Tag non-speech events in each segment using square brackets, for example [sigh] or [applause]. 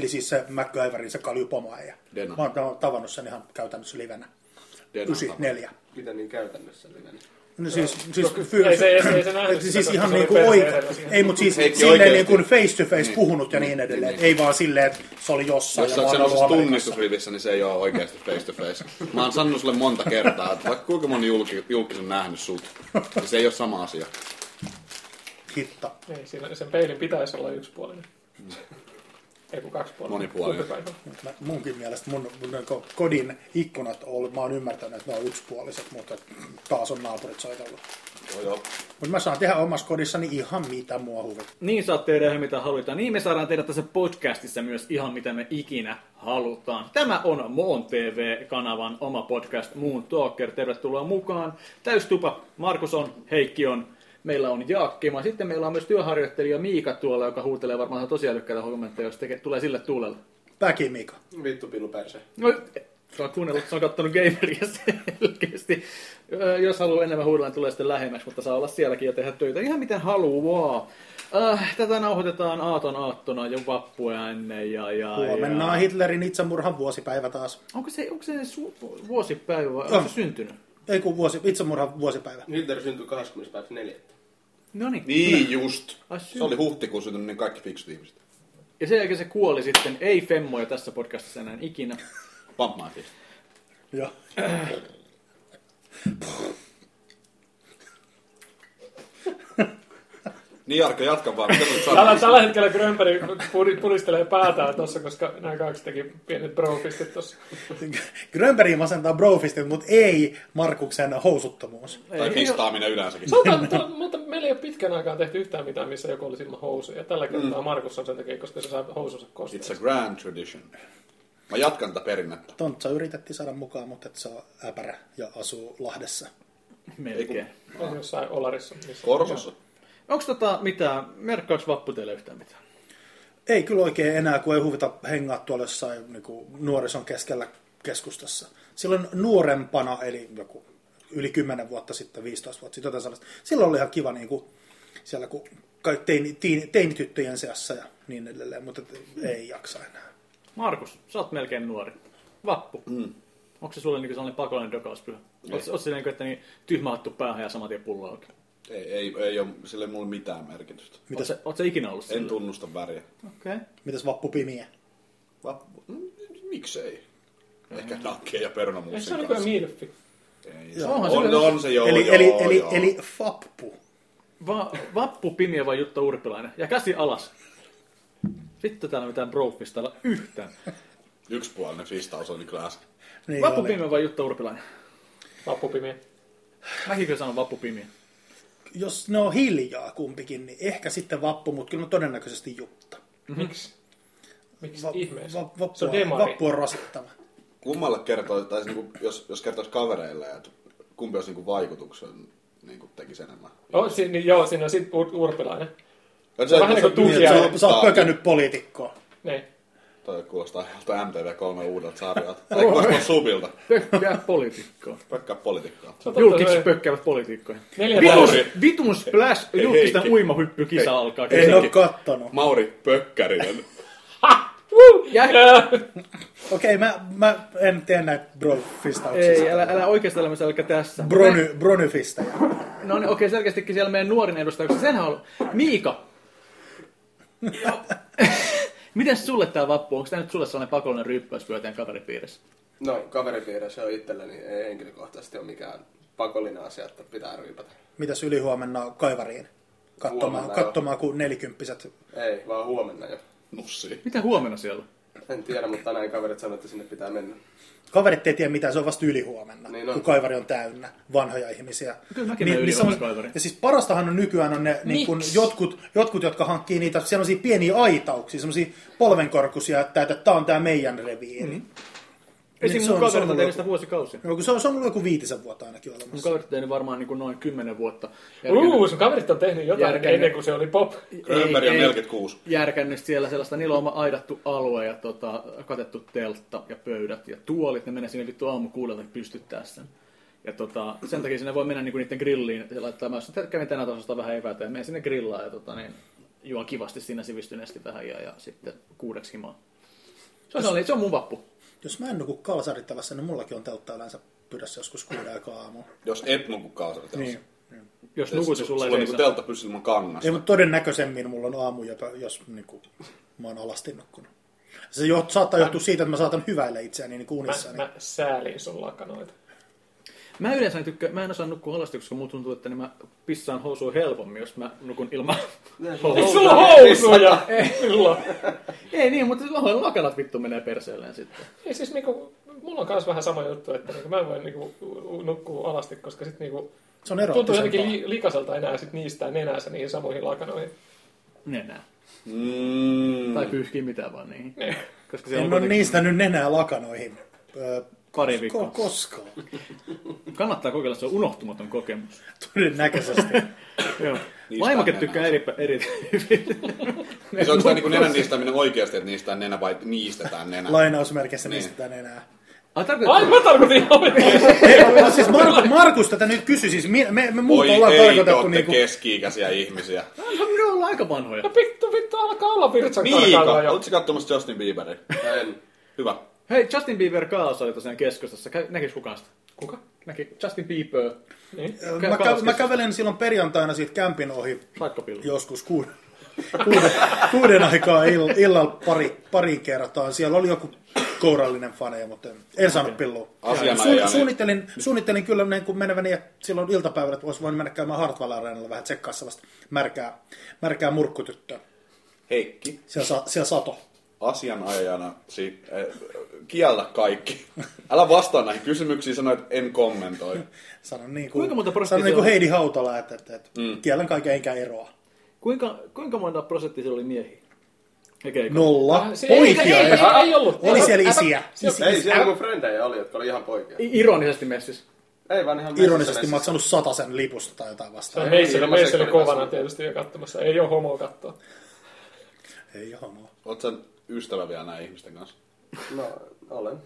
niin- siis se MacGyverin se kaljupomoäijä. Dena. Mä oon ta- tavannut sen ihan käytännössä livenä. Dena 94. Mitä niin käytännössä niin No siis, siis, Ei se- ei se- ei se nähnyt et sitä, siis koska ihan se oli niin kuin oikein, perseellä siinä. ei mutta siis Heikki silleen oikeesti. niin kuin face to face puhunut ja niin edelleen, niin, ei vaan silleen, että se oli jossain. Jos ja sä oot mä oon sellaisessa ollut tunnistusrivissä, niin se ei ole oikeasti face to face. Mä oon sanonut sulle monta kertaa, että vaikka kuinka moni julki, julkis on nähnyt sut, niin se ei ole sama asia. Amerikassa. Hitta. Ei, Niin, siinä, sen peilin pitäisi olla yksipuolinen. Ei kun kaksipuolinen. Monipuolinen. Kumpikaan ei ole. Mä, munkin mielestä mun, mun niinku kodin ikkunat on ollut, mä oon ymmärtänyt, että ne on yksipuoliset, mutta taas on naapurit soitellut. Joo, joo. Mutta mä saan tehdä omassa kodissani ihan mitä mua huvittaa. Niin saat tehdä ihan mitä halutaan. Niin me saadaan tehdä tässä podcastissa myös ihan mitä me ikinä halutaan. Tämä on Moon TV-kanavan oma podcast Moon Talker. Tervetuloa mukaan. Täystupa. Markus on, Heikki on, meillä on Jaakki. Ja sitten meillä on myös työharjoittelija Miika tuolla, joka huutelee varmaan tosi älykkäitä kommentteja, jos tekee, tulee sille tuulelle. Väki Mika. Vittu pillu perse. No, se on kuunnellut, se on kattonut gameria selkeästi. Ö, Jos haluaa enemmän huudella, niin tulee sitten lähemmäksi, mutta saa olla sielläkin ja tehdä töitä ihan miten haluaa. Äh, tätä nauhoitetaan aaton aattona jo vappua ennen ja... ja Huomenna on ja... Hitlerin itsemurhan vuosipäivä taas. Onko se, onko se su- vuosipäivä vai onko On. se syntynyt? Ei kun vuosi, itsemurhan vuosipäivä. Hitler syntyi 20.4. No niin. Niin just. Ai, syy. Se oli huhtikuun syntynyt, niin kaikki fiksut ihmiset. Ja sen jälkeen se kuoli sitten. Ei femmoja tässä podcastissa enää ikinä. Pampmaan siis. Joo. [laughs] Niin Jarkko, jatka vaan. Mitä sä Tällä, sanoit? tällä hetkellä Grönberg pudi- pudistelee päätään tuossa, koska nämä kaksi teki pienet brofistit tuossa. Grönberg masentaa brofistit, mutta ei Markuksen housuttomuus. Tai pistaaminen yleensäkin. Sanotaan, to, mutta meillä ei ole pitkän aikaa tehty yhtään mitään, missä joku olisi ilman housuja. Tällä kertaa Markus on sen takia, koska se saa housunsa It's a kosteeksi. grand tradition. Mä jatkan tätä perinnettä. Tontsa yritettiin saada mukaan, mutta et se on äpärä ja asuu Lahdessa. Melkein. On jossain Olarissa. Missä Korsossa. Onko tota mitään, merkkaako vappu teille yhtään mitään? Ei kyllä oikein enää, kun ei huvita hengaa tuolla jossain niin kuin nuorison keskellä keskustassa. Silloin nuorempana, eli joku yli 10 vuotta sitten, 15 vuotta sitten, jotain sellaista. Silloin oli ihan kiva niin kuin, siellä, kun kai teini, teini, teinityttöjen seassa ja niin edelleen, mutta et ei jaksa enää. Markus, sä oot melkein nuori. Vappu. Mm. Onko se sulle niinku sellainen pakollinen dokauspyhä? Oot, oot se niinku, että niin tyhmä hattu päähän ja saman tien pulla auki? Ei, ei, ei ole, sillä ei mulla mitään merkitystä. Oot se, oot se ikinä ollut En sillä? tunnusta väriä. Okei. Okay. Mitäs vappupimiä? Va- mm, miksei? Ehkä nakkeja ja Eikö se ole perunamuusin nykyään kanssa. milfi? Ei. Joo. Onhan On, se- on se joo, eli, joo, eli, eli, joo. eli fappu. Va, vappu Pimiä vai Jutta Urpilainen? Ja käsi alas. Vittu täällä mitään brofista yhtään. Yksipuolinen fistaus oli kyllä äsken. Niin Vappu oli. Pimiä vai Jutta Urpilainen? Vappupimiä. Mäkin kyllä sanon Vappu Pimiä. Jos ne on hiljaa kumpikin, niin ehkä sitten vappu, mutta kyllä on todennäköisesti jutta. Miksi? Miksi Va- ihmeessä? va- vappu, se on on, demari. vappu on rasittava. Kummalle kertoo, tai siis niinku, jos, jos kertoisi kavereille, että kumpi olisi niinku vaikutuksen niinku tekisi enemmän. Oh, si- niin, joo, siinä on sit ur- urpilainen. Et Vähän et niinku Niin, tukia. että Jää. sä, oot- sä oot pökännyt poliitikkoa. Niin. Toi kuulostaa joltain MTV3 uudelta [laughs] sarjalta. Tai kuulostaa subilta. Pökkää poliitikkoa. Pökkää politiikkaa. Se on totta, se- Julkiksi pökkäävät poliitikkoja. Neljä Vitun, Mauri. vitun splash, julkisten Heikki. uimahyppykisa Hei. alkaa. En ole kattonut. Mauri Pökkärinen. Jä- Okei, mä, mä en tee näitä brofistauksista. Ei, älä, älä oikeasta elämässä, älkää tässä. Brony, bronyfistejä. No niin, okei, selkeästikin siellä meidän nuorin edustajaksi. Senhän on ollut. Miika! Ja- Miten sulle tämä vappu? Onko tämä nyt sulle sellainen pakollinen ryppäys pyötään kaveripiirissä? No kaveripiirä se on itselleni, ei henkilökohtaisesti ole mikään pakollinen asia, että pitää ryypätä. Mitäs ylihuomenna kaivariin? Katsomaan, Huomenna, joo. katsomaan kun nelikymppiset. Ei, vaan huomenna jo. Nussi. Mitä huomenna siellä on? En tiedä, mutta tänään kaverit sanoi, että sinne pitää mennä. Kaverit ei tiedä mitään, se on vasta ylihuomenna, Niin niin on. kun kaivari on täynnä vanhoja ihmisiä. Kyllä mäkin menen ylihuomenna kaivariin. Ja siis parastahan on nykyään on ne niin kun jotkut, jotkut, jotka hankkii niitä sellaisia pieniä aitauksia, sellaisia polvenkorkuisia, että, että tämä on tämä meidän reviiri. Mm. Mm-hmm. Esim. se mun on- se on kaverit Niin, on ollut joku- tehnyt sitä vuosikausia. No, kun se on, se on ollut joku viitisen vuotta ainakin Mun olemassa. kaverit on tehnyt varmaan niin kuin noin 10 vuotta. Uu, sun kaverit on tehnyt jotain Järkeinen. ennen kuin se oli pop. Grönberg on ei. 46. järkännyt siellä sellaista, niillä on oma aidattu alue ja tota, katettu teltta ja pöydät ja tuolit, ne menee sinne vittu aamu kuudelta pystyttää sen. Ja tota, sen takia sinne voi mennä niinku niiden grilliin ja laittaa, mä just kävin tänä tasosta vähän evätä ja menen sinne grillaan ja tota, niin, juon kivasti siinä sivistyneesti vähän ja, ja sitten kuudeksi himaan. Se on, se on mun vappu. Jos mä en nuku kalsarittavassa, niin mullakin on teltta yleensä pydässä joskus kuuden aikaa aamulla. Jos et nuku kaasaritelmassa. Niin. Jos nukut, niin sulla sulla on ei niinku seisaa. teltta pystyssä ilman kangasta. Ei, mutta todennäköisemmin mulla on aamu, jopa, jos niin kuin, mä oon alasti nukkunut. Se joht, saattaa johtua siitä, että mä saatan hyväillä itseäni niin kuin Mä, unissani. mä säälin sun lakanoita. Mä yleensä en tykkää, mä en osaa nukkua alasti, koska mulla tuntuu, että niin mä pissaan housuun helpommin, jos mä nukun ilman Eikö housuja. sulla housuja? Silloin. Ei niin, mutta lahoin lakanat vittu menee perseelleen sitten. Ei siis niinku, mulla on kans vähän sama juttu, että niinku, mä en voi niinku, nukkua alasti, koska sit niinku, Se on tuntuu eroottisempaa. jotenkin li, likaselta enää sit niistä nenässä niihin samoihin lakanoihin. Nenää. Mm. Tai pyyhkii mitä vaan niin. niihin. Niin. Koska se on En ole kuitenkin niistä nyt nenää lakanoihin. Öö, pari ko- viikkoa. koskaan. [laughs] Kannattaa kokeilla, se on unohtumaton kokemus. Todennäköisesti. Joo. Niistä Vaimokin on tykkää eri, eri Ja se onko tämä niinku nenän niistäminen oikeasti, että niistään nenä vai niistetään nenä? Lainausmerkissä Niin. niistä nenää. Ai Ai tarkoittaa, mä tarkoitin ihan oikein. Ei, kun- no siis Marku, Markus tätä nyt kysyi, siis me, me, me muut Voi ollaan ei, te tarkoitettu ootte niinku... keski-ikäisiä [laughs] ihmisiä. me ollaan aika vanhoja. No vittu, vittu, alkaa olla virtsan Miika, karkalla jo. ootko katsomassa Justin Bieberin? En. Hyvä. Hei, Justin Bieber kaasa oli tosiaan keskustassa. Käy, näkis kukaan sitä? Kuka? Näki Justin Bieber. Niin. Käy Mä, kä- kalaskas- mä kävelin silloin perjantaina siitä kämpin ohi Saikkopillu. joskus kuuden, kuuden, kuuden aikaa ill, illalla pari, pari kertaa. Siellä oli joku kourallinen faneja, mutta en, en saanut pillua. Asiana Suun- ei ole. suunnittelin, suunnittelin kyllä niin kuin meneväni ja silloin iltapäivällä, että olisi voinut mennä käymään Hartwall Areenalla vähän tsekkaa sellaista märkää, märkää murkkutyttöä. Heikki, Siellä, sa- siellä sato. asianajajana si- äh, kiellä kaikki. [laughs] Älä vastaa näihin kysymyksiin, sanoit en kommentoi. Sanon niin Kuinka monta kuin, prosenttia sanon niin kuin se on? Heidi Hautala, että, että, että mm. kielen kaiken eikä eroa. Kuinka, kuinka monta prosenttia siellä oli miehiä? Ja keikalla? Nolla. Se- ei- Poikia. ei- ei- ei- ei ollut. Ah, Oli siellä Älä- isiä. Siellä- Isi- Ei, siellä mun frendejä oli, jotka oli ihan poikia. I- Ironisesti messissä. Ei vaan ihan Ironisesti messissä maksanut sen lipusta tai jotain Se vastaan. on Ei, meisselle, ei, meisselle ei, kovana ei. tietysti jo katsomassa. Ei oo homo kattoa. Ei homo. Oletko sä ystävä vielä näin ihmisten kanssa? messissä. No, olen.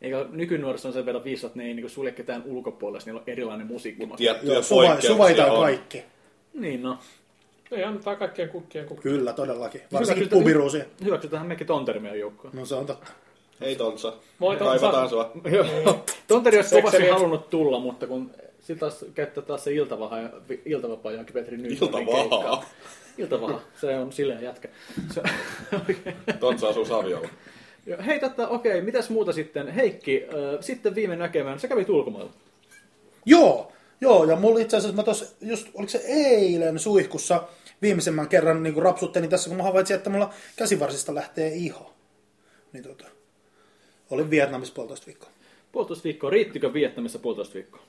Eikä nykynuorissa on sen verran viisat, että ne ei niinku sulje ketään ulkopuolelle, jos niillä on erilainen musiikkimaksu. Tiettyjä Joo, suva, poikkeuksia suvaitaan on. kaikki. Niin no. Ei antaa kaikkien kukkien kukkia. Kyllä, todellakin. Varsinkin Hyväksytään- pubiruusia. Hyväksytäänhän mekin Tontermia [laughs] joukkoon. No se on totta. Hei Tontsa. Moi, Tontsa. Kaivataan sua. Joo. Tonteri olisi kovasti Sekseriä. halunnut tulla, mutta kun sitten taas käyttää taas se iltavaha, vi- iltavapaa johonkin Petri Nyysonin Iltavahaa? keikkaan. Iltavaha. Se on silleen jätkä. Se, [laughs] okay. [laughs] Tontsa asuu Saviolla. No. Hei totta, okei, mitäs muuta sitten? Heikki, äh, sitten viime näkemään, sä kävit ulkomailla. Joo, joo, ja mulla itse asiassa, mä tossa, just, oliko se eilen suihkussa viimeisemmän kerran niin kuin rapsuttelin tässä, kun mä havaitsin, että mulla käsivarsista lähtee iho. Niin tota, olin Vietnamissa puolitoista viikkoa. Puolitoista viikkoa, riittikö viettämässä puolitoista viikkoa?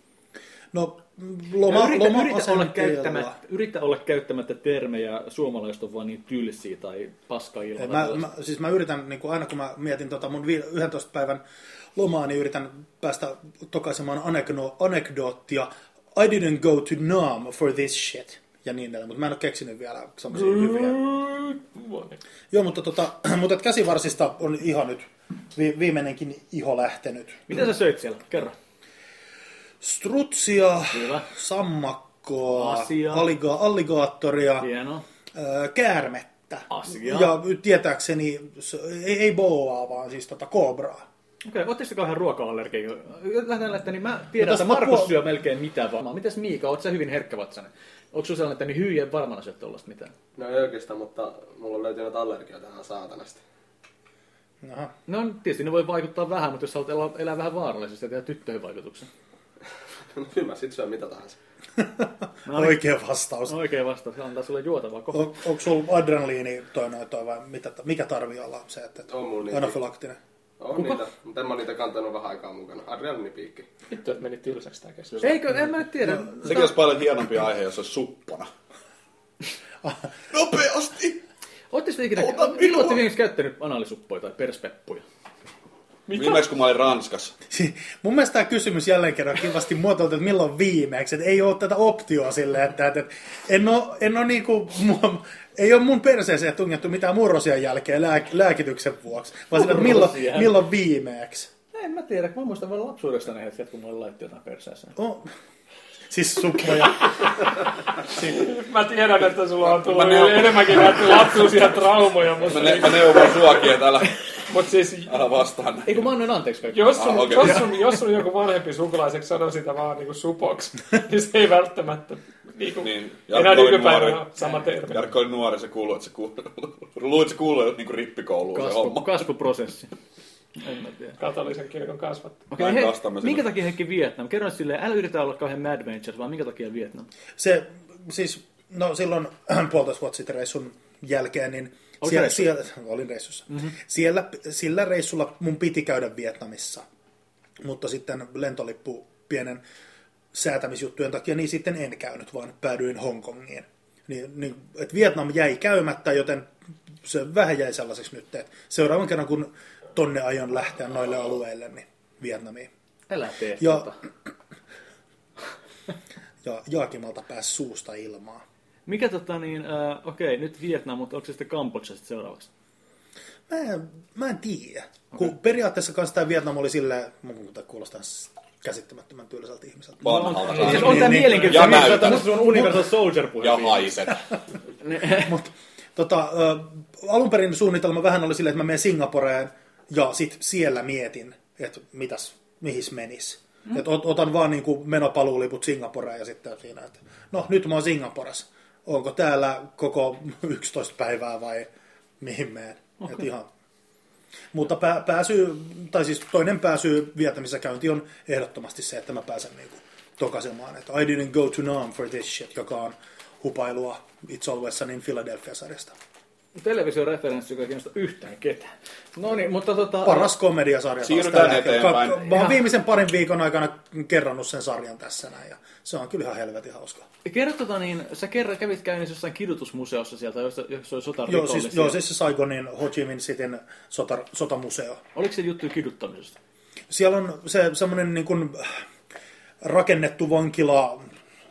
No, mm, Ja loma, yritä, loma yritä, olla käyttämättä, yritä olla käyttämättä termejä, suomalaiset on vaan niin tylsiä tai paskailmaa. Mä, mä, siis mä yritän, niin kuin aina kun mä mietin tota mun vi- 11 päivän lomaa, niin yritän päästä tokaisemaan anekno, anekdoottia. I didn't go to Nam for this shit. Ja niin edelleen, mutta mä en ole keksinyt vielä semmoisia hyviä. niin Joo, mutta, tota, [clears throat] mutta et käsivarsista on ihan nyt vi- viimeinenkin iho lähtenyt. Mitä sä söit siellä? Kerro. Strutsia, Hyvä. sammakkoa, Asia. alliga- alligaattoria, Hienoa. öö, käärmettä. Asia. Ja tietääkseni, s- ei, ei boaa, vaan siis tota kobraa. Okei, ootteko te kauhean ruoka-allergia? Lähdetään lähteä, niin mä tiedän, No tässä että Markus mä- syö melkein mitä vaan. Mitäs Miika, oot sä hyvin herkkävatsainen? Onko sulla sellainen, että niin hyyjen varmana syöt tollasta mitään? No ei oikeastaan, mutta mulla on löytynyt allergioita ihan saatanasti. [laughs] Aha. No tietysti ne voi vaikuttaa vähän, mutta jos haluat elää, elää vähän vaarallisesti ja tehdä tyttöjen vaikutuksen. Kyllä mä sit syön mitä tahansa. No niin, Oikea vastaus. oikein vastaus. Se antaa sulle juotavaa kohta. On, onko sulla adrenaliini toi noin toi vai mitä, mikä tarvii olla se, että On mulla niitä. anafylaktinen? [laughs] On Kuka? niitä, mutta en mä niitä kantanut vähän aikaa mukana. Adrenalinipiikki. Vittu, että meni tylsäksi tää keskustelu. Eikö, en mä nyt tiedä. Sekin olisi paljon hienompi aihe, jos olisi [laughs] suppona. Nopeasti! Oletteko te ikinä, Ota minua. milloin te viimeksi käyttänyt analysuppoja tai perspeppuja? Viimeksi kun mä olin Ranskassa. Si- Mun mielestä tämä kysymys jälleen kerran kivasti muotoiltu, että milloin viimeksi. Että ei ole tätä optioa silleen, että, että että en ole, en ole niinku, mua, ei ole mun perseeseen tungettu mitään murrosien jälkeen lääk, lääkityksen vuoksi, vaan sillä, että milloin, Murrosien. milloin viimeksi. En mä tiedä, kun mä muistan vaan lapsuudesta ne hetket, kun mulle laittoi jotain perseeseen. Oh. Siis suppoja. [laughs] Mä tiedän, että sulla on tullut Mä neuvon. enemmänkin näitä lapsuisia traumoja, mutta Mä, ne, mä neuvon suakin, että älä, Mutta siis Älä vastaa näin. Ei kun mä annoin anteeksi kaikki. jos sun, Ah, okei. jos, sun, jos sun joku vanhempi sukulaiseksi sanoo sitä vaan niinku supoksi, [laughs] niin se ei välttämättä niinku, Niin, niin, Jarkko enää oli nykypäivänä nuori. Niin. ole sama termi. Jarkko oli nuori, se kuuluu, että se kuuluu, luulit, että se kuuluu niinku rippikouluun se Kasvu, homma. kasvuprosessi. En mä tiedä. Katolisen kirkon kasvatti. Okei, Näin he, vastaamisella. minkä takia hekin Vietnam? Kerro nyt silleen, älä yritä olla kauhean Mad Ventures, vaan minkä takia Vietnam? Se siis, no silloin [clears throat] puolitoista vuotta sitten reissun jälkeen, niin Oliko siellä, reissulla? siellä, [laughs] olin reissussa. Mm-hmm. Siellä, sillä reissulla mun piti käydä Vietnamissa, mutta sitten lentolippu pienen säätämisjuttujen takia, niin sitten en käynyt, vaan päädyin Hongkongiin. Niin, niin, et Vietnam jäi käymättä, joten se vähän jäi sellaiseksi nyt, että seuraavan kerran kun tonne aion lähteä noille alueille, niin Vietnamiin. Älä tee Ja- tota. Ja Jaakimalta pääsi suusta ilmaa. Mikä tota niin, äh, okei, nyt Vietnam, mutta onko se sitten Kambodža sitten seuraavaksi? Mä en, mä en tiedä. Okay. Kun periaatteessa kanssa tämä Vietnam oli sillä, mun kuulostaa s- käsittämättömän tyyliseltä ihmiseltä. Vanhalta. Siis Niin, on tää niin. mielenkiintoista, Ja niin, että näytän. tässä on Universal Soldier puhe. Ja haiset. [laughs] Mut, tota, ö, alun perin suunnitelma vähän oli silleen, että mä menen Singaporeen ja sit siellä mietin, että mitäs, mihin menis. Mm. Et ot- otan vaan niin kuin menopaluuliput Singaporeen ja sitten siinä, että no nyt mä oon Singaporessa. Onko täällä koko 11 päivää vai mihin meen? Okay. Et ihan. Mutta pää- pääsy, tai siis toinen pääsy vietämissä käynti on ehdottomasti se, että mä pääsen niin kuin tokaisemaan. Että I didn't go to Nam for this shit, joka on hupailua It's Always Sunin Philadelphia-sarjasta. Televisioreferenssi, joka ei kiinnosta yhtään ketään. No niin, mutta tota... Paras komediasarja. taas Siirrytään tällä hetkellä. eteenpäin. Ka- Mä oon viimeisen parin viikon aikana kerrannut sen sarjan tässä näin, ja se on kyllä ihan helvetin hauskaa. Kerro tota niin, sä kerran kävit käynnissä jossain kidutusmuseossa sieltä, jossa, jossa Joo oli sotarikollisia. siis, joo, siis se Saigonin Ho Chi Minh Cityn sota, sotamuseo. Oliko se juttu kiduttamisesta? Siellä on se semmoinen niin kuin äh, rakennettu vankila,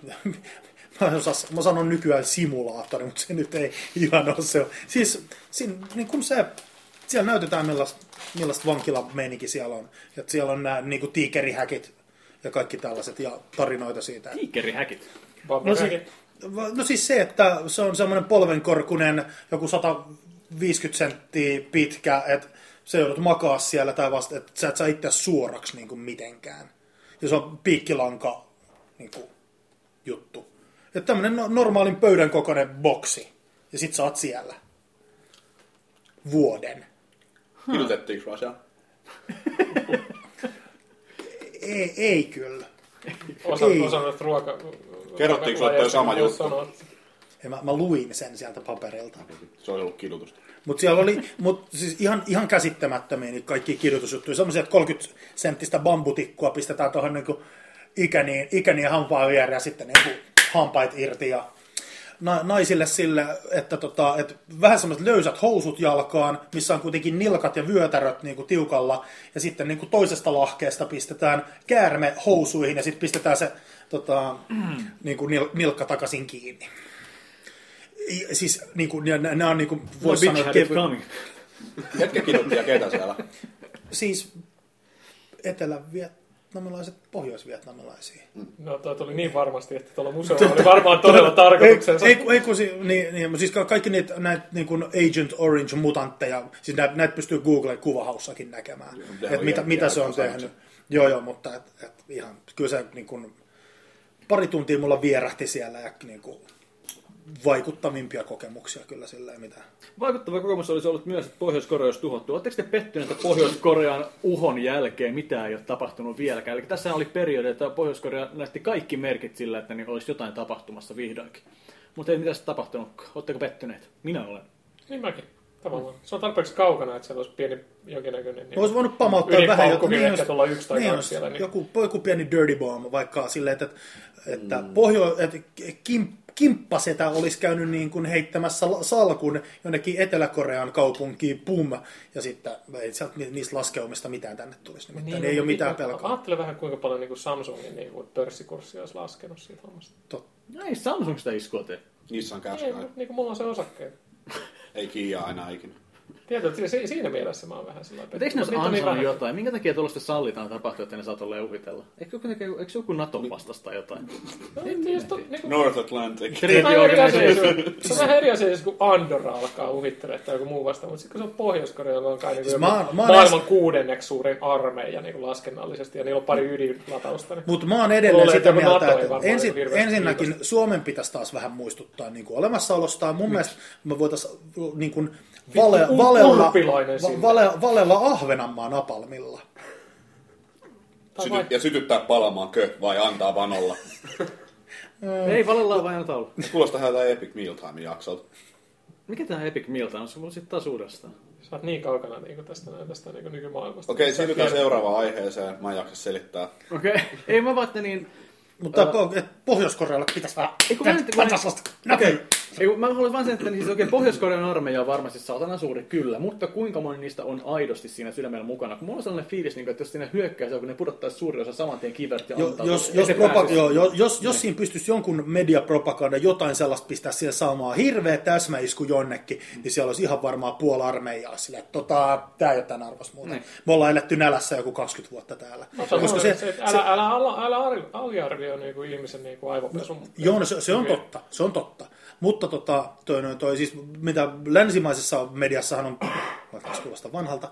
mä, en osaa, mä sanon nykyään simulaattori, mutta se nyt ei ihan ole se. Siis siinä, niin kuin se, siellä näytetään millaista, millaista vankilameininki siellä on. Ja siellä on nämä niin kuin tiikerihäkit ja kaikki tällaiset ja tarinoita siitä. että- Tiikerihäkit. No, Baba se, se... va- no siis se, että se on semmoinen polvenkorkunen, joku 150 senttiä pitkä, että se joudut makaa siellä tai vasta, että sä et saa itse suoraksi niin kuin mitenkään. Ja se on piikkilanka niin kuin, juttu. Ja tämmöinen no- normaalin pöydän kokoinen boksi. Ja sit sä oot siellä. Vuoden. Kidutettiinko vaan siellä? Ei, E-, ei kyllä. osa, Ei. osa noista ruoka... Kerrottiinko sulle, että on sama juttu? Ja mä, mä luin sen sieltä paperilta. Se oli ollut kidutusta. Mutta siellä oli mut siis ihan, ihan käsittämättömiä niitä kaikki kirjoitusjuttuja. Semmoisia, että 30 senttistä bambutikkua pistetään tuohon niinku ikäniin, ikäniin hampaan viereen ja sitten niinku hampait irti. Ja na, naisille sille, että tota, et vähän semmoiset löysät housut jalkaan, missä on kuitenkin nilkat ja vyötäröt niinku tiukalla. Ja sitten niinku toisesta lahkeesta pistetään käärme housuihin ja sitten pistetään se tota, Mm. niinku nil, nilkka takaisin kiinni. I- Siis niin kuin, ja nämä on niin kuin, No, voisi sanoa, bitch had it kevy- coming. Ketkä kidutti ja ketä siellä? siis etelävietnamilaiset pohjoisvietnamilaisia. No, toi tuli niin varmasti, että tuolla museolla oli varmaan todella tarkoituksensa. Ei, ei, ei kun si- niin, niin, mutta siis ka- kaikki niitä näitä niin kuin Agent Orange mutantteja, siis näitä, näitä pystyy Googlen kuvahaussakin näkemään, mutta ne että on mitä, jä- mitä se on jääkausaiset. tehnyt. Joo, joo, mutta et, et, ihan, kyllä se niin kuin, pari tuntia mulla vierähti siellä ja niin kuin, vaikuttavimpia kokemuksia kyllä sillä mitä. Vaikuttava kokemus olisi ollut myös, että Pohjois-Korea olisi tuhottu. Oletteko te pettyneet, että Pohjois-Korean uhon jälkeen mitään ei ole tapahtunut vieläkään? Eli tässä oli periodi, että Pohjois-Korea näytti kaikki merkit sillä, että niin olisi jotain tapahtumassa vihdoinkin. Mutta ei mitään sitä tapahtunut. Oletteko pettyneet? Minä olen. Niin mäkin. Tavallaan. Se on tarpeeksi kaukana, että siellä olisi pieni jonkinnäköinen... Niin Olisi voinut pamauttaa vähän joku. Niin ehkä tulla yksi tai niin kaksi jos siellä. Niin... joku, joku pieni dirty bomb, vaikka silleen, että, että, mm. pohjo, että kim, kimppasetä olisi käynyt niin kuin heittämässä la- salkun jonnekin Etelä-Korean kaupunkiin, pum, ja sitten ei sieltä ni- niistä laskeumista mitään tänne tulisi. Nimittäin niin, ei no ole mitään pelkoa. Ajattele vähän, kuinka paljon niin kuin Samsungin niin kuin pörssikurssi olisi laskenut siitä hommasta. Tot- No ei Samsung sitä iskua tee. Niissä on Ei, niinku käskää. mutta niin kuin mulla on se osakkeen. Ei Kiia aina ikinä. Tietysti, että siinä, siinä mielessä mä oon vähän sillä Mutta eikö ne olisi ansainnut jotain? Minkä takia tuollaista sallitaan tapahtua, että ne saa tuolle uhitella? Eikö, eikö, eikö joku Naton vastas tai jotain? niin No, North Atlantic. se on Treaty vähän eri asia, jos- Organization. se on vähän eri asia, jos kun Andorra alkaa uhittele tai joku muu vasta, mutta sitten kun se on Pohjois-Korea, jolla on kai niin Siis joku mä oon- mä oon maailman ens- kuudenneksi suurin armeija niin laskennallisesti, ja niillä on pari ydinlatausta. Niin. Mutta mä oon edelleen Luulen, sitä että joku mieltä, NATO ei että varmaan ensin, ole hirveästi ensinnäkin kiinnostunut. Suomen pitäisi taas vähän muistuttaa niin kuin olemassaolostaan. Mun mielestä me voitaisiin niin kuin vale, Vittu, valella, urpilainen sinne. vale, valella Ahvenanmaa napalmilla. Tai Syty- vai- ja sytyttää palamaan kö vai antaa vaan olla. Ei valellaan vain taulu. Kuulostaa ihan jotain Epic Mealtime jaksolta. Mikä tämä Epic Mealta on? Se on sitten taas uudestaan. Sä oot niin kaukana niin tästä, näin, tästä niin nykymaailmasta. Okei, Sä siirrytään tiedät- seuraavaan aiheeseen. Mä en jaksa selittää. Okei. Okay. [laughs] Ei mä vaan, että niin... Mutta po- et Pohjois-Korealle pitäisi vähän Ei, kun mä nyt- kun mä- antaa sellaista näkyy. Ei, kun mä haluan vaan sen, että niin siis oikein Pohjois-Korean armeija on varmasti saatana suuri, kyllä, mutta kuinka moni niistä on aidosti siinä sydämellä mukana? Kun mulla on sellainen fiilis, niin kuin, että jos siinä hyökkäisi, kun ne pudottaisi suuri osa saman tien kivert ja Jo- antaa jos, tuolle, jos, ei se propa- pääsisi. joo, jo- jos, jos siinä pystyisi jonkun mediapropaganda jotain sellaista pistää siihen samaan, hirveä täsmäisku jonnekin, niin siellä olisi ihan varmaan puoli armeijaa sille, että tota, tämä ei ole tämän arvos muuta. Niin. Me ollaan eletty nälässä joku 20 vuotta täällä. Mä sanon, Koska se, että älä, se, älä, ala- älä, ar- aliarvioi niinku ihmisen niinku aivopesun. joo, no se, se, on totta, se on totta. Mutta tota, toi, noin toi, siis, mitä länsimaisessa mediassahan on, vaikka se kuulostaa vanhalta,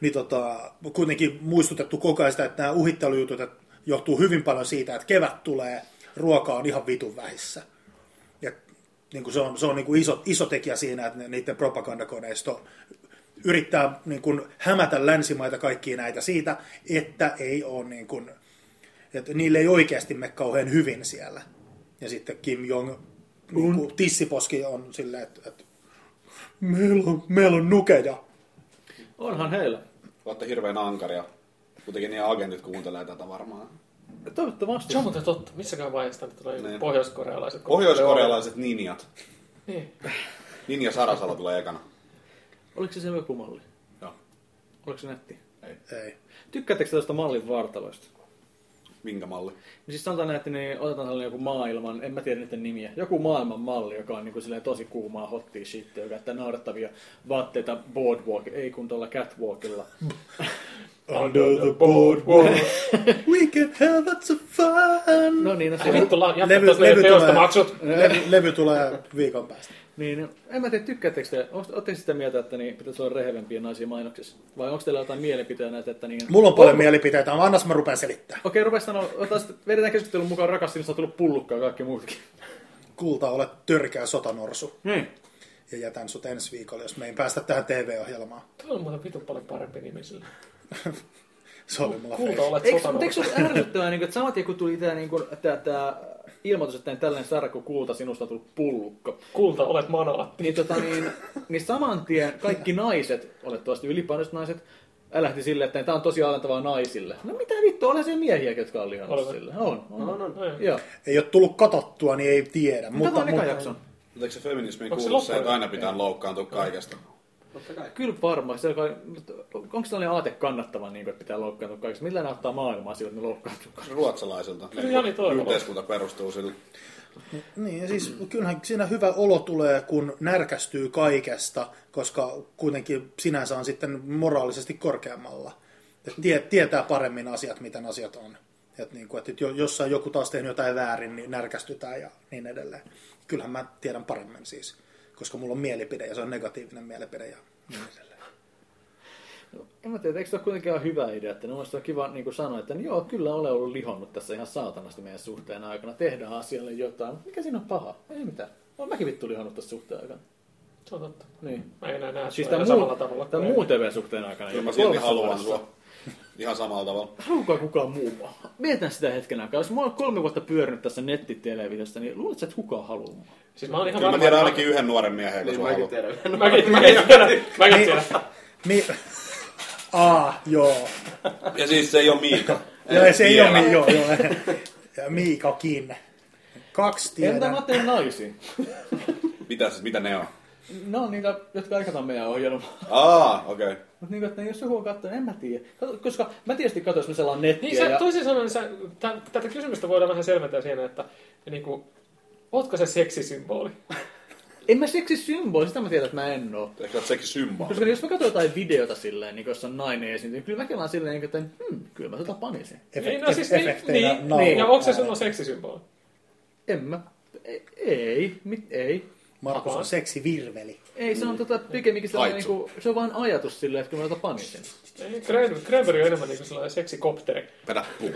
niin tota, kuitenkin muistutettu koko ajan sitä, että nämä uhittelujutut että johtuu hyvin paljon siitä, että kevät tulee, ruoka on ihan vitun vähissä. Ja niin kuin se on, se on niin kuin iso, iso tekijä siinä, että ne- niiden propagandakoneisto yrittää niin kuin hämätä länsimaita kaikkia näitä siitä, että ei ole niin kuin, että niille ei oikeasti mene kauhean hyvin siellä. Ja sitten Kim Jong niin kuin tissiposki on silleen, että, että meillä, on, meillä on nukeja. Onhan heillä. Olette hirveän ankaria. Kuitenkin niin agentit kuuntelee tätä varmaan. Toivottavasti. Se on muuten totta. Missäkään vaiheessa tänne tulee Niin. niin. pohjoiskorealaiset? Pohjoiskorealaiset ninjat. Niin. Ninja Sarasalo tulee ekana. Oliko se se joku malli? Joo. Oliko se nätti? Ei. Tykkäättekö tästä mallin vartaloista? Minkä malli? No Siis sanotaan näin, että niin otetaan sellainen joku maailman, en mä tiedä niiden nimiä, joku maailman malli, joka on niin kuin silleen tosi kuumaa hottia shittiä, joka käyttää naurettavia vaatteita boardwalk, ei kun tuolla catwalkilla. Under the [laughs] boardwalk, we can have lots of fun. No niin, no Ai se vittu, la- Levy- jatketaan levy levy, teosta tulee. maksut. Le- levy tulee viikon päästä. Niin, en mä tiedä, tykkäättekö te, ootteko sitä mieltä, että niin, pitäisi olla rehevempiä naisia mainoksissa? Vai onko teillä jotain mielipiteitä näitä, että niin... Mulla on paljon mielipiteitä, mutta annas mä rupean selittää. Okei, rupes sanoa, otetaan sitten, vedetään keskustelun mukaan rakas, sinusta on tullut pullukkaa ja kaikki muutkin. Kulta, olet törkeä sotanorsu. Niin. Ja jätän sut ensi viikolla, jos me ei päästä tähän TV-ohjelmaan. Tuo on muuten vitun paljon parempi nimi sille. Se oli mulla Kulta face. olet Eikö, mutta eikö sotanut. se ole ärsyttävää, niin kuin, että saman tien kun tuli tämä, niin kuin, tämä, tämä ilmoitus, että tällainen sarja kuin kulta, sinusta on tullut pullukko. Kulta olet manaatti. Niin, tota, niin, niin saman tien kaikki naiset, olettavasti ylipainoiset naiset, lähti sille, että tämä on tosi alentavaa naisille. No mitä vittu, ole se miehiä, jotka on lihannut Olevan. sille. On, on. No, no, no. Ei. Joo. Ei ole tullut katsottua, niin ei tiedä. Mutta Mutta, on eka mutta jakson. Mutta eikö se feminismi Onko se kuulu se, että loppujen- aina pitää loukkaantua kaikesta? Totta kai. Kyllä varmaan. Se, kai, mutta onko sellainen aate kannattava, niin kuin, että pitää loukkaantua kaikista? Millä ne auttaa maailmaa sillä, että ne loukkaantuu kaikista? Ruotsalaisilta. Kyllä Jani Toivola. Yhteiskunta perustuu sille. niin, ja siis kyllähän siinä hyvä olo tulee, kun närkästyy kaikesta, koska kuitenkin sinänsä on sitten moraalisesti korkeammalla. Et tie, tietää paremmin asiat, miten asiat on. Et niin kuin, et jo- jossain joku taas tehnyt jotain väärin, niin närkästytään ja niin edelleen. Kyllähän mä tiedän paremmin siis, koska mulla on mielipide ja se on negatiivinen mielipide ja niin edelleen. En mä tiedä, eikö se ole kuitenkin ihan hyvä idea, että no olisi kiva niin kuin sanoa, että niin joo, kyllä olen ollut lihonnut tässä ihan saatanasti meidän suhteen aikana, tehdään asialle jotain, mutta mikä siinä on paha? Ei mitään. Olen mäkin vittu lihonnut tässä suhteen aikana. Se on totta. Niin. Mä en enää näe Siis siis tämän, samalla muun, tavalla. tämän muun TV-suhteen aikana. Kyllä jopa mä silti kolmessa haluan vuodessa. sua. Ihan samalla tavalla. Haluukaa kukaan muu mua. Mietitään sitä hetken aikaa. Jos mä oon kolme vuotta pyörinyt tässä nettitelevisiossa, niin luuletko, sä, että kukaan haluaa mua? Siis mä oon ihan Kyllä mä varma. tiedän ainakin yhden nuoren miehen, joka Niin sua mäkin haluaa. tiedän. Mäkin, mäkin tiedän. [laughs] Mäkin Niin. tiedän. Mi- [laughs] Aa, joo. Ja siis se ei ole Miika. Joo, se ei vielä. ole, niin- joo, joo. Ja Miikakin. Kaksi Entä tiedän. mä teen naisiin? Mitä, siis, mitä ne on? Ne on niitä, jotka aikataan meidän ohjelmaa. Aa, okei. Okay. Mutta niin, että jos joku on katsonut, en mä tiedä. Kato- Koska mä tietysti katsoin, jos me selaan nettiä. Niin sä, ja... toisin sanoen, sä, tämän, tätä kysymystä voidaan vähän selventää siinä, että niin kuin, ootko se niinku, seksisymboli? En mä seksi symboli, sitä mä tiedän, että mä en oo. Ehkä olet sekin symboli. Koska jos mä katson jotain videota silleen, niin jossa on nainen esiintyy, niin kyllä mäkin vaan silleen, että hmm, kyllä mä tota panisin. Ei, no siis niin, efekteinä niin, naulun niin, ja onko se ääneen. silloin seksisymboli? En mä. Ei, ei, mit, ei. Markus on Ahaa. seksivirveli. Ei, se on tota, pikemminkin sellainen, niin Haitsu. kuin, se on vaan ajatus silleen, että kyllä mä tota panisin. Ei, Kren- Krenberg on enemmän niin kuin sellainen seksikopteri. Vedä puu.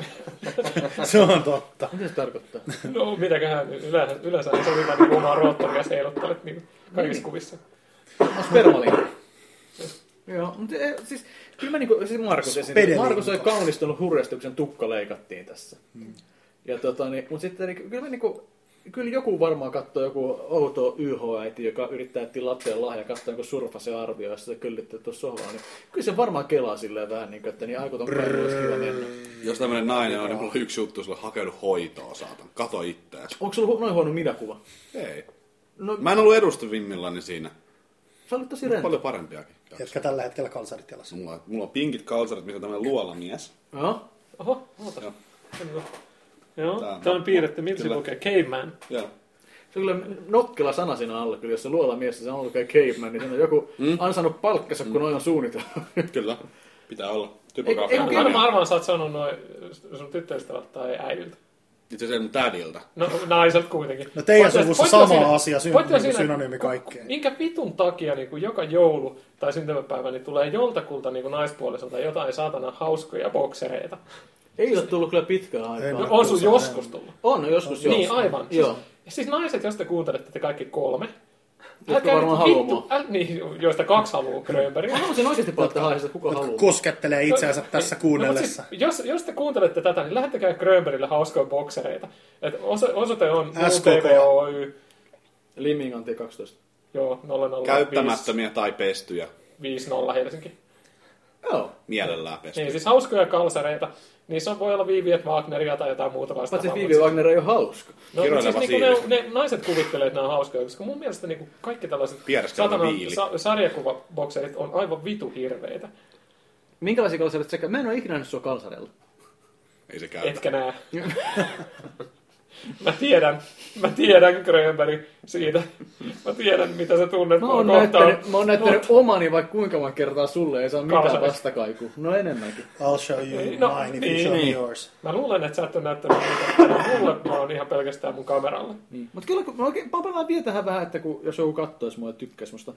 [laughs] Se on totta. Mitä se tarkoittaa? No mitäköhän, yleensä, yleensä ei sovita niin omaa roottoria seilottelet niin kaikissa kuvissa. No, spermalinkku. Joo, mutta e, siis kyllä mä niinku, siis Markus esiin, Spedelinkko. Markus oli kaunistunut hurjasti, kun sen tukka leikattiin tässä. Ja tota niin, mutta sitten niin, kyllä mä niinku, kyllä joku varmaan katsoo joku outo YH-äiti, joka yrittää etsiä lapselle lahja, katsoo joku surfa se arvio, ja sitten se kyllittää tuossa sohvalla, niin kyllä se varmaan kelaa silleen vähän niin kuin, että niin aikut on päivä, olisi hyvä mennä. Jos tämmönen nainen on, niin mulla on yksi juttu sulle hakenut hoitoa, saatan. Kato itteäsi. Onko sulla hu- noin huono minäkuva? Ei. No, mä... Mä en ollut edustavimmillani siinä. sä olit tosi rento. Paljon parempiakin. Siis Jotka tällä hetkellä kalsarit jalassa. Mulla, on- mulla on pinkit kalsarit, missä on tämmönen luolamies. Joo. Oho, ootas. Joo. Joo. Joo, Tää on- tämä on piirretty, miltä se Kyllä. lukee? Caveman. Joo. Se on kyllä nokkela sana siinä alla, kyllä, jos se luola mies, se on ollut kai caveman, niin siinä on joku mm. ansainnut palkkansa, Mm. kun noin on suunniteltu. Kyllä. Pitää olla. Ei- ei Typografia. kun Mä mä arvaan, sä oot sanonut noin sun tyttöystävältä tai äidiltä. Itse asiassa mun tädiltä. No naiselta kuitenkin. No teidän Pointti- suvussa pointti sama on siinä- asia, syn- pointti on niinku siinä, synonyymi ku- kaikkeen. Minkä vitun takia niin kuin joka joulu tai syntymäpäivä niin tulee joltakulta niin kuin naispuoliselta jotain saatana hauskoja boksereita? [laughs] Ei ole tullut kyllä pitkään aikaa. Ei, No, Kyllä, on sun kyllä se joskus tullut. On no joskus joo. Niin, aivan. Joo. Siis, siis naiset, jos te kuuntelette te kaikki kolme, Jotka varmaan nyt haluaa vittu, mua. äl, niin, joista kaksi haluaa Grönberg. Mä haluaisin oikeasti palata haiheesta, kuka Jotka haluaa. koskettelee No, itseänsä tässä kuunnellessa. siis, jos, jos te kuuntelette tätä, niin lähettäkää Grönbergille hauskoja boksereita. Et oso, osoite on SKK. SKPOY, Liminganti 12. joo, 005, Käyttämättömiä tai pestyjä. 50 Helsinki. Joo. Mielellään pestyjä. Niin, siis hauskoja kalsareita. Niissä on, voi olla Viviet Wagneria tai jotain muuta Paitsi vastaavaa. Vivi Wagner ei ole hauska. No, mutta siis Kiroileva niinku ne, siivi. ne, naiset kuvittelee, että nämä on hauskoja, koska mun mielestä niinku kaikki tällaiset Piereskelevä satanan viili. sa- sarjakuvabokserit on aivan vitu hirveitä. Minkälaisia kalsareita sekä? Mä en ole ikinä nähnyt sua kalsareilla. Ei se käytä. Etkä nää. [laughs] mä tiedän, mä tiedän Grönberg siitä. Mä tiedän, mitä sä tunnet Mä mua oon näyttänyt, mä oon näyttänyt omani vaikka kuinka monta kertaa sulle, ei saa mitään Kalsarit. vastakaikua. No enemmänkin. I'll show you No, mine if you niin, show me niin. yours. Mä luulen, että sä et ole näyttänyt mitään mulle, mä oon ihan pelkästään mun kameralle. Niin. Mut kyllä, kun mä oikein, mä palaan vielä tähän vähän, että kun, jos joku kattois mua ja tykkäis musta.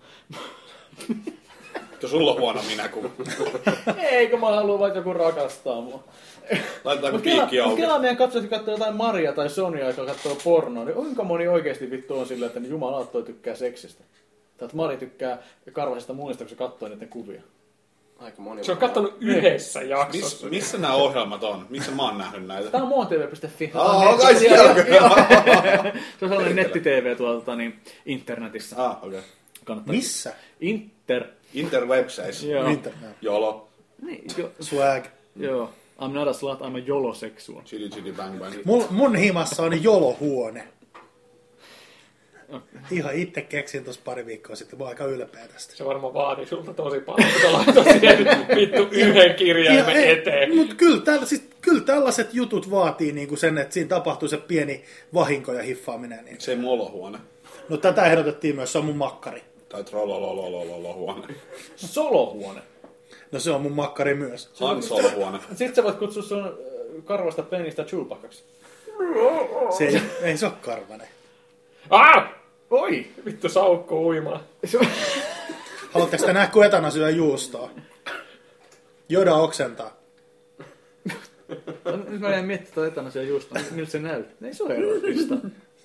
Jos sulla on huono [laughs] minäkuva. Eikö mä haluan vaikka joku rakastaa mua. Laitetaanko Mutta kela, piikki mut auki? kela meidän katsojat katsoo jotain Maria tai Sonia, joka katsoo pornoa, niin kuinka moni oikeasti vittu on silleen, että niin jumala toi tykkää seksistä? Tai että Mari tykkää karvaisista muista, kun se katsoo niiden kuvia. Aika moni. Se on kattonut yhdessä Miss, jaksossa. missä nämä ohjelmat on? Missä mä oon nähnyt näitä? Tää on moontv.fi. Aa, Tää on kai netti- siellä. Joo, joo. Se on sellainen netti-tv tuolla tota, niin, internetissä. Ah, okei. Okay. Kannattaa. Missä? Inter. Interwebseis. Joo. Mitä? No. Jolo. Niin, jo, Swag. joo. I'm not a slut, I'm a joloseksual. Chili chili bang bang. Mun, mun himassa on jolohuone. Ihan itse keksin tuossa pari viikkoa sitten. Mä oon aika ylpeä tästä. Se varmaan vaatii sulta tosi paljon, kun sä laitat siihen vittu yhden kirjaimen eteen. Mutta kyllä, tällä, siis, kyllä tällaiset jutut vaatii niinku sen, että siinä tapahtuu se pieni vahinko ja hiffaaminen. Niin. Se molohuone. No tätä ehdotettiin myös, se on mun makkari. Tai trollolololololohuone. Solohuone. No se on mun makkari myös. Hansolohuone. Sitten sä voit kutsua sun äh, karvasta penistä Chewbaccaksi. Se ei, ei se ole karvanen. Ah! Oi! Vittu saukko uimaan. Se on... Haluatteko te nähdä, kun etana syö juustoa? Joda oksentaa. Nyt mä jäin miettimään tuota etanasia just, miltä se näyttää. Ei se ole erottista.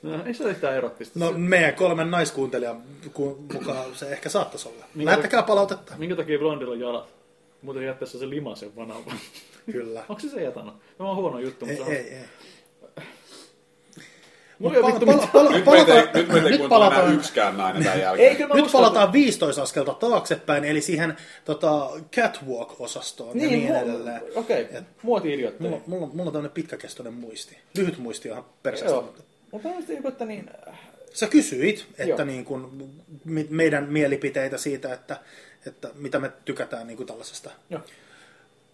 No, ei se ole yhtään erottista. No No. meidän kolmen naiskuuntelijan ku- mukaan se ehkä saattaisi olla. Lähettäkää palautetta. Minkä takia blondilla on jalat? Muuten jättäessä se limasen vanava. [laughs] Kyllä. Onko se se etana? No on huono juttu, Ei, mutta se on. ei, ei. Mulla ei ole Pala- vittu pala- pala- mitään. Nyt meitä ei, nyt meitä ei nyt kuuntele enää palataan, yksikään nainen tämän Ei, jälkeen. kyllä mä nyt uskon, palataan 15 askelta taaksepäin, eli siihen tota, catwalk-osastoon Niin, ja niin mu- edelleen. Okei, okay. muoti idiotti. Mulla, mulla, mulla on tämmöinen pitkäkestoinen muisti. Lyhyt muisti on ihan perseestä. Joo. Mutta mä joku, että niin... äh, Sä kysyit, että Joo. niin kun, mi- meidän mielipiteitä siitä, että, että mitä me tykätään niin kuin tällaisesta Joo.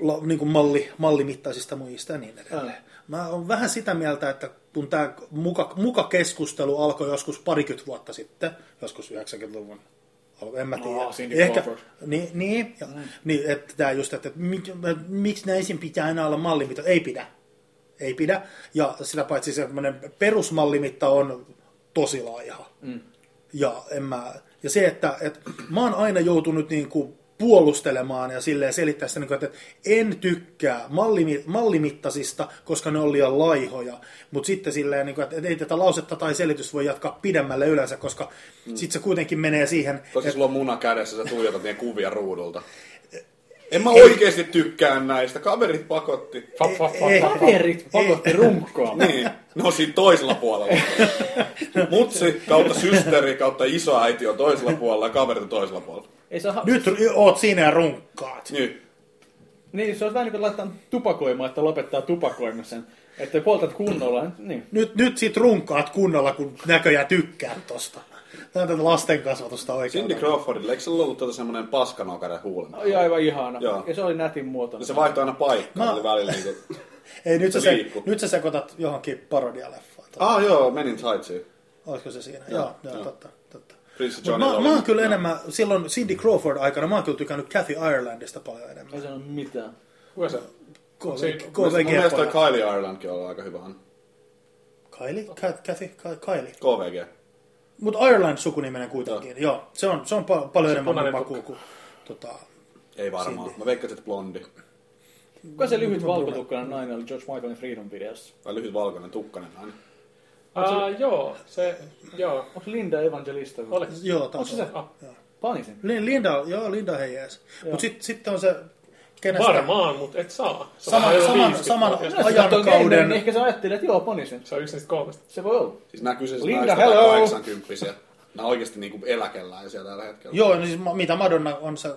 la- niin kuin malli, mallimittaisista muista ja niin edelleen. Ää. Mä oon vähän sitä mieltä, että kun tämä muka, muka keskustelu alkoi joskus parikymmentä vuotta sitten, joskus 90-luvun alu- en mä No, tiedä. Cindy Crawford. No niin, niin, ja, niin, että tämä just, että, mik- että miksi näisin pitää aina olla mallimitta? Ei pidä. Ei pidä. Ja sitä paitsi semmoinen perusmallimitta on tosi laiha. Mm. Ja, en mä, ja se, että, että mä oon aina joutunut niin kuin puolustelemaan ja silleen selittää sitä, niin kuin, että en tykkää mallimi, mallimittaisista, koska ne on liian laihoja. Mutta sitten silleen, niin kuin, että ei tätä lausetta tai selitys voi jatkaa pidemmälle yleensä, koska mm. sitten se kuitenkin menee siihen, Tosi sulla on muna kädessä, sä tuijotat niitä kuvia ruudulta. En mä oikeesti tykkää näistä, kaverit pakotti. Fap, fap, fap, Ei, fap, fap. Kaverit pakotti runkkoa. Niin, no siinä toisella puolella. Mutsi kautta systeri kautta isoäiti on toisella puolella ja kaverit on toisella puolella. Ei saa ha- Nyt r- oot siinä ja runkkaat. Niin. Niin, se on vähän niin kuin laittaa tupakoimaan, että lopettaa tupakoimisen. Että poltat kunnolla, niin. Nyt, nyt sit runkkaat kunnolla, kun näköjään tykkäät tosta. Tämä on tätä lasten kasvatusta oikein. Cindy Crawfordilla, eikö sillä ollut tota semmonen paskanokare huulena? Oli aivan ihana. Joo. Ja se oli nätin muotoinen. Ja se vaihtoi aina paikkaa, Mä- no. välillä niinku... Ei, nyt, sä Se se, liikkuu. nyt sä sekoitat johonkin parodialeffaan. Ah joo, menin Heightsiin. Olisiko se siinä? Joo, joo, joo. totta. totta. Prince Mut Johnilla Mä, oli- mä oon kyllä joo. enemmän, silloin Cindy Crawford aikana, mä oon kyllä tykännyt Kathy Irelandista paljon enemmän. Ei sanonut mitään. Kuka se? KVG. se- Mun mielestä toi pojat. Kylie Irelandkin on ollut aika hyvä. on. Kylie? Ka- Kathy? Ka- Kylie. KVG. Mutta Ireland sukuniminen kuitenkin, joo. Se on, se on pa- paljon enemmän punainen makuu tukka. kuin tota, Ei varmaan. Cindy. Mä veikkasin, että blondi. Kuka se lyhyt valkotukkainen nainen oli George Michaelin Freedom-videossa? Vai lyhyt valkoinen tukkanen aina. Aa, joo, se, joo. Onko Linda Evangelista? Oli. joo, taas Onko se se? on. Ah, Panisin. Lin- Linda, joo, Linda hei jees. Mutta sitten sit on se, kenestä... varmaan, mutta et saa. Se Saman- on vähän jo saman- 50 saman- vuotias. Ajankauden- Niin ehkä se ajattelee, että joo, Panisin. Se on yksi niistä kolmesta. Se voi olla. Siis nää kyseiset Linda, naiset on hello! 80 Nää on oikeesti niinku eläkeläisiä tällä hetkellä. Joo, no siis ma- mitä Madonna on se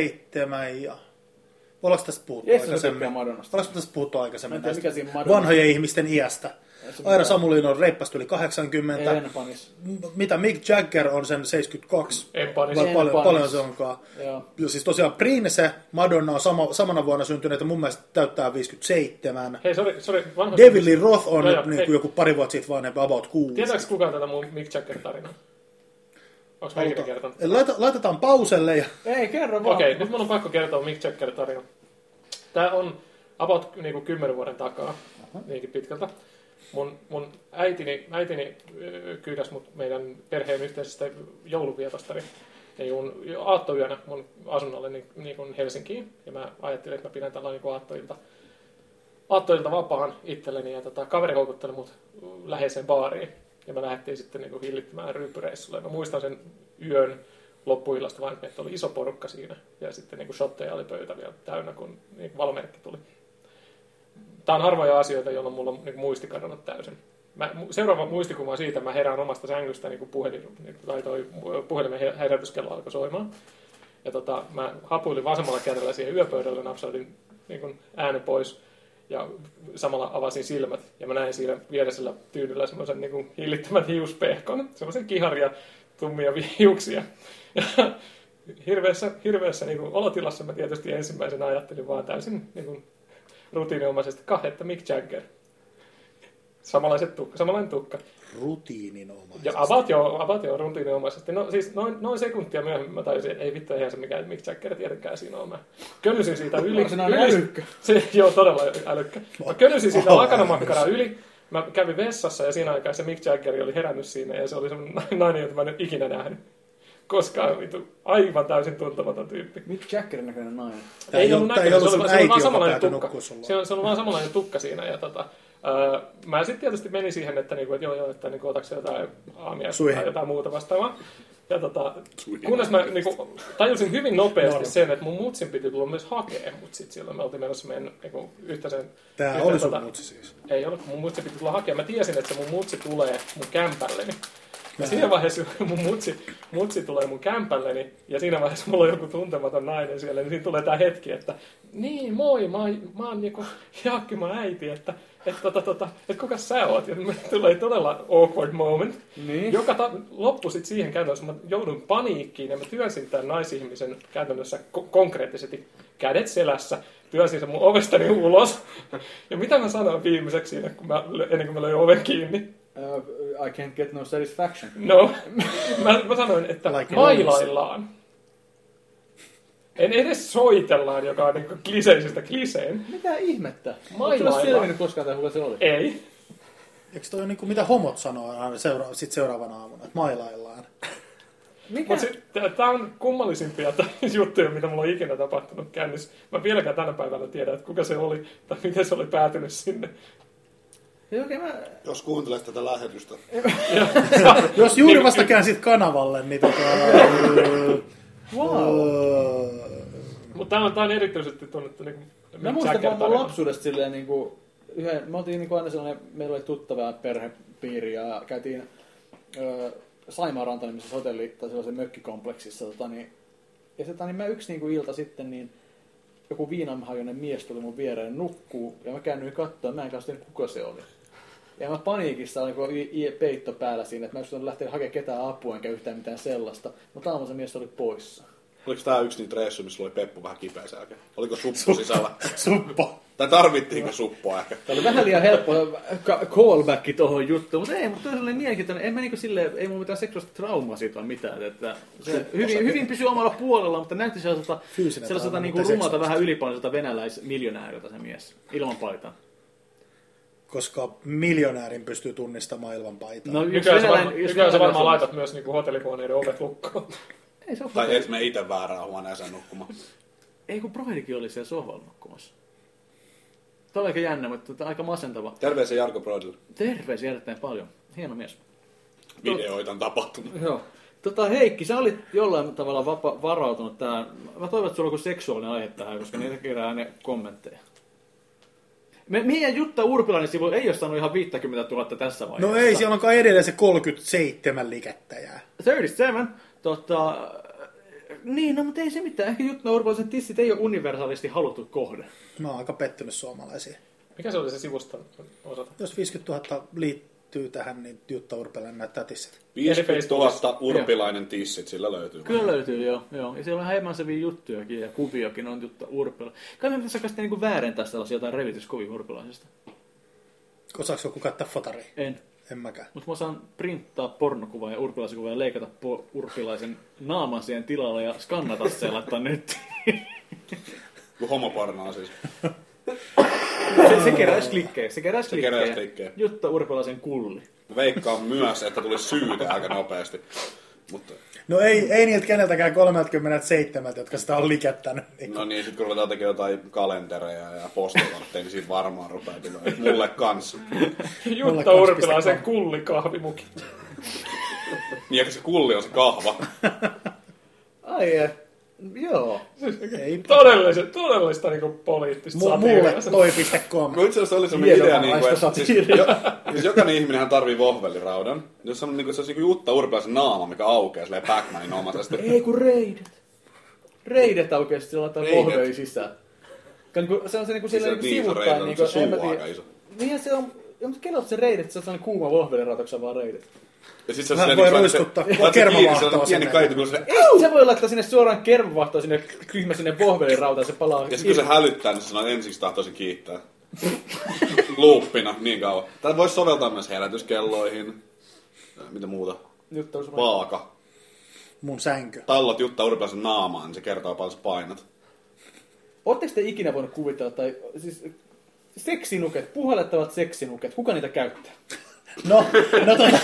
57 ja... Ollaanko tästä puhuttu Jeesus, mä aikaisemmin? tykkään Madonnasta. Ollaanko tästä puhuttu aikaisemmin Mä en tiedä, näistä mikä siinä Madonnassa- vanhojen ihmisten iästä? Aira Samulin on reippästi yli 80. no. Ei, en panis. M- Mitä Mick Jagger on sen 72? En panisi. Vai En paljon, panisi. paljon se onkaan? Joo. Ja siis tosiaan Prince, Madonna on sama, samana vuonna syntynyt, ja mun mielestä täyttää 57. Hei, sori, sori. vanha- David Lee Roth on Joo, joo, niin hei. kuin joku pari vuotta sitten vanhempi, about 6. Tietääks kukaan tätä mun Mick Jagger-tarinaa? Onks mä ikinä kertonut? Laita, laitetaan pauselle ja Ei, kerro vaan. Okei, nyt mun on pakko kertoa Mick Jagger-tarina. Tää on about niinku kymmenen vuoden takaa, niinkin pitkältä. Mun, mun äitini, äitini ö, kyydäs mut meidän perheen yhteisestä jouluvietosta, niin- niin kun aattoyönä mun asunnolle niin, niin kun Helsinkiin. Ja mä ajattelin, että mä pidän tällä niin aattoilta aattoilta vapaan itselleni ja tota, kaveri houkutteli mut läheiseen baariin. Ja me lähdettiin sitten niinku hillittömään ryyppyreissulle. Mä muistan sen yön loppuillasta vain, että meitä oli iso porukka siinä. Ja sitten niinku shotteja oli pöytä vielä täynnä, kun niinku valomerkki tuli. Tämä on harvoja asioita, jolloin mulla on niinku muisti kadonnut täysin. Mä, mu- seuraava muistikuva on siitä, mä herään omasta sängystä, niin kun puhelin, niin tai toi puhelimen he- herätyskello alkoi soimaan. Ja tota, mä hapuilin vasemmalla kädellä siihen yöpöydälle, napsautin niin kun ääni pois ja samalla avasin silmät. Ja mä näin siinä vieresellä tyynellä semmoisen niin kun hillittömän hiuspehkon, semmoisen kiharia tummia vi- hiuksia. Ja hirveässä, hirveässä niin kun olotilassa mä tietysti ensimmäisenä ajattelin vaan täysin niin kun rutiininomaisesti kahdetta Mick Jagger. Samanlaiset tukka, samanlainen tukka. rutiininomaisesti. Ja about joo, about joo, rutiininomaisesti. No siis noin, noin sekuntia myöhemmin mä tajusin, että ei vittu, eihän se mikään Mick Jagger tietenkään siinä ole. Mä köllysin siitä yli. Onko se näin yli- älykkä? Se, joo, todella älykkö. Mä köllysin siitä Oho. lakanamakkaraa yli. Mä kävin vessassa ja siinä aikaa se Mick Jagger oli herännyt siinä ja se oli semmoinen [laughs] nainen, jota mä en ole ikinä nähnyt. Koskaan vittu, aivan täysin tuntematon tyyppi. Mick Jaggerin näköinen nainen. Tää ei ollut- tää ei näkynyt, ollut se sun oli- se oli äiti, vaan joka samanlainen päätyi tukka. nukkua sulla. Se on, se on vaan samanlainen tukka siinä. Ja tota, öö, mä sitten tietysti menin siihen, että, niinku, että joo, joo, että niinku, otaks jotain aamia Suihin. tai jotain muuta vastaavaa. Ja tota, Suihin. kunnes mä niinku, tajusin hyvin nopeasti sen, että mun mutsin piti tulla myös hakea mut sit silloin. Me oltiin menossa meidän niinku, yhteisen... Tää yhteen, oli sun tota- mutsi siis. Ei ollut, mun mutsi piti tulla hakemaan. Mä tiesin, että se mun mutsi tulee mun kämpälleni. Ja siinä vaiheessa kun mun mutsi, mutsi tulee mun kämpälleni, ja siinä vaiheessa mulla on joku tuntematon nainen siellä, niin siinä tulee tää hetki, että niin moi, mä oon, mä oon niinku Jaakki, mä oon äiti, että et, tota, tota, et kuka sä oot? Ja tulee todella awkward moment. Niin. Joka ta- loppui sit siihen käytännössä, mä joudun paniikkiin ja mä työnsin tämän naisihmisen käytännössä ko- konkreettisesti kädet selässä, työnsin sen mun ovestani ulos. Ja mitä mä sanoin viimeiseksi siinä, kun mä, ennen kuin mä löin oven kiinni? Uh, I can't get no satisfaction. No, [laughs] mä, mä sanoin, että Like mailaillaan. En edes soitellaan, joka on niin kliseisestä kliseen. Mitä ihmettä? Onko Mailaillaan. sulla selvinnyt koskaan tai kuka se oli? Ei. Eikö toi niinku, mitä homot sanoo aina seura- sit seuraavana aamuna, että mailaillaan? Mikä? Mutta sitten tämä on kummallisimpia [laughs] t- juttuja, mitä mulla on ikinä tapahtunut käynnissä. Mä vieläkään tänä päivänä tiedän, että kuka se oli tai miten se oli päätynyt sinne. Ei oikein mä... Jos kuuntelet tätä lähetystä. Jos juuri vasta käänsit kanavalle, niin tota... Wow. Äh, Mutta tämä on, tää on erityisesti tunnettu niin Mä muistan vaan mun lapsuudesta silleen niinku... Yhden, me oltiin niinku aina sellainen, meillä oli tuttava perhepiiri ja käytiin öö, Saimaan rantanimisessä hotelli tai sellaisen mökkikompleksissa. Tota, niin, ja sitten niin mä yksi niinku ilta sitten niin joku viinanhajoinen mies tuli mun viereen nukkuu ja mä käännyin katsoa, mä en kanssa tiedä kuka se oli. Ja mä paniikissa olin, kun oli i- i- peitto päällä siinä, että mä en just lähtenyt hakemaan ketään apua enkä yhtään mitään sellaista. Mutta aamulla se mies oli poissa. Oliko tää yksi niitä reissuja, missä oli Peppu vähän kipeä sen jälkeen? Oliko suppu sisällä? äh, Suppo. Tai tarvittiinko suppoa ehkä? Tämä oli vähän liian helppo ka- callback tuohon juttuun, mutta ei, mutta oli mielenkiintoinen. En mä niinku sille, ei mulla mitään seksuaalista traumaa siitä ole mitään. Että se hyvin, hyvin pysyy omalla puolella, mutta näytti sellaiselta, Fyysinen sellaiselta trauma, niinku mutta ei rumalta seksuaalista. vähän ylipainoiselta venäläismiljonääriltä se mies, ilman paitaa. Koska miljonäärin pystyy tunnistamaan ilman paitaa. No. jos Nykyään sä, venäläinen- varma, jos nykyään sä varmaan venäläinen- laitat myös niinku hotellihuoneiden ovet lukkoon. [laughs] Ei, se on Tai et me itse väärään huoneeseen nukkumaan. ei kun Broidikin oli siellä sohvalla nukkumassa. Tämä oli aika jännä, mutta tota, aika masentava. Terveisiä Jarko Brodille. Terveisiä erittäin paljon. Hieno mies. Videoita on tapahtunut. Joo. Tota, Heikki, sä olit jollain tavalla vapa- varautunut tähän. Mä toivon, että sulla on joku seksuaalinen aihe tähän, koska niitä kerää ne kommentteja. Me, meidän Jutta Urpilainen sivu ei ole saanut ihan 50 000 tässä vaiheessa. No ei, siellä onkaan edelleen se 37 likättäjää. 37. Tota, niin, no mutta ei se mitään. Ehkä Jutta Urpilaisen tissit ei ole universaalisti haluttu kohde. Mä oon aika pettynyt suomalaisiin. Mikä se oli se sivuston osalta? Jos 50 000 liittyy tähän, niin Jutta Urpelen näyttää tissit. 50 000 urpilainen tissit, sillä löytyy. Kyllä löytyy, joo. joo. Ja siellä on häimäiseviä juttujakin ja kuviokin on Jutta Urpila. Kai me pitäisi oikeasti niinku väärentää sellaisia jotain revityskuvia Urpilaisesta. Osaako joku kattaa fotari? En. En mäkään. Mutta mä saan printtaa pornokuvaa ja urpilaisen kuvaa ja leikata po- urpilaisen naaman siihen tilalle ja skannata se ja laittaa nyt. Kun homopornoa siis. [laughs] se, se keräisi klikkejä. Se keräisi Se keräisi klikkejä. klikkejä. Jutta urpilaisen kulli. Mä Veikkaan myös, että tuli syytä aika nopeasti. Mutta No ei, ei niiltä keneltäkään 37, jotka sitä on likättänyt. Niin no niin, sit kun ruvetaan tekemään jotain kalentereja ja postikortteja, niin siitä varmaan rupeaa tulemaan. Mulle kanssa. Jutta 02.com. Urpilaisen kullikahvimuki. Niin eikö se kulli on se kahva? Ai eh. Joo. ei. Todellista, todellista niinku poliittista Mu- satiiria. mulle toi.com. No itse asiassa oli sellainen idea, niin kuin, että Hienomaista siis, jo, siis jokainen ihminenhän tarvii vohveliraudan. Jos on niin kuin, se on niin kuin Jutta Urpilaisen naama, mikä aukeaa silleen Pac-Manin omaisesti. Ei kun reidet. Reidet oikeesti sillä laittaa Reidet. pohjoja sisään. Kan- kun Se on se niinku Siis se sillä niinku niin iso reidet, sivuttain. Niinku, se suu en mä on tiedä. aika iso. Niinhän se on. Ja, mutta kenellä on se reidet, se on sellainen kuuma vohvelirata, kun sä vaan reidet. Ja sit se on Hän silleen voi niin kuin ruiskuttaa se- laitat se kermavaahtoa kiinni, se on pieni sinne. kaitu, kun se... Se voi laittaa sinne suoraan kermavahtoon sinne kylmä sinne vohvelirautaan, se palaa. Ja sit kun se hälyttää, niin se sanoo, että ensiksi tahtoisin kiittää. Luuppina, niin kauan. Tätä voisi soveltaa myös herätyskelloihin. Äh, Mitä muuta? Nyt on semmoinen- Vaaka. Mun sänky. Tallot Jutta Urpilaisen naamaan, niin se kertoo paljon sä painat. Oletteko te ikinä voinut kuvitella, tai siis seksinuket, puhallettavat seksinuket, kuka niitä käyttää? No, no tota.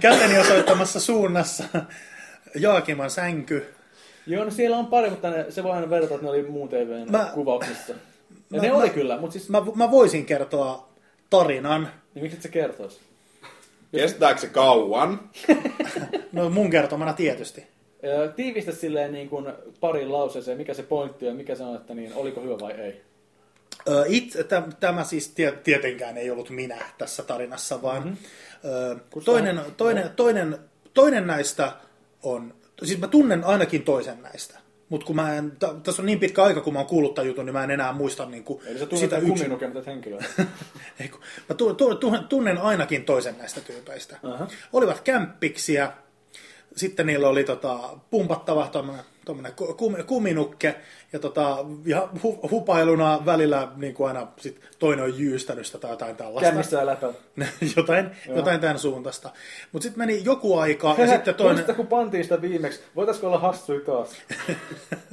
Käteni osoittamassa suunnassa. Jaakiman sänky. Joo, no siellä on pari, mutta ne, se voi aina verrata, että ne oli muun TVn Mä- kuvauksissa. Ja mä- ne oli mä- kyllä, mutta siis, Mä, mä voisin kertoa tarinan. niin miksi et se kertoisi? Kestääkö se kauan? No mun kertomana tietysti. Ö, Tiivistä silleen niin kuin parin lauseeseen, mikä se pointti on ja mikä sanoo, että niin, oliko hyvä vai ei. Ö, Itse, tä- tämä siis tie- tietenkään ei ollut minä tässä tarinassa, vaan Mhm. mm-hmm. toinen, toinen, toinen, toinen näistä on, siis mä tunnen ainakin toisen näistä, mutta kun mä en, ta- tässä on niin pitkä aika, kun mä oon kuullut tämän jutun, niin mä en enää muista niin kuin Eli sä tunnet tämän kumminuken tätä henkilöä. [laughs] Ei kun, mä tu- tu- tu- tunnen ainakin toisen näistä tyypeistä. Aha. Olivat kämppiksiä, sitten niillä oli tota, pumpattava tämmönen tommonen kum, kuminukke, ja tota, ihan hu, hupailuna välillä niin kuin aina sit toinen on jyystänyt sitä tai jotain tällaista. Kännissä ja läpällä. [laughs] jotain, jotain tämän suuntaista. Mutta sitten meni joku aika, ja Hei, sitten toinen... Muista, kun pantiin sitä viimeksi. Voitaisko olla hassuja taas? [laughs]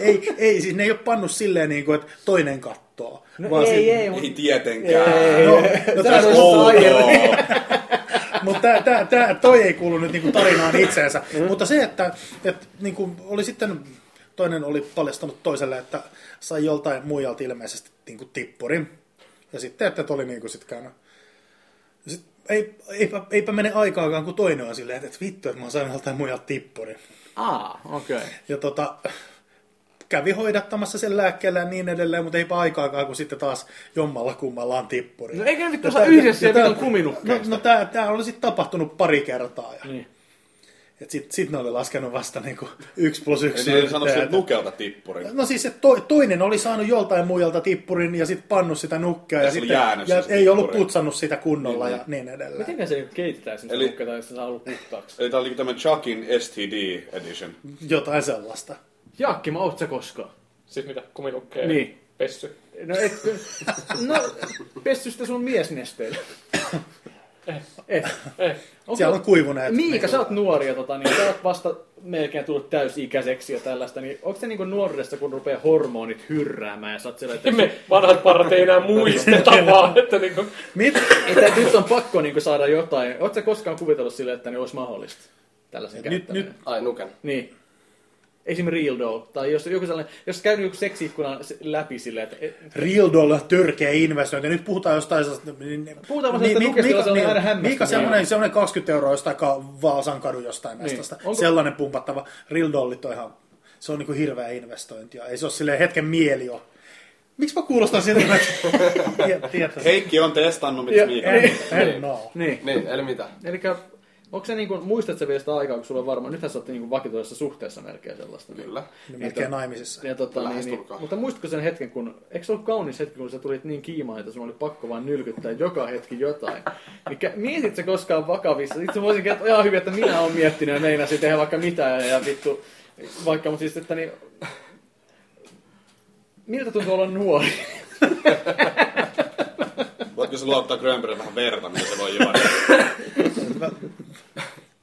ei, ei, siis ne ei ole pannut silleen, niin kuin, että toinen kattoo. No vaan ei, sit- ei, mutta... Ei tietenkään. No, no Sehän tässä olisi Outoa. Mutta tää, tää, tää, toi ei kuulu nyt niinku tarinaan itseensä. Mutta se, että et, niinku, oli sitten, toinen oli paljastanut toiselle, että sai joltain muijalta ilmeisesti niinku, tippurin. Ja sitten, että oli niinku sit käynyt. Ja Sit, ei, eipä, eipä mene aikaakaan, kun toinen on silleen, että vittu, että mä oon saanut joltain muijalta tippurin. Aa, okei. Okay. Ja tota, kävi hoidattamassa sen lääkkeellä ja niin edelleen, mutta eipä aikaakaan, kun sitten taas jommalla kummalla on tippuri. No eikä ne vittu Ja saa tää- yhdessä ja ja vittu tää- No, kuminukkeista. no tää, tää oli sitten tapahtunut pari kertaa. Ja, Niin. et sit, sit ne oli laskenut vasta niinku yksi plus Ei yksi. ne ei sano yhteen, sen että- nukelta tippurin. No siis se to, toinen oli saanut joltain muijalta tippurin ja sitten pannut sitä nukkea ja, se oli sitten, jäänyt ja se ei ollut tippuri. putsannut sitä kunnolla niin, ja niin edelleen. Mitenkä se keitetään sinne Eli- Eli... tai se saa ollut puhtaaksi? Eli tää oli niinku tämmönen Chuckin STD edition. Jotain sellaista. Jaakki, mä oot sä koskaan? Siis mitä, kuminukkeja? Niin. Pessy. No et, no pessy sitä sun miesnesteellä. Eh. Eh. Ei. Onko- Siellä on kuivuneet. niinku- Miika, sä oot nuori ja tota, niin, sä oot vasta melkein tullut täysikäiseksi ja tällaista, niin onko se niin kuin nuoresta, kun rupeaa hormonit hyrräämään ja sä oot siellä, että, Me vanhat parrat ei enää muisteta vaan, että niinku... Mit? että nyt on pakko niin kuin, saada jotain. Oot sä koskaan kuvitellut sille, että niin olisi mahdollista tällaisen Nyt, käyttäminen? nyt Ai nuken. Niin. Esimerkiksi Real Doll. Tai jos joku sellainen, jos käy joku seksiikkunan se- läpi silleen, että e- et, Real Dollar törkeä investointi. Nyt puhutaan jostain... sellaisesta- Puhutaan vaan sellaista Mi- nukesta, jolla se on niin, aina hämmästynyt. Miika, semmoinen, semmoinen 20 euroa jostain ka- Vaasan kadu jostain Niin. mestasta. Onko- Sellainen pumpattava. Real Dollit on ihan... Se on niinku hirveä investointi. ja Ei se ole silleen hetken mieli jo. Miksi mä kuulostan siltä, että [laughs] mä Tie- tietäisin? Heikki on testannut, mitä Miika En, en no. niin. Niin, eli mitä? Eli onko se niin kuin, muistat sä vielä sitä aikaa, kun sulla on varmaan, nythän sä oot niin kuin vakituisessa suhteessa melkein sellaista. Niin. Kyllä. Melkein naimisissa. Ja tota, niin, niin, Lähestulkoon. mutta muistatko sen hetken, kun, eikö se ollut kaunis hetki, kun sä tulit niin kiimaan, että sun oli pakko vaan nylkyttää joka hetki jotain? Niin kä- mietit sä koskaan vakavissa? Itse voisin kertoa ihan hyvin, että minä olen miettinyt ja meinasin tehdä vaikka mitään ja, ja vittu, vaikka, mutta siis, että niin, miltä tuntuu olla nuori? Voitko se luottaa Grönberg vähän verta, mitä se voi juoda?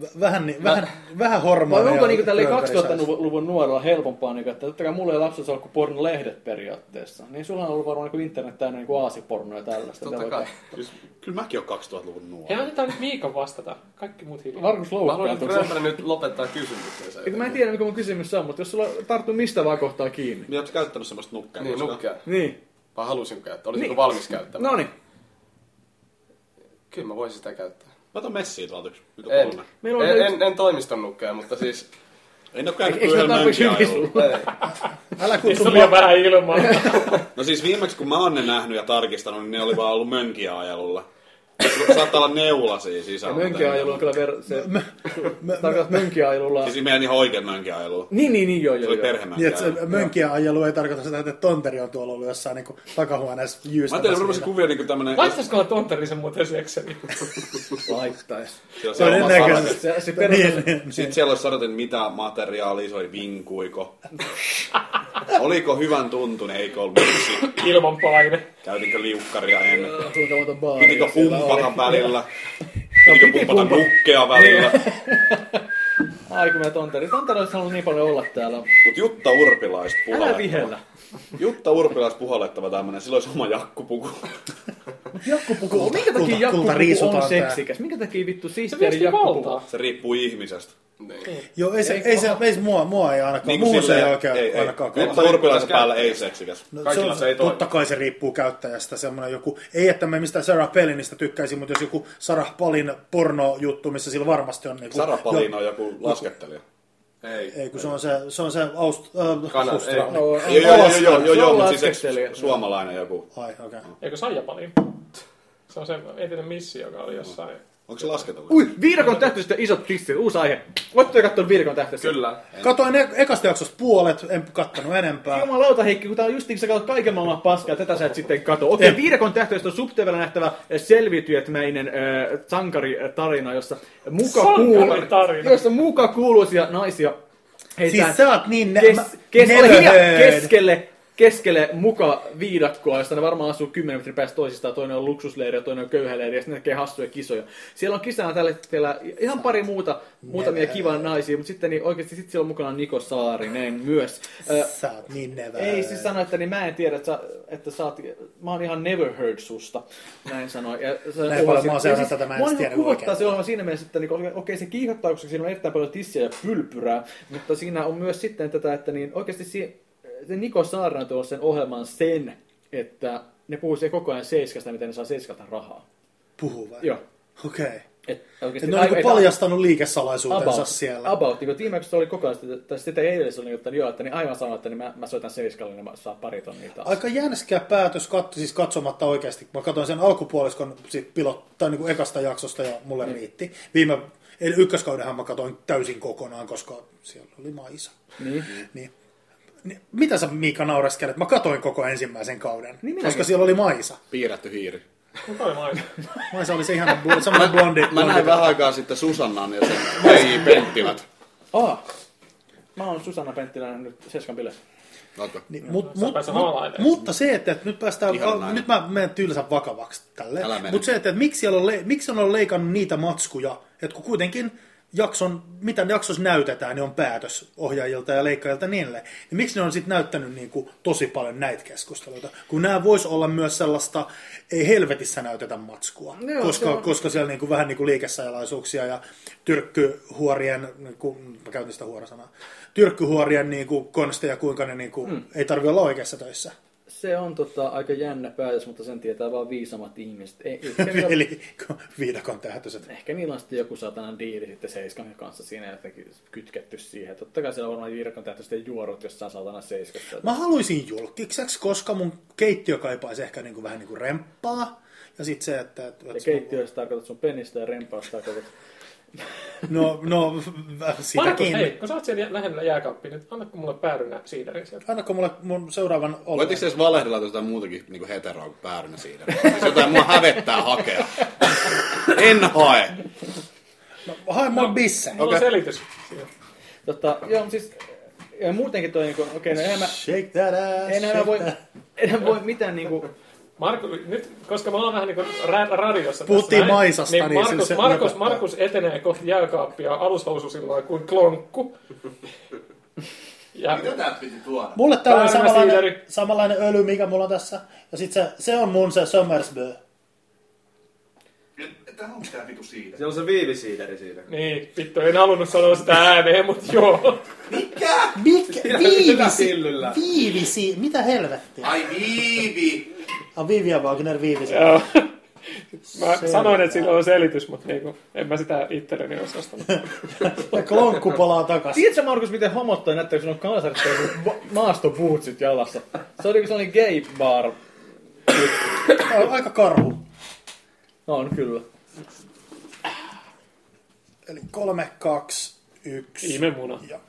V- Vähän, niin, vähän, vähän Vai hormoneja. onko niinku tälleen pyörissä. 2000-luvun nuorella helpompaa, niinku, että totta kai mulla ei lapsuudessa ollut kuin pornolehdet periaatteessa. Niin sulla on ollut varmaan niinku internet täynnä niinku aasipornoja ja tällaista. Totta Tää voi- kai. Siis, kyllä mäkin oon 2000-luvun Ja nuori. annetaan nyt Miikan vastata. Kaikki muut hiljaa. Markus Mä haluan, niinku että loukkaantuu. Grönberg nyt lopettaa kysymyksensä. Eikö mä en tiedä, mikä mun kysymys on, mutta jos sulla tarttuu mistä vaan kohtaa kiinni. Niin, ootko käyttänyt semmoista nukkaa? Niin, koskaan? nukkea. Niin. Vai halusin käyttää? Olisiko Niin. valmis käyttämään? No niin. Kyllä mä voisin sitä käyttää. Mä otan messiä tuolta yksi. Nyt on En, kolme. Meillä on en, yksi- en, en toimiston nukkea, mutta siis... En oo käynyt Eikö se yhdellä tarpeeksi mönkiä hyvin ajolla. sulla? Ei. Älä Siis kutsu oli jo mua. vähän ilmaa. No siis viimeksi kun mä oon ne nähnyt ja tarkistanut, niin ne oli vaan ollut mönkiä ajelulla. Sulla Saattaa olla neulasia [laughs] sisällä. Mönkiajailu on kyllä ver... se... mä- Tarkoitat mönkiajailulla... Siis meidän ihan oikein mönkiä ajelu. Niin, niin, niin, joo, Se joo, oli joo. Niin, että se perhemönkiä. mönkiä ajelu ei tarkoita sitä, että tonteri on tuolla ollut jossain niin takahuoneessa Mä jyystämässä. ajattelin, että mä rupesin niitä. kuvia niinku tämmönen... Laittaisikohan tonteri sen muuten sekseni? Laittais. Siellä Se on oma sarate. ennäköisesti. Se, se perustus... Niin, niin. Sitten siellä olisi sarjoitin mitä materiaalia, se oli [laughs] vinkuiko. Oliko hyvän tuntun, eikö ollut miksi? Ilman paine. Käytinkö liukkaria ennen? Kuinka monta baaria Pitikö siellä oli? No, pumpata välillä? Pitikö piti pumpata pumpata. nukkea välillä? Ai kun mä tonteri. Tonteri olisi halunnut niin paljon olla täällä. Mut Jutta Urpilais Älä puhallettava. vihellä. Jutta Urpilais puhallettava tämmönen, sillä olisi oma jakkupuku. Jakkupuku. Kulta- Minkä takia kulta- kulta jakkupuku riisutaan tää. on seksikäs? Minkä takia vittu Se sihteeri viesti jakkupuku? valtaa. Se riippuu ihmisestä. Niinku Niin. Joo, ei se, ei se, ei se mua, mua ei ainakaan, niin muun se ei oikein ei, ei. ainakaan Jutta Urpilaisen päälle ei seksikäs. No, se Kaikilla on, se ei toimi. totta kai se riippuu käyttäjästä. Semmoinen joku, ei että me mistä Sarah Palinista tykkäisin, mutta jos joku Sarah Palin pornojuttu, missä sillä varmasti on... Niin kuin, Sara Palin on joku laskettelija. Ei. Ei, kun se on se, se, on se Aust... Äh, Kana- Australia. ei. No, Joo, joo, joo, se joo, joo, on joo, mutta siis laskettelija. eikö suomalainen joku. Ai, okei. Okay. Eikö Saija paljon? Se on se entinen missi, joka oli jossain. Onko se laskettelija? Ui, Viidakon tähtistä isot kissit, uusi aihe. Voitte katsoa Viidakon tähtistä. Kyllä. Katoin ek- ekasta jaksosta puolet, en kattanut enempää. Jumalauta Heikki, kun tää on justiin, kun sä katsot kaiken maailman paskaa, tätä sä et sitten kato. Okei, En. Viidakon tähtöistä on subtevellä nähtävä eh, selviytyjätmäinen äh, sankaritarina, jossa muka, kuuluu, Sankaritarina. jossa muka kuuluisia naisia Heitään Siis sä oot niin ne- kes, mä- [laughs] kes, ole hiljaa, nörd. keskelle, keskelle muka viidakkoa, josta ne varmaan asuu 10 metrin päästä toisistaan. Toinen on luksusleiri ja toinen on köyhäleiri ja sitten ne tekee hassuja kisoja. Siellä on kisana tällä hetkellä ihan pari muuta, muutamia kivaa naisia, mutta sitten niin oikeasti sit siellä on mukana Niko Saarinen myös. Ö, Sä oot niin nevää. ei siis sano, että niin mä en tiedä, että, sä, että sä oot, mä oon ihan never heard susta, näin sanoi. Ja se Näin paljon mä oon seurannut ja tätä, mä en mua edes niinku tiedä kuvottaa oikein. se ohjelma siinä mielessä, että niin, okei okay, se kiihottaa, koska siinä on erittäin paljon tissiä ja pylpyrää, mutta siinä on myös sitten tätä, että niin oikeasti si, se Niko Saarna on tuonut sen ohjelman sen, että ne puhuu siellä koko ajan seiskasta, miten ne saa seiskalta rahaa. Puhu vai? Joo. Okei. Okay. Et, oikeasti, Et ne on ai- niinku paljastanut liikesalaisuutensa about, siellä. About, niin viimeksi oli koko ajan, sitä- tai sitä eilen se oli, että niin joo, että niin aivan sanoa, että niin mä, mä soitan seiskalle, niin mä saan pari tonnia taas. Aika jänskä päätös kat, siis katsomatta oikeasti. Mä katsoin sen alkupuoliskon sit pilot, tai niinku ekasta jaksosta ja mulle Niin. riitti. Viime, eli ykköskaudenhan mä katsoin täysin kokonaan, koska siellä oli maisa. Niin. Niin. Niin, mitä sä Miika naureskelet? Mä katoin koko ensimmäisen kauden, Niin niin minäkin. koska siellä oli Maisa. Piirretty hiiri. Kuka oli maissa? Maisa oli se [laughs] ihana bl- semmoinen blondi. Mä blondi näin vähän aikaa sitten Susannan ja sen Leiji Penttilät. Aa, Ah! mä oon Susanna Penttilä nähnyt Seskan bileissä. Ootko? Niin, mut, sä mut, pääset mut, maalaille. mutta se, että, että nyt päästään, Ihan al, näin. nyt mä menen tylsän vakavaksi tälle. Älä mene. Mutta se, että, että miksi, siellä on, le- miksi siellä on leikannut niitä matskuja, että kun kuitenkin jakson, mitä jaksossa näytetään, niin on päätös ohjaajilta ja leikkaajilta ja niin edelleen. Niin miksi ne on sitten näyttänyt niin kuin, tosi paljon näitä keskusteluita? Kun nämä vois olla myös sellaista, ei helvetissä näytetä matskua, Joo, se koska, on- koska siellä niin kuin, vähän niin kuin liikesajalaisuuksia ja tyrkkyhuorien, niin kuin, mä käytin sitä huorasanaa, tyrkkyhuorien niin kuin, konsteja, kuinka ne niin kuin, mm. ei tarvitse olla oikeassa töissä. Se on tota, aika jännä päätös, mutta sen tietää vaan viisamat ihmiset. Ei, [laughs] ehkä, niillä, [laughs] Eli viidakon tähtöiset. ehkä niillä on sitten joku satanan diili sitten Seiskan kanssa siinä jotenkin kytketty siihen. Totta kai siellä on varmaan Virkon tähtöisten juorut jossain satana Seiskassa. Mä haluaisin julkikseksi, koska mun keittiö kaipaisi ehkä niin kuin, vähän niin kuin remppaa. Ja sit se, että... että Ja keittiössä tarkoitat sun penistä ja rempaus tarkoitat. No, no vähän Markus, sitäkin. hei, kun sä oot siellä jä- lähellä jääkaappia, niin annatko mulle päärynä siiderin sieltä? Annako mulle mun seuraavan oluen? Voitteko edes valehdella että jotain muutakin niinku niin heteroa kuin päärynä siitä? Siis jotain mua hävettää hakea. En hae. Hae No, mua bissen. Mulla on Okei. selitys siihen. Tota, joo, mutta siis ja muutenkin toi, niin kuin, okei, no enhän mä, Shake that ass. enhän mä voi, enhän voi mitään niin kuin, Markus, nyt, koska me ollaan vähän niin kuin ra- radiossa Puhuttiin tässä, näin, Maisasta, niin, niin Markus, se- se Markus, napattaa. Markus etenee kohti jääkaappia alushoususillaan kuin klonkku. Ja tää piti tuoda? Mulle täällä on Päärynä samanlainen, siideri. samanlainen öljy, mikä mulla on tässä. Ja sit se, se on mun se Somersbö. Tää on tää vitu siitä. Se on se viivisiideri siinä. niin, vittu, en halunnut sanoa sitä ääneen, mutta joo. Mikä? Viivisi. Pillyllä. Viivisi. Mitä helvettiä? Ai viivi! On Vivian Wagner Viivisi. joo. Mä sanoin, että sillä on selitys, mutta niinku, en mä sitä itselleni olisi ostanut. [laughs] Ja klonkku palaa takaisin. Tiedätkö Markus, miten homottaa näyttää, kun sulla on kalsarit ja sun va- maastopuutsit jalassa? Se oli, kun se oli gay bar. Aika karhu. No, On kyllä. Eli kolme, kaksi, yksi. Ihmemuna. Ja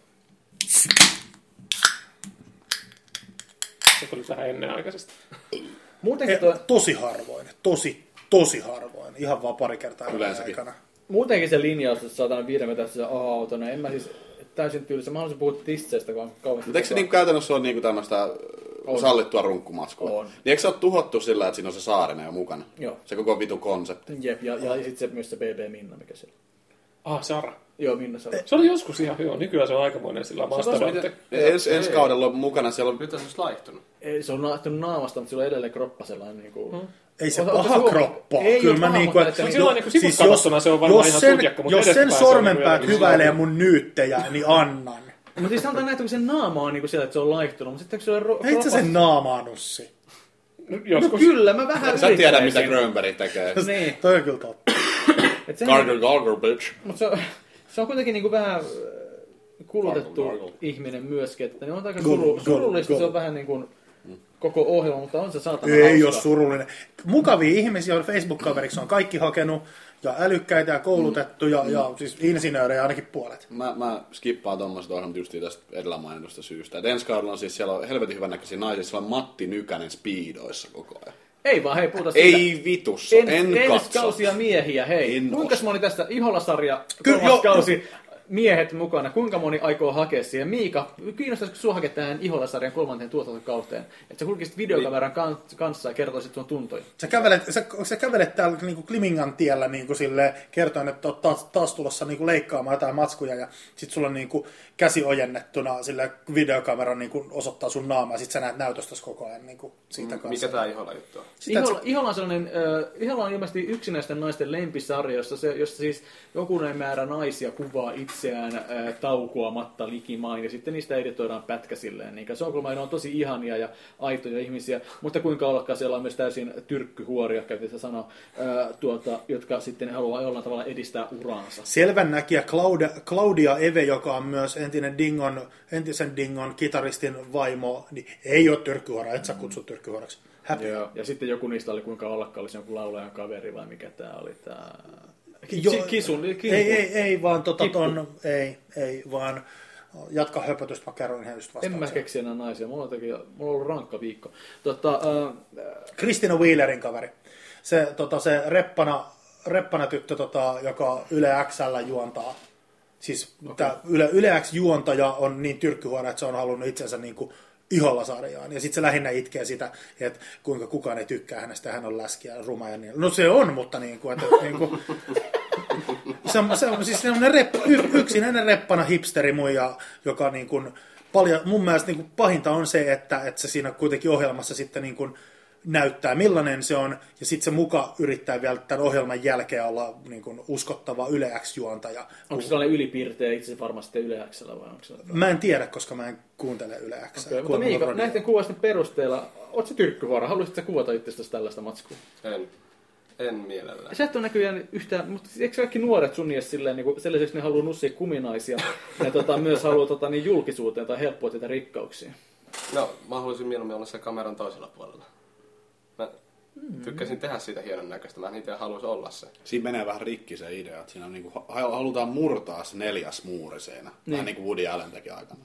Se tuli tähän ennenaikaisesti. Muutenkin, Eh, toi, tosi harvoin, tosi, tosi harvoin. Ihan vaan pari kertaa elämän Yleensäkin. aikana. muutenkin se linjaus, että saadaan viiden metrissä autona, en mä siis täysin tylsä. Mä haluaisin puhua tisseistä vaan kauheasti. Mutta eikö se niinku käytännössä ole niinku tämmöistä äh, sallittua runkkumatskua? On. Niin eikö sä ole tuhottu sillä, että siinä on se saarinen jo mukana? Joo. Se koko vitu konsepti. Jep, ja, ja sitten se, myös se BB Minna, mikä se on. Ah, Sara. Joo, Minna Eh. se on. Se oli joskus ihan hyvä, nykyään se on aikamoinen sillä maastavatte. Ens, ensi kaudella on mukana, siellä on... Nyt on siis laihtunut. Ei, se on lähtenyt naamasta, mutta sillä on edelleen kroppa sellainen niin kuin... Mm. Hmm. Ei se Ota- ota paha se huom- kroppa. Ei Kyllä oo mä paha, niinku, mutta että- et- Mut silloin niinku sivut katsottuna se on varmaan jos ihan sen, sutjakka, mut jos sen edespäin se on sormenpäät niinku hyväilee mun nyyttejä, niin annan. Mutta siis sanotaan näin, että kun sen naama on niin kuin siellä, että se on laihtunut, mutta sitten kun se on ro- Heit sä sen siis? naamaa, Nussi? No Joskus. kyllä, mä vähän Sä tiedät, mitä yrittäisin. Grönberg [laughs] tekee. Niin. Toi on kyllä totta. Et sehän- Gargle, gargle, bitch. Mutta se, on- se on kuitenkin niinku vähän äh, kulutettu Varmaan varmaan. ihminen myöskin, että ne on aika Gul- suru, gul- surullista, gul. se on vähän niin kuin koko ohjelma, mutta on se saatana Ei hauska. ole surullinen. Mukavia ihmisiä on Facebook-kaveriksi on kaikki hakenut, ja älykkäitä ja koulutettuja, ja siis insinöörejä ainakin puolet. Mä, mä skippaan tommoset ohjelmat justiin tästä edellä mainitusta syystä. Et ensi kaudella on siis siellä on helvetin hyvännäköisiä naisia, siellä on Matti Nykänen speedoissa koko ajan. Ei vaan, hei, puhuta siitä. Ei vitussa, en, en ensi katso. kausia miehiä, hei. En Kuinka moni tästä Ihola-sarja, Kyllä, kolmas joo. kausi, miehet mukana, kuinka moni aikoo hakea siihen? Miika, kiinnostaisiko sinua hakea tähän Ihola-sarjan kolmanteen tuotantokauteen? Että sä kulkisit videokameran kan- kanssa ja kertoisit sun tuntoja. Sä kävelet, sä, sä kävelet täällä niinku Klimingan tiellä niinku sille kertoen, että oot taas, taas tulossa niinku leikkaamaan jotain matskuja ja sit sulla on niinku käsi ojennettuna sille videokamera niinku osoittaa sun naamaa ja sit sä näet näytöstä koko ajan niinku siitä kanssa. Mm, Mikä tää iholla juttu on? Sitä, Ihola, Ihola, on sellainen, äh, Ihola on ilmeisesti yksinäisten naisten lempisarja, jossa, se, jossa siis jokunen määrä naisia kuvaa itseään äh, taukoamatta likimain, ja sitten niistä editoidaan pätkä silleen. Niin, se on kuulemma, ne on tosi ihania ja aitoja ihmisiä, mutta kuinka ollakaan siellä on myös täysin tyrkkyhuoria, käytetään sanoa, äh, tuota, jotka sitten haluaa jollain tavalla edistää uraansa. Selvän näkijä Claudia, Claudia Eve, joka on myös entinen Dingon, entisen Dingon kitaristin vaimo, niin ei ole tyrkkyhuora, et sä kutsu tyrkkyhuoraksi. Häpeä. Joo. Ja sitten joku niistä oli kuinka ollakaan olisi jonkun laulajan kaveri vai mikä tämä oli tämä... Joo. Kisun, Ei, ei, ei, vaan tota ton, ei, ei, vaan jatka höpötystä, mä kerron ihan just En mä vastauksen. keksi enää naisia, mulla on, jotenkin, mulla on ollut rankka viikko. Tota, äh, Kristina Wheelerin kaveri. Se, tota, se reppana, reppana tyttö, tota, joka Yle XL juontaa. Siis okay. tämä Yle, Yle X juontaja on niin tyrkkyhuone, että se on halunnut itsensä niin kuin iholla sarjaan. Ja sitten se lähinnä itkee sitä, että kuinka kukaan ei tykkää hänestä, hän on läski ja ruma ja niin. No se on, mutta niin kuin, että, niin kuin, se on, se on siis semmoinen repp, y, yksinäinen reppana hipsteri muija, joka niin kuin paljon, mun mielestä niin kuin pahinta on se, että, että se siinä kuitenkin ohjelmassa sitten niin kuin näyttää millainen se on, ja sitten se muka yrittää vielä tämän ohjelman jälkeen olla niin kuin uskottava Yle X-juontaja. onko se sellainen ylipiirtejä itse asiassa varmasti Yle Xllä vai onko se jotain? Mä en tiedä, koska mä en kuuntele Yle X. Okay, mutta Miika, näiden kuvausten perusteella, oot sä tyrkkyvuora, haluaisit sä kuvata itsestäsi tällaista matskua? En. En mielellään. Sä et ole näköjään yhtään, mutta siis eikö kaikki nuoret sun iässä silleen, niin kuin, sellaiseksi ne haluaa nussia kuminaisia, ja tota, myös haluaa tota, niin julkisuuteen tai helppoa tehdä rikkauksia? No, mä haluaisin mieluummin olla se kameran toisella puolella. Mä Mm. tykkäsin tehdä siitä hienon näköistä. Mä en itse haluaisi olla se. Siinä menee vähän rikki se idea, että siinä on niinku, ha- halutaan murtaa se neljäs muuri siinä. Niin. Vähän niin kuin Woody Allen teki aikana.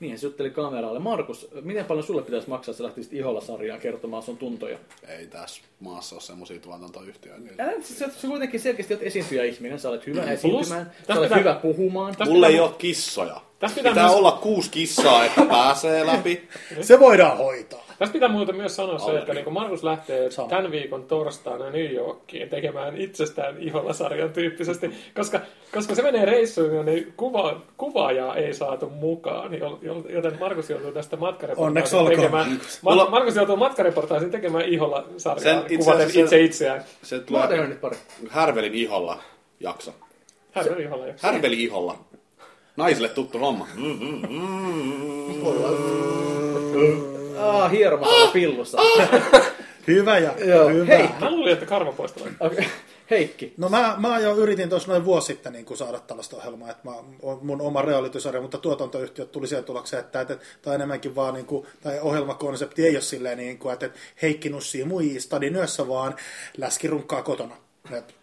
Niin, se jutteli kameraalle. Markus, miten paljon sulle pitäisi maksaa, että sä lähtisit Ihola-sarjaan kertomaan sun tuntoja? Ei tässä maassa ole semmoisia tuotantoyhtiöitä. Älä nyt, sä, sä kuitenkin selkeästi olet esiintyjä ihminen, sä olet hyvä esiintymään, sä tästä olet pitää- hyvä puhumaan. tästä- Mulla ei ole kissoja. Tässä pitää Pitää myös- olla kuusi kissaa, että pääsee läpi. Se voidaan hoitaa. Tässä pitää muuten myös sanoa se, että Allergia. niin Markus lähtee Sama. tämän viikon torstaina New Yorkiin tekemään itsestään Ihola-sarjan tyyppisesti, koska, koska se menee reissuun ja niin kuva, kuvaajaa ei saatu mukaan, niin jo- jo- joten Markus joutuu tästä Onneksi matkareportaasin olkoon. tekemään, Mar- Mulla- Markus joutuu matkareportaasin tekemään Ihola-sarjaa Sen itse kuvaten asiassa- itse itseään. Se Mä oon tulee tehnyt nyt pari. Härvelin iholla jakso. Hän on Ihola jo. Härvelin iholla. Naisille tuttu homma. Ah, hieromassa pillussa. Hyvä ja Joo, hyvä. hei. Mä luulin, että karva poistuu. Okei, Heikki. No mä, mä jo yritin tuossa noin vuosi sitten niin kuin saada tällaista ohjelmaa, että mä, on mun oma realitysarja, mutta tuotantoyhtiöt tuli siihen tulokseen, että, että tai enemmänkin vaan niin kuin, tai ohjelmakonsepti ei ole silleen niin kuin, että, että Heikki nussii muijia stadin yössä, vaan läski runkkaa kotona.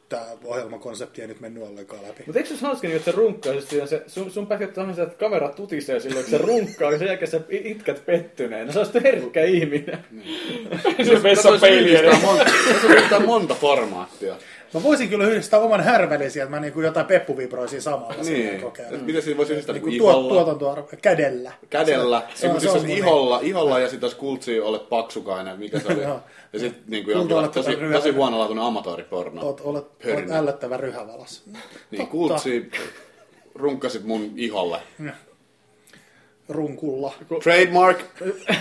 Tämä ohjelmakonsepti ei nyt mennyt ollenkaan läpi. Mutta eikö se olisi hauska, niin, että sä runkkaisit siinä, se, sun, sun pätkät on se, että kamera tutisee silloin, kun se runkkaa, ja sen jälkeen sä itkät pettyneenä. Sä olisit herkkä ihminen. Se vessa niin- peili Tässä on yhdistää monta formaattia. Mä voisin kyllä yhdistää oman härveli sieltä, mä niin kuin jotain peppuvibroisin samalla niin. Niin. kokeilen. Et Miten siinä voisi yhdistää niinku Niin kuin niinku tuo, iholla? tuotantoarvo, kädellä. Kädellä, Se- se, se on- se, se se, on se mun iholla, iholla ja sitten taas kultsi ole paksukainen, mikä se oli. [laughs] Joo. ja sitten niin kuin Kulta olla jonkinlainen tosi, ryhä- tosi huonolaatuinen amatööriporno. Oot, olet, olet Hörinä. ällöttävä ryhävalas. niin kultsi runkkasit mun iholle. Mm. Runkulla. Trademark,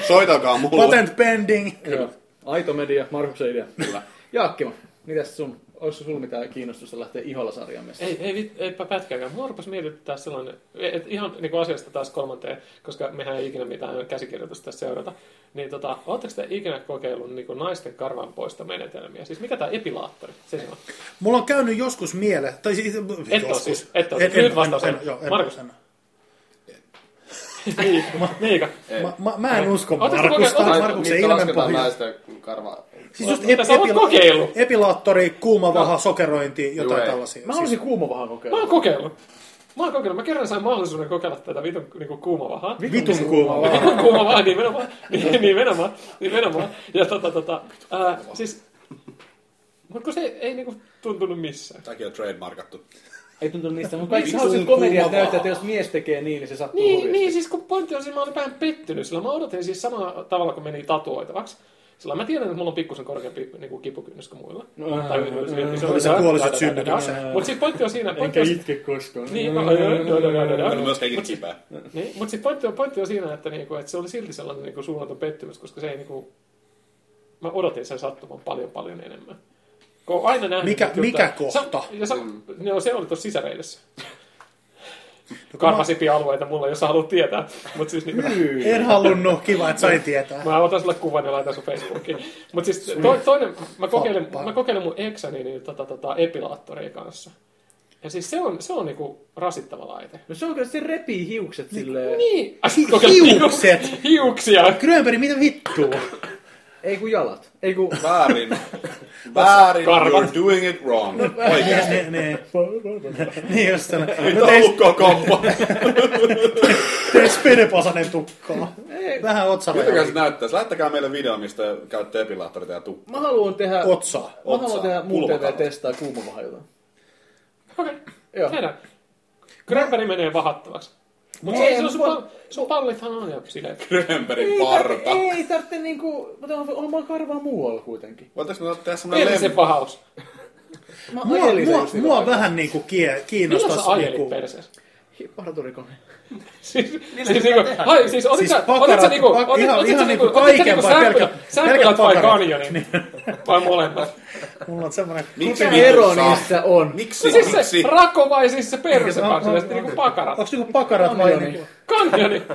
soitakaa mulle. Patent pending. Joo. Aito media, Markus idea. Kyllä. Jaakkima, mitäs sun, olisiko sulla mitään kiinnostusta lähteä Ihola-sarjaan messiin? Ei, ei, vit- eipä pätkääkään. Mua rupesi mietittää sellainen, et ihan niin kuin asiasta taas kolmanteen, koska mehän ei ikinä mitään käsikirjoitusta tässä seurata. Niin tota, ootteko te ikinä kokeillut niin kuin naisten karvan menetelmiä? Siis mikä tämä epilaattori? Se siinä on. Mulla on käynyt joskus mieleen, tai siis, Et oo joskus. siis, et oo siis. Nyt vastaus en. joo, en, Markus. en. [laughs] Miika, Mä, mä, mä en usko Ootas Markusta, kokeillut- Markuksen Mistä ilmen lasketaan pohjaa. naisten karva? Siis just Mitä sä oot kokeillut? epilaattori, kuuma vaha, sokerointi, jotain Juu, ei. tällaisia. Mä haluaisin kuumavahaa kokeilla. mä oon kokeillut. Mä oon kokeillut. Mä kerran sain mahdollisuuden kokeilla tätä vitun niin kuin kuumavahaa. Siis vitun kuuma vaha. Vitun kuumavaa, nimenomaan. Ni- Nimenomaan, nimenomaan. Ja tota, tota, ää, siis... Mutta kun se ei, ei niinku tuntunut missään. Tämäkin on trademarkattu. Ei tuntunut niistä, mutta kaikki Niin, hauskut tuntuu komediat vaan. näyttää, että jos mies tekee niin, niin se sattuu Niin, hurjasti. niin, siis kun pointti on se, mä olin vähän pettynyt sillä. Mä odotin siis samalla tavalla, kun meni tatuoitavaksi. Sillä mä tiedän, että mulla on pikkusen korkeampi niin kuin kipukynnys kuin muilla. Tai- No, Oli se kuoliset synnytykset. No, Mutta siis pointti on siinä. Pointti on, itke koskaan. niin, mä- joo, joo, joo, joo, joo. On myös heikin kipää. Niin, mutta sitten pointti, on- pointti on siinä, että, niinku, että se oli silti sellainen niinku, suunnaton pettymys, koska se ei niinku... Mä odotin sen sattuman paljon paljon enemmän. Kun on aina nähnyt... Mikä- että- mikä että- kohta? Sa, ja sa, no, se oli tuossa sisäreidessä. No Karvasimpia alueita mulla, jos sä haluat tietää. Mut siis, niinku, En halunnut, kiva, että sain tietää. mä otan sulle kuvan ja laitan sun Facebookiin. Mutta siis to, toinen, mä kokeilen, Fappa. mä kokeilen mun eksäni niin, tota, tota, epilaattoria kanssa. Ja siis se on, se on niinku rasittava laite. No se on kyllä, se repii hiukset silleen. Niin, Hiukset! [laughs] hiuksia. Grönberg, mitä [laughs] vittua? Ei kun jalat. Ei kun... Väärin. [laughs] Väärin. Karvat. You're doing it wrong. Oikein. Ne, ne. Niin just sellainen. No Mitä teis, lukkoa [laughs] kompo? teis pedepasanen tukkaa. Vähän Miltäkään se otsaraja. näyttäisi? Lähettäkää meille video, mistä käytte epilaattorit ja tuu. Mä haluan tehdä... Otsaa. Mä haluan Otsaa. tehdä muun Kulmakarvat. TV-testaa kuumavahajota. Okei, Joo. okay. tehdään. Grönberg menee vahattavaksi. Mutta Ei, ei, sun, mut- pal- sun pallithan on jo silleen. Grönbergin Ei parta. tarvitse, ei tarvitse niinku... Mutta on, on vaan karvaa muualla kuitenkin. Voitaisiin me tehdä semmonen Perse levy? se pahaus. Mä Mua, ajelin sen mua, just niinku mua aikaa. vähän niinku kie, niinku- Milloin niin sä kiinnostaa. ajelit perseessä? [laughs] Hi- Parturikone. Siis, siis, niinku, ai, siis otit Siis sä, otit sä pakarat, niinku, pak- otit, ihan- otit sä ihan niinku, niinku otit sä kaiken niinku vai särkylät, pelkät- särkylät pelkät vai pakarat? Niin. kanjonin? Vai [laughs] molemmat? Mulla on semmoinen... Miksi Mikä vittu ero saa? niissä on? No Miksi? siis se Miksi? rako vai siis se perse Mikä- kanssa, on- ja on- sitten niinku pakarat. Onks niinku pakarat vai niinku... Kanjoni. [laughs]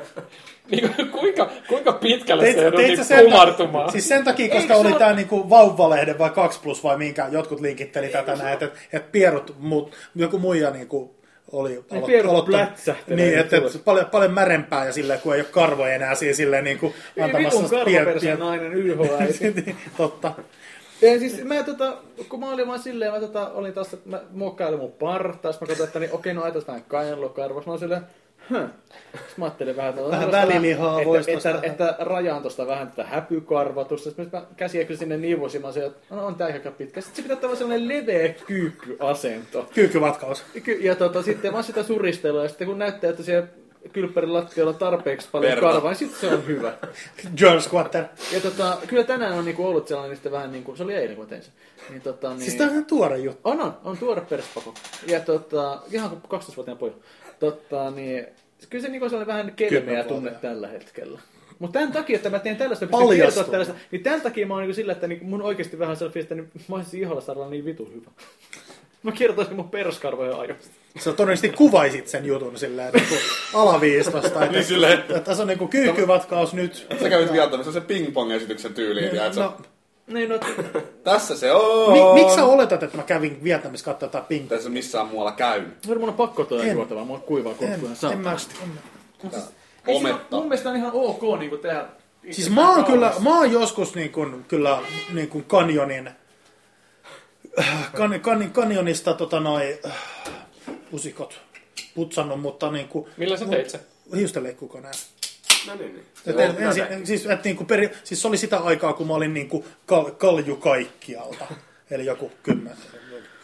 Niinku kuinka, kuinka pitkälle Teit, se joudut teit niinku sä sen, kumartumaan? siis sen takia, koska Eikö oli se tämä niinku vauvalehde vai 2 plus vai minkä, jotkut linkitteli tätä näin, että et pierut, mut, joku muija niinku oli alo- pierut aloittanut. plätsähtelee Niin, nyt että ulos. et, paljon, paljon märempää ja silleen, kun ei ole karvoja enää siinä silleen niinku Ei antamassa vitun sitä pien- [laughs] karvaperseen nainen YH-äiti. pien- Niin, Totta. Ei, siis mä, tota, kun mä olin vaan silleen, mä tota, olin taas, että mä muokkailin mun partaa, sit mä katsoin, että niin, okei, no ajatus vähän kainalokarvas, mä olin silleen, huh. Sit mä ajattelin vähän, että, Vähän tosta välilihaa että, vois että, tosta- että, rajaan tosta vähän tätä häpykarvatusta, sit mä käsiä kyllä sinne niivusin, mä olin, että no on tää aika pitkä, sit se pitää olla sellainen leveä kyykkyasento. Kyykkyvatkaus. Ky- Ja tota, sitten vaan sitä suristellaan, ja sitten kun näyttää, että siellä kylppärin lattialla on tarpeeksi paljon Verta. karvaa, niin sitten se on hyvä. Girl Squatter. Ja tota, kyllä tänään on niinku ollut sellainen sitten vähän niinku, se oli eilen kun mä tein sen. Niin tota, niin... Siis tää on ihan tuore juttu. On, on, on tuore perspako. Ja tota, ihan kuin 12-vuotiaan poika. Tota, niin, kyllä se niinku on sellainen vähän kelmeä Kymmenvuotiaan. tunne tällä hetkellä. Mutta tämän takia, että mä teen tällaista, pystyn Paljastuu. kertoa tällaista, niin tämän takia mä oon niinku sillä, että niinku mun oikeasti vähän sellainen, fiilis, että niin mä olisin iholla saralla niin vitu hyvä. [laughs] Mä kertoisin mun perskarvoja ajoista. Sä todennäköisesti kuvaisit sen jutun silleen niinku alaviistosta. [laughs] Että, Niin silleen. että tässä on niinku kyykkyvatkaus nyt. Sä kävit viattamassa se ping-pong-esityksen tyyliin, ja No, Niin, no, Tässä se on. Mi- miksi sä oletat, että mä kävin Vietnamissa katsoa jotain ping Tässä missään muualla käynyt. no, mun on pakko tuoda En. juotavaa, mulla on kuivaa kurkkuja. en mä, en mä. Ometta. siis Mun mielestä on ihan ok niinku tehdä Siis mä oon, kyllä, mä oon joskus niin kun, kyllä niin kun kanjonin, kan, kan, kanjonista tota noin, pusikot putsannut, mutta niin kuin, Millä sä teit sen? hiustenleikkukoneen. No niin, niin. Et, Joo, en, hyvä ensin, näin. siis, et, niin kuin peri, siis se oli sitä aikaa, kun mä olin niin kuin kal, kalju kaikkialta. Eli joku 10,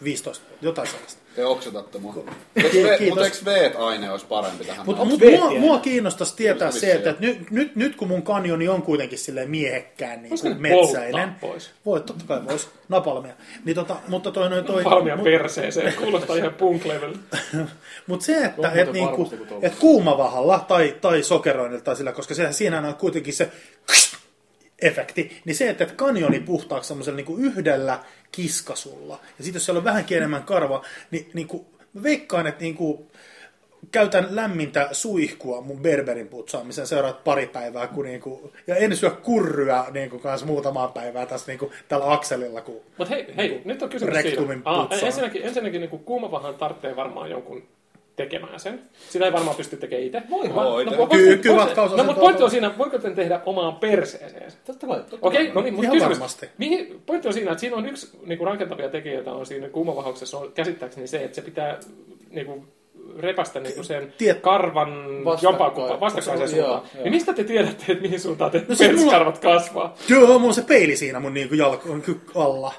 15, jotain sellaista. Te oksatatte mua. Kiitos. Mutta eikö veet-aine olisi parempi tähän? Mutta näin? mut, veetiä mua, enää? mua kiinnostaisi tietää Olisi se, että vissiin, nyt, nyt, nyt kun mun kanjoni on kuitenkin silleen miehekkään niin Voisiko kuin ne polttaa metsäinen. pois? Voi, totta kai voisi. Napalmia. Niin tota, mutta toi, noin toi, Palmia mut- perseeseen, kuulostaa ihan punk level. Mutta se, että On et muuten niinku, varmasti kuin tuolla. et kuumavahalla tai, tai sokeroinnilla tai sillä, koska sehän, siinä on kuitenkin se efekti, niin se, että et kanjoni puhtaaksi semmoisella niinku yhdellä kiskasulla, ja sitten jos siellä on vähänkin enemmän karvaa, niin niinku, mä veikkaan, että niinku, käytän lämmintä suihkua mun berberin putsaamisen seuraat pari päivää, kun niinku, ja en syö kurryä niinku kans muutamaa päivää tässä niinku, tällä akselilla, kun Mut hei, hei, nyt on kysymys Niinku Rektumin siitä. Ah, putsaa. ensinnäkin, ensinnäkin niin kuumavahan tarvitsee varmaan jonkun tekemään sen. Sitä ei varmaan pysty tekemään itse. Voi voi no, itse. voiko- Ky- voiko- kyvatkaus on se No, mutta tuo- pointti on siinä, voiko te tehdä omaan perseeseen? Totta kai. Totta Okei, no niin, mutta Ihan kysymys. varmasti. Mihin, pointti on siinä, että siinä on yksi niinku, rakentavia tekijöitä on siinä kuumavahauksessa on käsittääkseni se, että se pitää niinku, repästä niinku, sen Tiet- karvan Vastakkain. jompaa vastakkaiseen Osa- joo, suuntaan. joo. Niin mistä te tiedätte, että mihin suuntaan te no, siis mulla- perskarvat kasvaa? Joo, mulla on se peili siinä mun niinku jalko on ky- alla.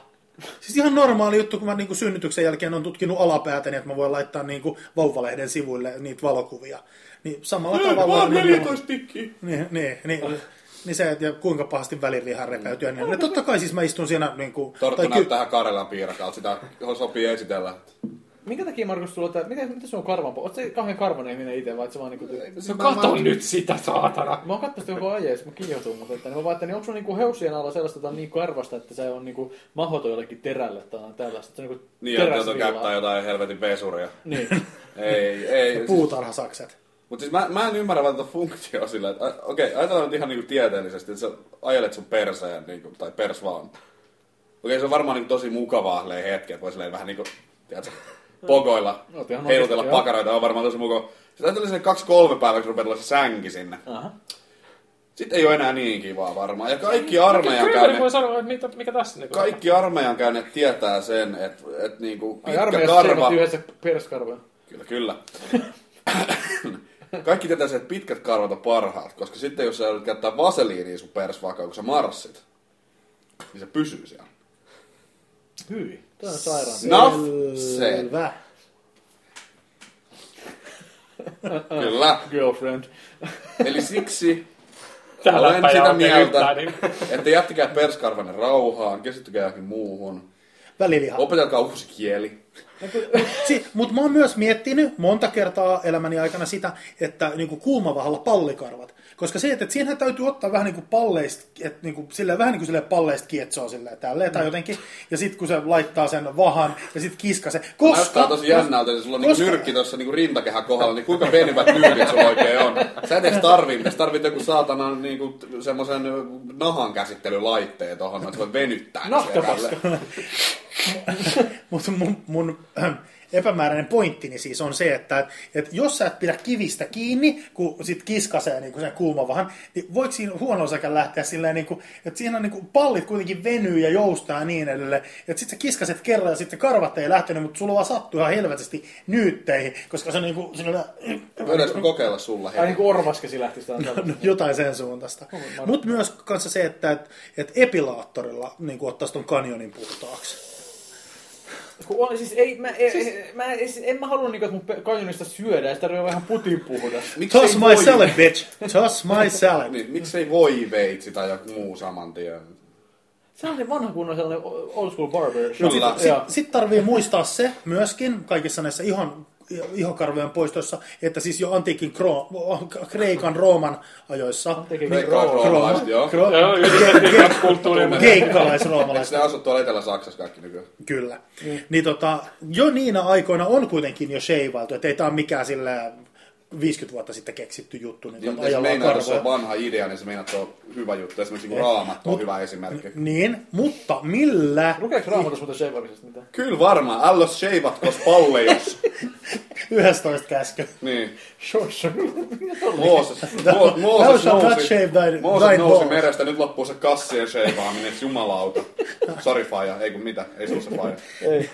Siis ihan normaali juttu, kun mä niin synnytyksen jälkeen on tutkinut alapäätäni, että mä voin laittaa niin kuin vauvalehden sivuille niitä valokuvia. Niin samalla tavalla... Vaan Niin, 14 tikkiä. niin, niin, niin, niin se, että kuinka pahasti väliriha repeytyy. ja Niin, totta kai siis mä istun siinä... Niin kuin, Torttu ky- näyttää Karelan piirakalta, sitä sopii esitellä. Minkä takia, Markus, sulla on tää, mitä, mitä sun on karvanpo? Oot se kauhean karvanen ihminen itse, vai et sä vaan niinku... No kato nyt sitä, saatana. Mä oon kattonut sitä koko ajan, ja sit mä kiihotun, mutta että, niin mä vaan, että niin onko sun niinku heusien alla sellaista, että on niin karvasta, että se on niinku mahoton jollekin terälle tai tällaista. Se on niinku Niin, että joutuu teräsvillaa. käyttää jotain helvetin vesuria. Niin. Ei, ei. Siis Puutarhasakset. Mutta siis mä, mä en ymmärrä vaan tätä funktioa sillä, että a- okei, okay, ajatellaan nyt ihan niinku tieteellisesti, että sä ajelet sun perseen, niinku, tai pers vaan. Okei, se on varmaan niinku tosi mukavaa silleen hetki, että voi silleen vähän niinku, tiedätkö, pokoilla, No, ihan heilutella oikeesti, joo. pakaroita, on varmaan tosi mukava. Sitten ajatellaan sinne kaksi-kolme päivää, kun rupeaa tulla se sänki sinne. Aha. Sitten ei ole enää niin kivaa varmaan. Ja kaikki armeijan Kyllä voi käyneet, sanoa, että mitä, mikä tässä niinku... kaikki armeijan käyneet tietää sen, että et niinku Ai pitkä armeijassa karva... seivat yhdessä perskarvoja. Kyllä, kyllä. [laughs] Kaikki tietää se, että pitkät karvat on parhaat, koska sitten jos sä joudut käyttää vaseliinia sun persvakaan, kun sä marssit, niin se pysyy siellä. Hyi. Tää on sairaan. No, se. Selvä. Kyllä. Girlfriend. Eli siksi Tää olen läppä ja sitä on mieltä, yhtään, niin- että jättäkää perskarvanne rauhaan, keskittykää johonkin muuhun, Väliliha. opetelkaa uusi kieli. Si- Mutta mä oon myös miettinyt monta kertaa elämäni aikana sitä, että niinku kuumavahalla pallikarvat. Koska se, että et siinähän täytyy ottaa vähän niinku palleista, et niinku, silleen, vähän niinku silleen palleista kietsoa silleen tälleen Mm. tai jotenkin. Ja sit kun se laittaa sen vahan ja sit kiska se. Koska... Näyttää tosi jännältä, että sulla on niinku Koska- nyrkki tuossa niinku rintakehän kohdalla, niin kuinka penivät nyrkit sulla oikein on? Sä et edes tarvii, mitä sä tarvit joku saatanan niinku semmoisen nahan käsittelylaitteen tohon, että sä voit venyttää. ne siellä Nahkapaska. tälleen. Mutta mun, mun äh, epämääräinen pointtini siis on se, että et, et jos sä et pidä kivistä kiinni, kun sit kiskasee niin sen kuumavahan, niin voiko siinä huono lähteä silleen, niin kuin, että siinä on niin kuin, pallit kuitenkin venyy ja joustaa ja niin edelleen. Että sit sä kiskaset kerran ja sitten karvat ei lähtenyt, mutta sulla vaan sattuu ihan helvetisti nyytteihin, koska se on niin kuin, Voidaanko kokeilla sulla Ai heti? niinku orvaskesi lähti sitä. No, tällaista. no, jotain sen suuntaista. Mutta myös kanssa se, että et, et epilaattorilla niin ottaisi ton kanjonin puhtaaksi. Kun on, siis ei, mä, ei, siis... mä, ei, siis en mä halua niinku, että mun pe- kanjonista syödään, sitä tarvii vähän putin puhdas. Miksei Toss my voi- salad, bitch! Toss my salad! Niin, miksei voi veitsi tai joku muu saman tien? Sellainen vanha kunnon sellainen old school barber. Mut sit- sit, Sitten sit tarvii muistaa se myöskin kaikissa näissä ihon, ihokarvojen poistoissa, että siis jo antiikin Kro, Kreikan, Rooman ajoissa, Niin- Kreikka on roomalaiset, joo. [laughs] Joo, [laughs] yhdessä kulttuurin. keikkalais-roomalaiset, Eikö ne asu tuolla Etelä-Saksassa kaikki nykyään? kyllä. Niin tota, jo niinä aikoina on kuitenkin jo sheivailtu, että ei tämä ole mikään sillä 50 vuotta sitten keksitty juttu, niin, Niin, niin mutta jos ajallaan meinaa, jos se on karvoja. Eh, vanha idea, niin se meinaa, että se on hyvä juttu. Esimerkiksi niin raamattu on Mut- hyvä esimerkki. Niin, mutta millä Lukeeko raamatussa muuten sheivaamisesta mitään? Kyllä varmaan. Ällos sheivatkos palleus. 11 käsky? [laughs] niin. Sure, sure. Mooses, Thou- Mo- Mooses thou shalt not nousi, shave thy- Mooses thy nousi balls. merestä, nyt loppuu se kassien sheivaaminen, jumalauta. Sorry faija, ei kun mitä, ei se ole se faija.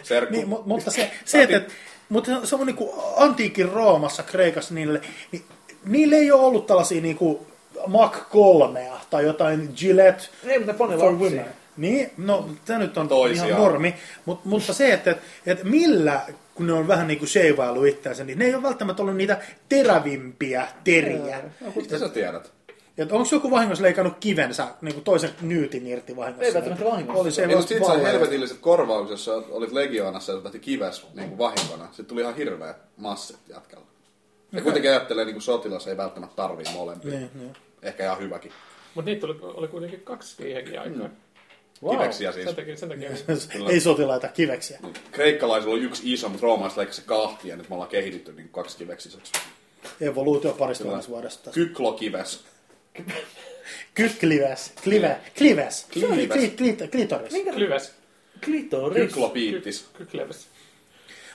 Serkku. Niin, mu- mutta [laughs] se, se että, että- mutta se on niin kuin antiikin Roomassa, Kreikassa, niille, niin, niille ei ole ollut tällaisia niin kuin Mac 3 tai jotain Gillette Ei, mutta ne panee for lapsia. women. Niin, no tämä nyt on Toisiaan. ihan normi, Mut, mutta se, että, että millä, kun ne on vähän niin kuin sheivailu itseänsä, niin ne ei ole välttämättä ollut niitä terävimpiä teriä. Mistä sä tiedät? Että onko joku vahingossa leikannut kivensä niin kuin toisen nyytin irti vahingossa? Ei välttämättä vahingossa. Oli se Ei, mutta vasta sit sai valheellinen. helvetilliset korvaukset, jos sä olit legioonassa ja sä lähti kives niin vahinkona. Sitten tuli ihan hirveä massit jatkalla. Ja kuitenkin ajattelee, niin kuin sotilas ei välttämättä tarvii molempia. Niin, niin. Ehkä ihan hyväkin. Mutta niitä oli, oli kuitenkin kaksi siihenkin aikaan. Wow. Kiveksiä Mm. siis. Sen takia, sen takia. [laughs] Ei sotilaita kiveksiä. Kreikkalaisilla oli yksi iso, mutta roomalaiset leikkasi se kahtia, ja nyt me ollaan kehitytty niin kaksi kiveksiseksi. Evoluutio parista vuodesta. Kyklokives. Kytklives. Klive. Klives. Klives. Kli- kli- Klitoris. Niin. Klyves. Klitoris. Kyklopiittis. Kykleves.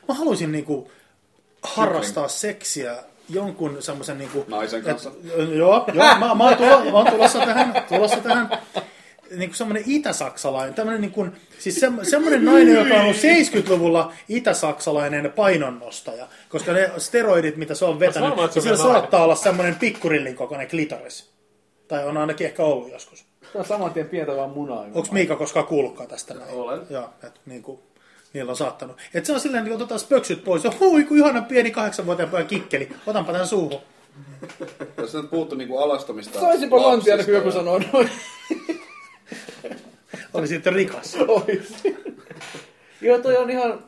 Mä haluaisin niinku harrastaa seksiä jonkun semmoisen niinku... Naisen kanssa. Et, [laughs] joo, joo mä, mä, oon tulo, mä oon tulossa tähän, tulossa tähän niinku semmoinen itä-saksalainen, tämmönen niinku, siis se, semmoinen nainen, joka on ollut 70-luvulla itä-saksalainen painonnostaja, koska ne steroidit, mitä se on vetänyt, varma, että se niin on sillä vielä nainen. saattaa olla semmoinen pikkurillin kokoinen klitoris. Tai on ainakin ehkä ollut joskus. Tää on saman tien pientä vaan munaa. Onko Miika koskaan kuullutkaan tästä näin? Olen. Joo, et, niin kuin, niillä on saattanut. Et se on silleen, niin otetaan spöksyt pois. Ja hui, kun ihana pieni kahdeksanvuotiaan pojan kikkeli. Otanpa tämän suuhun. Jos on puhuttu niinku alastamista Saisipa lantia, kun lapsista joku ja- sanoo noin. Oli sitten rikas. Ois. Joo, toi on ihan...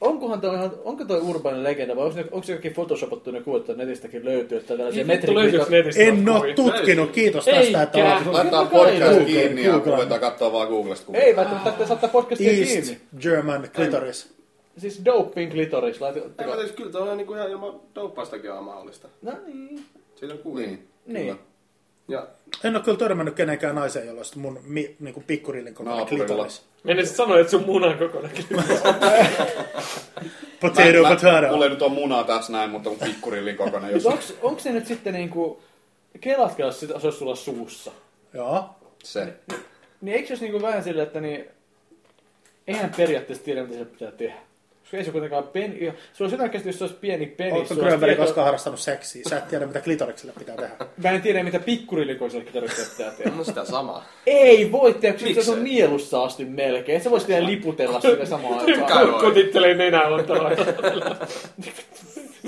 Onkohan toi ihan, onko toi urbaani legenda vai onko, onko se jokin photoshopattu ne kuvat, että netistäkin löytyy, että tällaisia Vittu, löytyykö metriä. Niin, netistä? En ole kuvia? tutkinut. Kiitos tästä, että Eikä. olet Laittaa Kyllä kai podcast Google- kiinni ja Google. ruvetaan katsoa vaan Googlesta kuvia. Ei välttämättä, että saattaa podcastia East kiinni. German Clitoris. Siis doping clitoris, Ei, mä laitetaan. tiedä, kyllä toi on niinku ihan ilman douppaistakin on mahdollista. No niin. Siitä on kuvia. Niin. Niin. Ja En ole kyllä törmännyt kenenkään naiseen, jolla olisi mun mi, niin kuin pikkurillin kokoinen Naapurilla. klitoris. Mennä sit sanoa, että sun munan kokonaan. Potato, Mä- mä- potato. Mulla ei nyt ole munaa tässä näin, mutta mun pikkurillin kokoinen. Jos Mutta onks, onks ne nyt sitten niinku... Kelatkaa, jos sitä- se olisi sulla suussa. Joo. se. Niin eikö se olisi niinku vähän silleen, että niin... Eihän periaatteessa tiedä, mitä se pitää tehdä. Koska ei se kuitenkaan peni... Se olisi jotain käsitystä, jos se olisi pieni peni. Oletko sulla olisi Grönberg tieto- koskaan harrastanut seksiä? Sä et tiedä, mitä klitorikselle pitää tehdä. Mä en tiedä, mitä pikkurilikoiselle kitaristille pitää tehdä. on sitä samaa. Ei voi tehdä, koska se Miksei? on nielussa asti melkein. Se voisi vielä liputella sitä samaan aikaan. Kai voi. Kutittelee nenää [laughs] ottaa. Se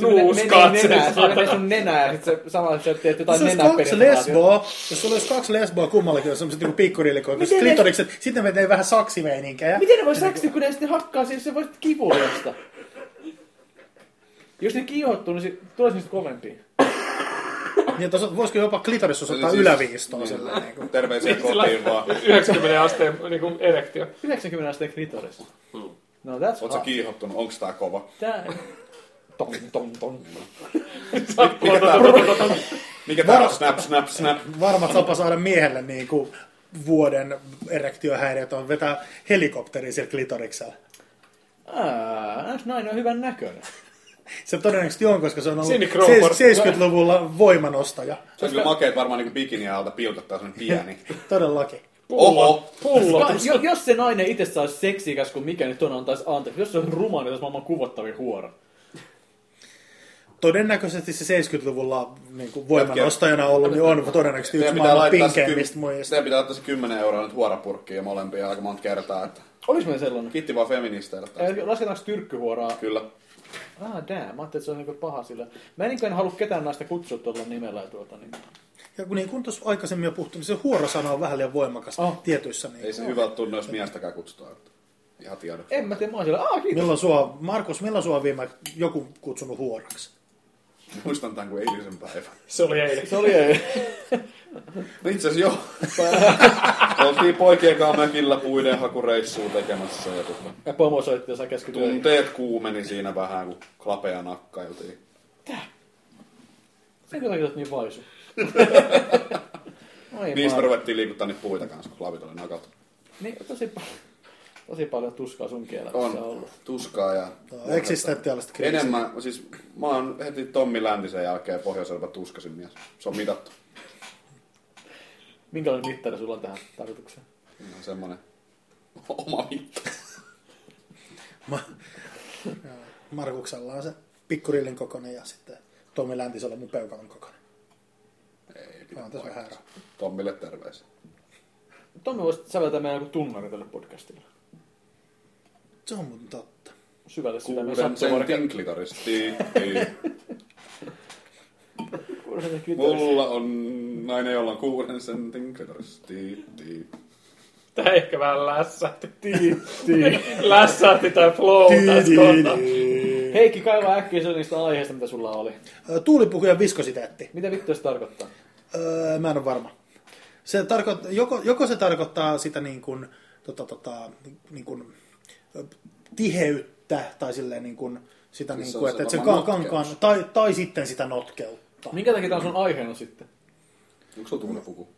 menee- Nuus menee katse. nenään, Se menee sun nenää ja sit se samalla sä teet jotain Jos olisi kaksi nenäperiaatetta. lesboa, jos sulla olisi kaksi lesboa kummallakin, jos semmoiset niinku pikkurilikoiset Miten ne- klitorikset, sitten me tein vähän saksimeininkiä. Miten ne voi säksiä, kun ne sitten hakkaa siis se voi kivuliasta? Jos ne kiihottuu, niin sit tulee niistä kovempia. Niin, että osa- voisiko jopa klitoris osoittaa Eli siis- yläviistoon sellainen. niinku. Terveisiä kotiin vaan. 90 asteen niin kuin erektio. 90 asteen klitoris. No that's Oot sä hot. kiihottunut? Onks tää kova? Tää... Tom, tom, tom. Mikä tää on? Mikä tää on? Snap, snap, snap. Varma tapa saada miehelle niin kuin vuoden erektiohäiriöt on vetää helikopteri siellä klitoriksella. Ah, nainen on hyvän näköinen. Se todennäköisesti on, koska se on ollut Cindy Crawford. 70-luvulla voimanostaja. Se on kyllä makeet varmaan niinku bikiniä alta pilkottaa sellainen pieni. Todellakin. Oho! Pullo. Ka- jo- jos se nainen itse saisi seksikäs kuin mikä, niin tuon antaisi anteeksi. Jos se on ruma, niin olisi maailman kuvottavin huora. Todennäköisesti se 70-luvulla niin kuin voimanostajana ollut, niin on todennäköisesti yksi Teidän pitää maailman laittaa se, pinkeimmistä ky- muista. teidän pitää laittaa se 10 euroa nyt huorapurkkiin ja molempia aika monta kertaa. Että Olis meillä sellainen? kiitti vaan feministeille tästä. Äh, Lasketaanko tyrkkyhuoraa? Kyllä. Ah, damn. Mä ajattelin, että se on niinku paha sillä. Mä en niinkään halua ketään naista kutsua tuolla nimellä. ja Tuota, niin. Ja kun niin kuin tuossa aikaisemmin jo puhuttu, niin se huorosana on vähän liian voimakas Oh. tietyissä. Niin Ah. Ei se hyvä tunnu, jos miestäkään kutsutaan. Että ihan tiedoksi. En mä tiedä, mä oon siellä. Ah, kiitos. Milloin sua, Markus, milloin sua on viime joku kutsunut huoraksi? Muistan tämän kuin eilisen päivän. No Se oli eilen. Se oli ei. Itse asiassa joo. [laughs] Oltiin poikien kanssa mökillä puiden hakureissuun tekemässä ja tota, [laughs] Ja pomo soitti jossain keskityöllä. tunteet kuumeni siinä vähän, kun klapeja nakkailtiin. Sen kyllä oot niin vaisu. Ai Niistä Mar- ruvettiin liikuttaa niitä puita kanssa, kun klapit oli nakattu. Niin, tosi, pa- tosi paljon tuskaa sun kielessä on On ollut. tuskaa ja... Eksistentiaalista kriisiä. [laughs] Enemmän, siis mä oon heti Tommi Läntisen jälkeen pohjoiselva tuskasin mies. Se on mitattu. Minkälainen mittari sulla on tähän tarkoitukseen? Ihan semmonen [laughs] oma mitta. Markuksella on se pikkurillin kokoinen ja sitten Tomi Läntisellä mun peukalon kokoinen. Ei Mä pidä oon tässä vähän paikkaa. ero. Tommille terveisiä. Tommi voisi säveltää meidän joku tunnari tälle podcastille. Se on mun totta. Syvälle sitä me Kuuden sattumarka. sentin klitoristi. Kuuden sentin. Mulla on nainen, jolla on kuuden sentin klitoristi. Tää ehkä vähän lässähti. [laughs] Lässähti tää flow tässä kohtaa. Heikki, kaivaa äkkiä se niistä aiheista, mitä sulla oli. Ö, Tuulipuhujan viskositeetti. Mitä vittu se tarkoittaa? Öö, mä en ole varma. Se tarkoittaa, joko, joko se tarkoittaa sitä niin kuin, tota, tota, niin kuin, ö, tiheyttä tai silleen niin kuin, sitä Siis niin se kuin, on että, se että se varmaan kan, kankaan, notkeus. tai, tai sitten sitä notkeutta. Minkä takia tää on sun aiheena sitten? Onko sulla tuulipuku?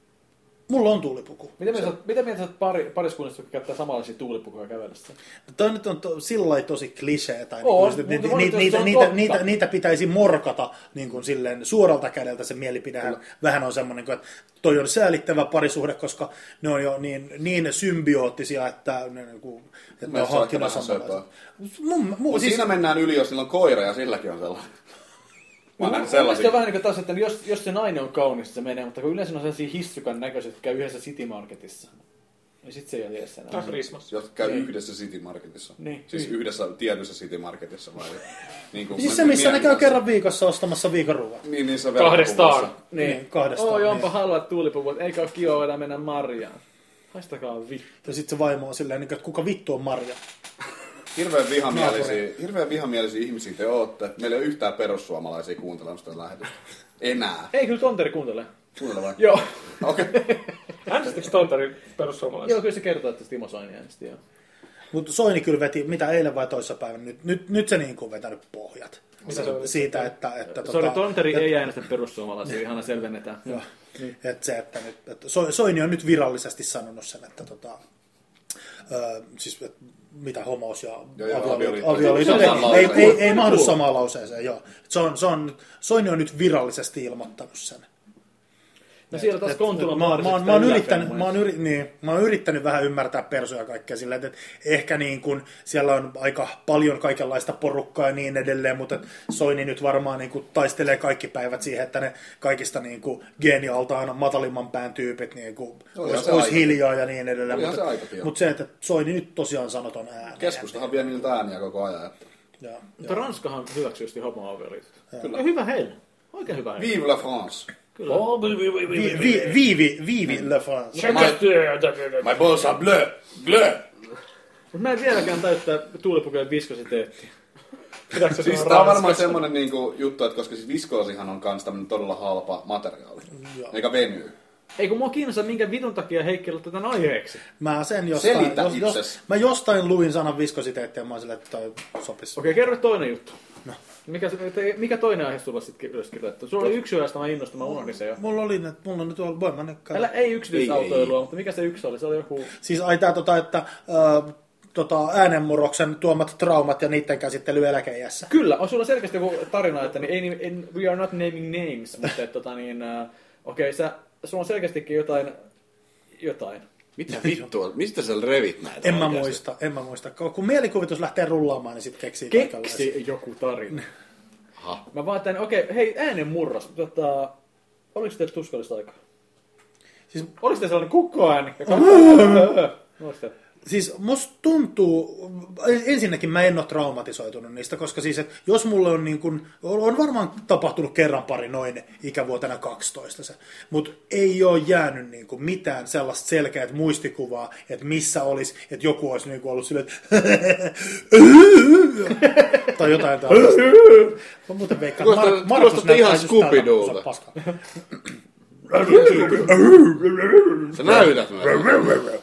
Mulla on tuulipuku. Mitä mieltä, sä oot- mitä mieltä sä oot pari, pariskunnista, jotka käyttää samanlaisia tuulipukuja kävellessä? Toi nyt on to, sillä lailla tosi klisee, tai On, niin, mutta niitä, monesti niitä, se niitä, on niitä, totta. niitä, niitä, pitäisi morkata niin kuin silleen, suoralta kädeltä se mielipide vähän on semmoinen, kuin, että toi on säälittävä parisuhde, koska ne on jo niin, niin symbioottisia, että ne, niin kuin, että on Mielestäni se on hankkinut ehkä vähän samanlaiset. Mun, mun, Mut siis, siinä mennään yli, jos niillä on koira ja silläkin on sellainen. Mä oon nähnyt Sellaisia. sellaisia. on vähän niin kuin taas, että jos, jos se nainen on kaunis, se menee, mutta kun yleensä on sellaisia hissukan näköisiä, jotka käy yhdessä City Marketissa. Ja sit se ei ole edes enää. Tai Prismassa. Jotka käy Niin. yhdessä City Marketissa. Niin. Siis yhdessä tietyssä City Marketissa [laughs] vai? niin kuin, Siis se, missä ne käy mietin kerran viikossa ostamassa viikonruoat. tässä. Niin, niin se Kahdestaan. Niin, kahdestaan. Oi, onpa niin. halua tuulipuvut, eikä ole kiva enää mennä marjaan. Haistakaa vittu. Ja sitten se vaimo on silleen, niinku, että kuka vittu on Marja? Hirveän vihamielisiä, hirveän vihamielisiä ihmisiä te ootte. Meillä ei ole yhtään perussuomalaisia kuuntelemassa tätä lähetystä. Enää. Ei kyllä tonteri kuuntele. Kuuntele vaan. Joo. Okei. Äänestikö Tontarin perussuomalaisia? joo, kyllä se kertoo, että Timo Soini äänesti. Joo. Mutta Soini kyllä veti, mitä eilen vai toissapäivän, nyt, nyt, nyt se niin kuin vetänyt pohjat. Mitä se oli? Siitä, että, että, Sori, tota, tonteri ei äänestä perussuomalaisia, ihana selvennetään. Joo. että se, että nyt, että So- Soini on nyt virallisesti sanonut sen, että tota, ö, siis, että mitä homous ja Joo, joo, avioliit- avioliitto. avioliitot Se ei, on sama ei, lause. ei, ei mahdu samaan lauseeseen. Joo. Et Se on, se on, Soini on nyt virallisesti ilmoittanut sen. No siellä taas Et- Kontula et mä, mä, oon- Maarisesta mä, oon yllättäen yrittänyt, monet. mä, oon yri, niin, mä oon yrittänyt vähän ymmärtää persoja kaikkea sillä, että, että ehkä niin kun, siellä on aika paljon kaikenlaista porukkaa ja niin edelleen, mutta et Soini nyt varmaan niin kun, taistelee kaikki päivät siihen, että ne kaikista niin kun, geenialtaan matalimman pään tyypit niin kun, Olihan olisi, se olisi aika. hiljaa ja niin edelleen. Olihan Mutta, se aika et- pian. mutta se, että Soini nyt tosiaan sanoton ääneen. Keskustahan vie niiltä ääniä koko ajan. Että. Ja, Mutta Ranskahan hyväksyi just homoavioliitot. Kyllä. Ja hyvä heillä. Oikein hyvä heillä. Vive la France! Kyllä. Oh, vi, vi, vi, vi, vi, vi, viivi, viivi Le France. My balls are bleu! Bleu! Mut mä en vieläkään täyttää tuulipukujen viskositeettiä. Pitääkö se Siis sanoa tää on varmaan Ranskassa? semmonen niinku juttu, että koska siis viskoosihan on kans tämmönen todella halpa materiaali. Joo. Eikä venyy. Ei kun mua kiinnostaa, minkä vitun takia Heikki ottaa tämän aiheeksi. Mä sen jostain, Selitä jos, itsesi. jos, mä jostain luin sanan viskositeettiä ja mä oon silleen, että toi sopisi. Okei, kerro toinen juttu. Mikä, se- te- mikä toinen aihe sulla sitten ylös kirjoitettu? Sulla oli yksi josta mä innostun, mä unohdin se jo. Mulla oli nyt, mulla on nyt ollut voima nyt Älä, Älä... ei yksityisautoilua, mutta mikä se yksi oli? Se oli joku... Siis ai tää tota, että ö, tota, äänenmurroksen tuomat traumat ja niiden käsittely eläkeiässä. Kyllä, on sulla selkeästi joku tarina, että niin, ei, niin- en, we are not naming names, mutta että, tota, niin, äh, okei, sä, sulla on selkeästikin jotain, jotain. Mitä vittua? Mistä sä revit näitä En mä oikeesti? muista, en mä muista. Kun mielikuvitus lähtee rullaamaan, niin sit keksii kaikenlaista. Keksi joku tarina. Mä vaan tän, okei, hei, äänen murros. Tota, oliko teillä tuskallista aikaa? Siis- Siis, oliko teillä sellainen kukkoääni? joka- No, oliko teillä? Siis musta tuntuu, ensinnäkin mä en ole traumatisoitunut niistä, koska siis, että jos mulle on niin kun, on varmaan tapahtunut kerran pari noin ikävuotena 12 se, mutta ei ole jäänyt niin kun mitään sellaista selkeää muistikuvaa, että missä olisi, että joku olisi niin kun ollut silleen, että [laughs] tai jotain tällaista. Mä muuten veikkaan, että Mar- Kuulostaa- Markus kuulostaa ihan näyttää just tältä, kun se on Scooby-Doolta. paska. Sä näytät meitä.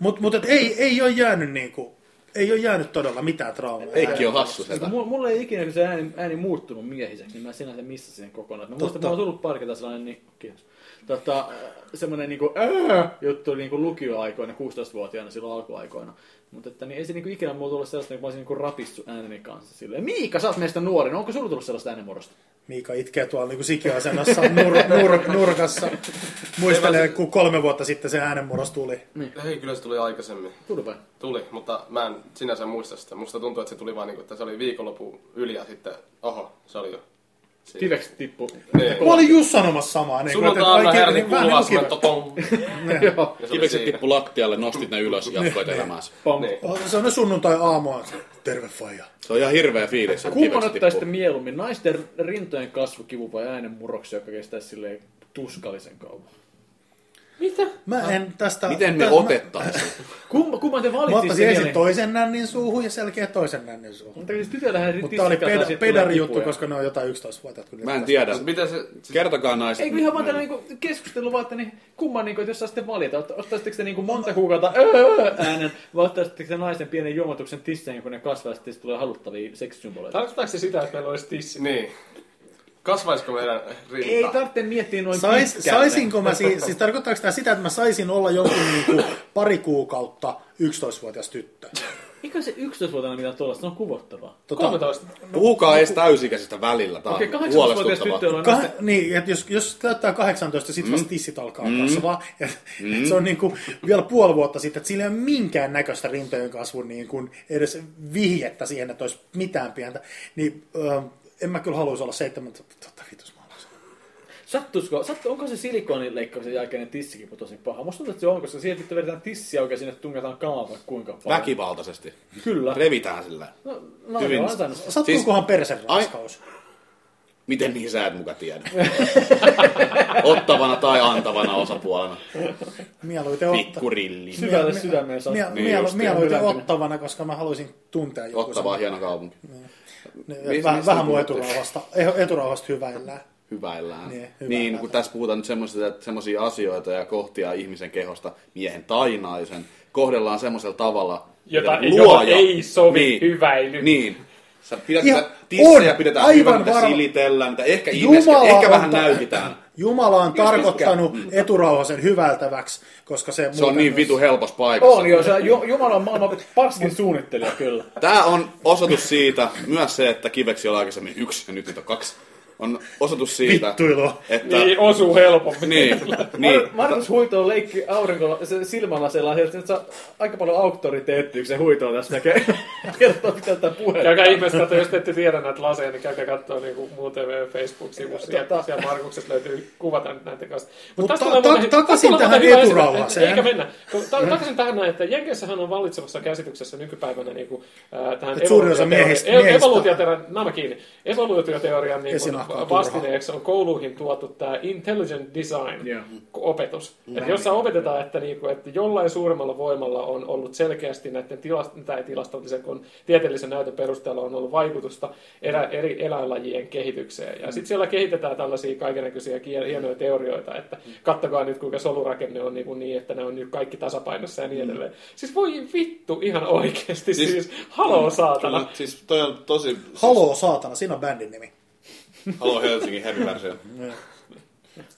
Mut, mut et ei, ei ole jäänyt niin kun, ei ole jäänyt todella mitään traumaa. Heikki on hassu Niin setä. kun mulla, mulla ei ikinä, kun se ääni, ääni muuttunut miehiseksi, niin mä sinänsä missasin sen kokonaan. Mä muistan, että mulla on tullut pari kertaa sellainen, niin, kiitos, tota, semmoinen niinku, ää, juttu niinku lukioaikoina, 16-vuotiaana silloin alkuaikoina. Mutta että, niin ei se niinku ikinä mulla tullut sellaista, että mä olisin niinku rapissut ääneni kanssa. Silleen, Miika, sä oot meistä nuorin, onko sulla tullut sellaista äänenmuodosta? Miika itkee tuolla niin sikiasennossa [laughs] nur, nur, nurkassa. Muistelee, kun kolme vuotta sitten se äänenmurros tuli. Ei, kyllä se tuli aikaisemmin. Tuli vai? Tuli, mutta mä en sinänsä muista sitä. Musta tuntuu, että se tuli vaan niinku, että se oli viikonloppu yli ja sitten, oho, se oli jo. Siinä. Kiveksi tippu. Niin. Mä olin just sanomassa samaa. Niin, Sunnuntaina herätin kuulua niin semmoinen [laughs] totong. Niin. Joo. Ja se oli Kivekset siinä. tippu lattialle, nostit ne ylös ja jatkoit elämääsi. Pam. Niin. kuin, se on ne sunnuntai aamua. Terve faija. Se on ihan hirveä fiilis, että Kumman kivekset ottaisitte tippuu. mieluummin, naisten rintojen kasvukivu vai äänenmurroksi, joka kestäisi silleen tuskallisen kauan? Mä en tästä... No. Miten ne tä- otettaisiin? Kumma, kumman te Mä, mä ottaisin valitsisitte? ensin toisen nännin suuhun ja selkeä toisen nännin suuhun. Mutta siis tytöllähän Mutta tää oli peda- pedari juttu, koska ne on jotain 11-vuotiaat. kun niitä Mä en tiedä. Miten se... Kertokaa naiset. Eikö ihan vaan tällä niinku keskustelu vaan, että niin kumman, niinku, että jos saisitte valita, ot- ottaisitteko te niinku monta kuukautta öö äänen, vai ottaisitteko te naisen pienen juomatuksen tisseen, kun ne kasvaa, ja sitten siitä tulee haluttavia seksisymboleita? Tarkoittaako se sitä, että meillä olisi tissi? Niin. Kasvaisiko meidän rinta? Ei tarvitse miettiä noin Sais, pitkälle. saisinko mä, siis, siis tarkoittaako tämä sitä, että mä saisin olla jonkun niinku pari kuukautta 11-vuotias tyttö? Mikä se 11-vuotiaana mitä tuollaista, se on kuvottavaa. Tota, 13. Puhukaa edes täysikäisestä välillä. Tää on Okei, 18-vuotias huolestuttavaa. tyttö on Kah- niin, että jos, jos täyttää 18, sit vasta tissit alkaa kasvaa. Et, et se on niinku vielä puoli vuotta sitten, että sillä ei ole minkään näköistä rintojen kasvun niinku edes vihjettä siihen, että olisi mitään pientä. Niin, ö, en mä kyllä haluaisi olla 17. Totta vitus mä haluaisin. Sattusko, sattu, onko se silikonileikkauksen jälkeinen tissikin tosi paha? Musta tuntuu, että se on, koska sieltä vittu vedetään tissiä oikein sinne tungetaan kaava kuinka paljon. Väkivaltaisesti. Kyllä. Revitään sillä. No, no, Hyvin. Hyvin. Ansainnut. sen. Sattuukohan persen raskaus? Miten niin sä et muka [laughs] tiedä? Ottavana tai antavana osapuolena. Mieluiten ottaa. Pikkurilli. Syvälle sydämeen saa. Mie- Niin mielu- justiin. mieluiten Hyväntyminen. ottavana, koska mä haluaisin tuntea joku. Ottava semmoinen. hieno kaupunki. Niin, Mistä- Vähän, mistä vähän mun puhuttiin? eturauhasta, eh- eturauhasta hyväillään. Hyväillään. Niin, Niin, hyväillään. niin kun tässä puhutaan nyt semmoisista, semmoisia asioita ja kohtia ihmisen kehosta, miehen tai naisen, kohdellaan semmoisella tavalla, Jota- miten jota ei sovi hyväily. Niin. Sä pidät Ja sitä tissejä, on pidetään aivan hyvänä, mitä varma- silitellään, mitä ehkä, ihmeske, ehkä vähän näytetään. Jumala on Jos tarkoittanut eturauhasen hyvältäväksi, koska se, Mm. Se on niin vitu helpossa paikassa. On joo, se on Ju- Jumalan maailman paskin suunnittelija kyllä. Tämä on osoitus siitä, myös se, että kiveksi oli aikaisemmin yksi ja nyt niitä on kaksi, on osoitus siitä, Vittuilua. että... Niin osuu helpommin. Niin, niin. Mar- Markus Huito on leikki aurinkolla se silmälasella, ja se saa aika paljon auktoriteettiä, kun se Huito on tässä näkee. [laughs] Kertoo mitä tätä puhetta. Käykää ihmeessä katsoa, jos te ette tiedä näitä laseja, niin käykää katsoa niin muun TV Facebook-sivussa. Tota. Ja siellä Markuksessa löytyy kuvat näiden kanssa. Mut Mutta tästä ta- tulee ta- muuten- takaisin tästä tulee tähän muuten hyvä eturauhaseen. esite- Eikä mennä. Kun ta- Takaisin tähän näin, että Jenkeissähän on vallitsevassa käsityksessä nykypäivänä niin kuin, äh, tähän Et suurin osa miehistä- evoluutioteori- ev- miehistä- evoluutioteorian, nämä kiinni, evoluutioteorian niin kuin Esinahkaa turhaa. vastineeksi on kouluihin tuotu tämä intelligent design Joo. opetus. Että jossa opetetaan, että, niinku, että jollain suuremmalla voimalla on ollut selkeästi näiden tilast- tai tilastollisen, kun tieteellisen näytön perusteella on ollut vaikutusta erä, eri eläinlajien kehitykseen. Ja sitten siellä kehitetään tällaisia kaikenlaisia hienoja teorioita, että kattokaa nyt kuinka solurakenne on niinku niin, että ne on nyt kaikki tasapainossa ja niin edelleen. Siis voi vittu ihan oikeasti, siis, Siis- siis haloo saatana. Kyllä, siis toi on tosi... Haloo saatana, siinä on bändin nimi. Halo Helsingin [laughs] heavy versio.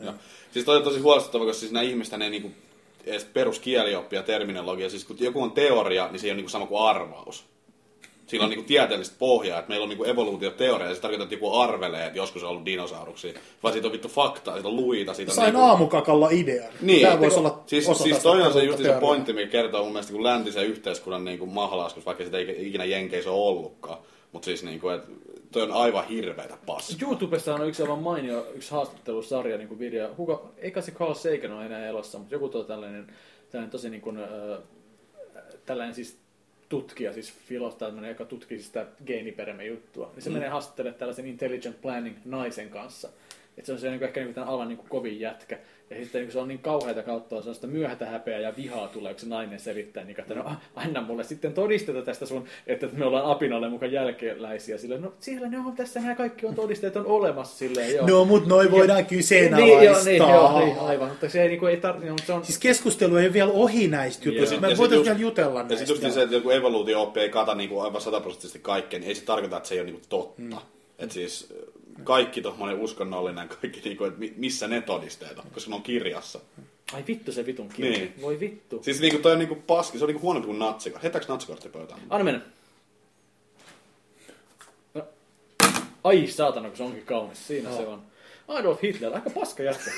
Joo. Siis toi on tosi huolestuttava, koska siis nämä ihmiset ei niinku edes peruskielioppia ja terminologia. Siis kun joku on teoria, niin se ei ole niinku sama kuin arvaus. Sillä on niinku tieteellistä pohjaa, että meillä on niinku evoluutioteoria, ja se tarkoittaa, että joku arvelee, että joskus on ollut dinosauruksia. Vaan siitä on vittu faktaa, siitä on luita, siitä on Sain niinku... aamukakalla idean. Niin, Tämä voisi olla siis, osa siis tästä tuota toi on se uutta just se teoriaa. pointti, mikä kertoo mun mielestä kun läntisen yhteiskunnan niin kuin mahlaiskus, vaikka sitä ei ikinä Jenkeissä ole ollutkaan. Mutta siis niin kuin, että toi on aivan hirveetä paskaa. YouTubessa on yksi aivan mainio, yksi haastattelusarja, niin kuin video. Kuka, eikä se Carl Sagan ole enää elossa, mutta joku tuo tällainen, tällainen tosi niin kuin, äh, tällainen siis tutkija, siis filostaatinen, joka tutkii siis sitä geeniperämejuttua. Niin se mm. menee haastattelemaan tällaisen intelligent planning naisen kanssa. Et se on se niin ehkä niin tämän alan niin kovin jätkä. Ja sitten niin se on niin kauheita kautta, on sellaista myöhätä häpeää ja vihaa tulee, kun se nainen selittää, niin että no, [laughs] ah, anna mulle sitten todisteta tästä sun, että me ollaan apinalle mukaan jälkeläisiä. Silleen, no siellä ne on, tässä nämä kaikki on todisteet on olemassa silleen, joo. No, mut noi voidaan Niin, joo, niin, kyseenalaistaa. joo, niin, aivan, mutta se ei, niin kuin, ei tarvitse, mutta se on... Siis keskustelu ei ole vielä ohi näistä jutuista. Joo. Me Ja sit voitaisiin just- vielä jutella Ja sitten näistä. just niin se, että joku evoluutio-oppi ei kata niin kuin aivan sataprosenttisesti kaikkea, niin ei se tarkoita, että se ei ole niin kuin totta. Mm. Et siis äh, kaikki tuommoinen uskonnollinen, kaikki niin kuin, että mi- missä ne todisteet on, koska ne on kirjassa. Ai vittu se vitun kirja. Niin. Voi vittu. Siis niin kuin, toi on niin kuin paski, se on niin kuin huonompi kuin natsikortti. Heitäks natsikortti pöytään? Anna mennä. No. Ai saatana, kun se onkin kaunis. Siinä no. se on. Adolf Hitler, aika paska jätkä.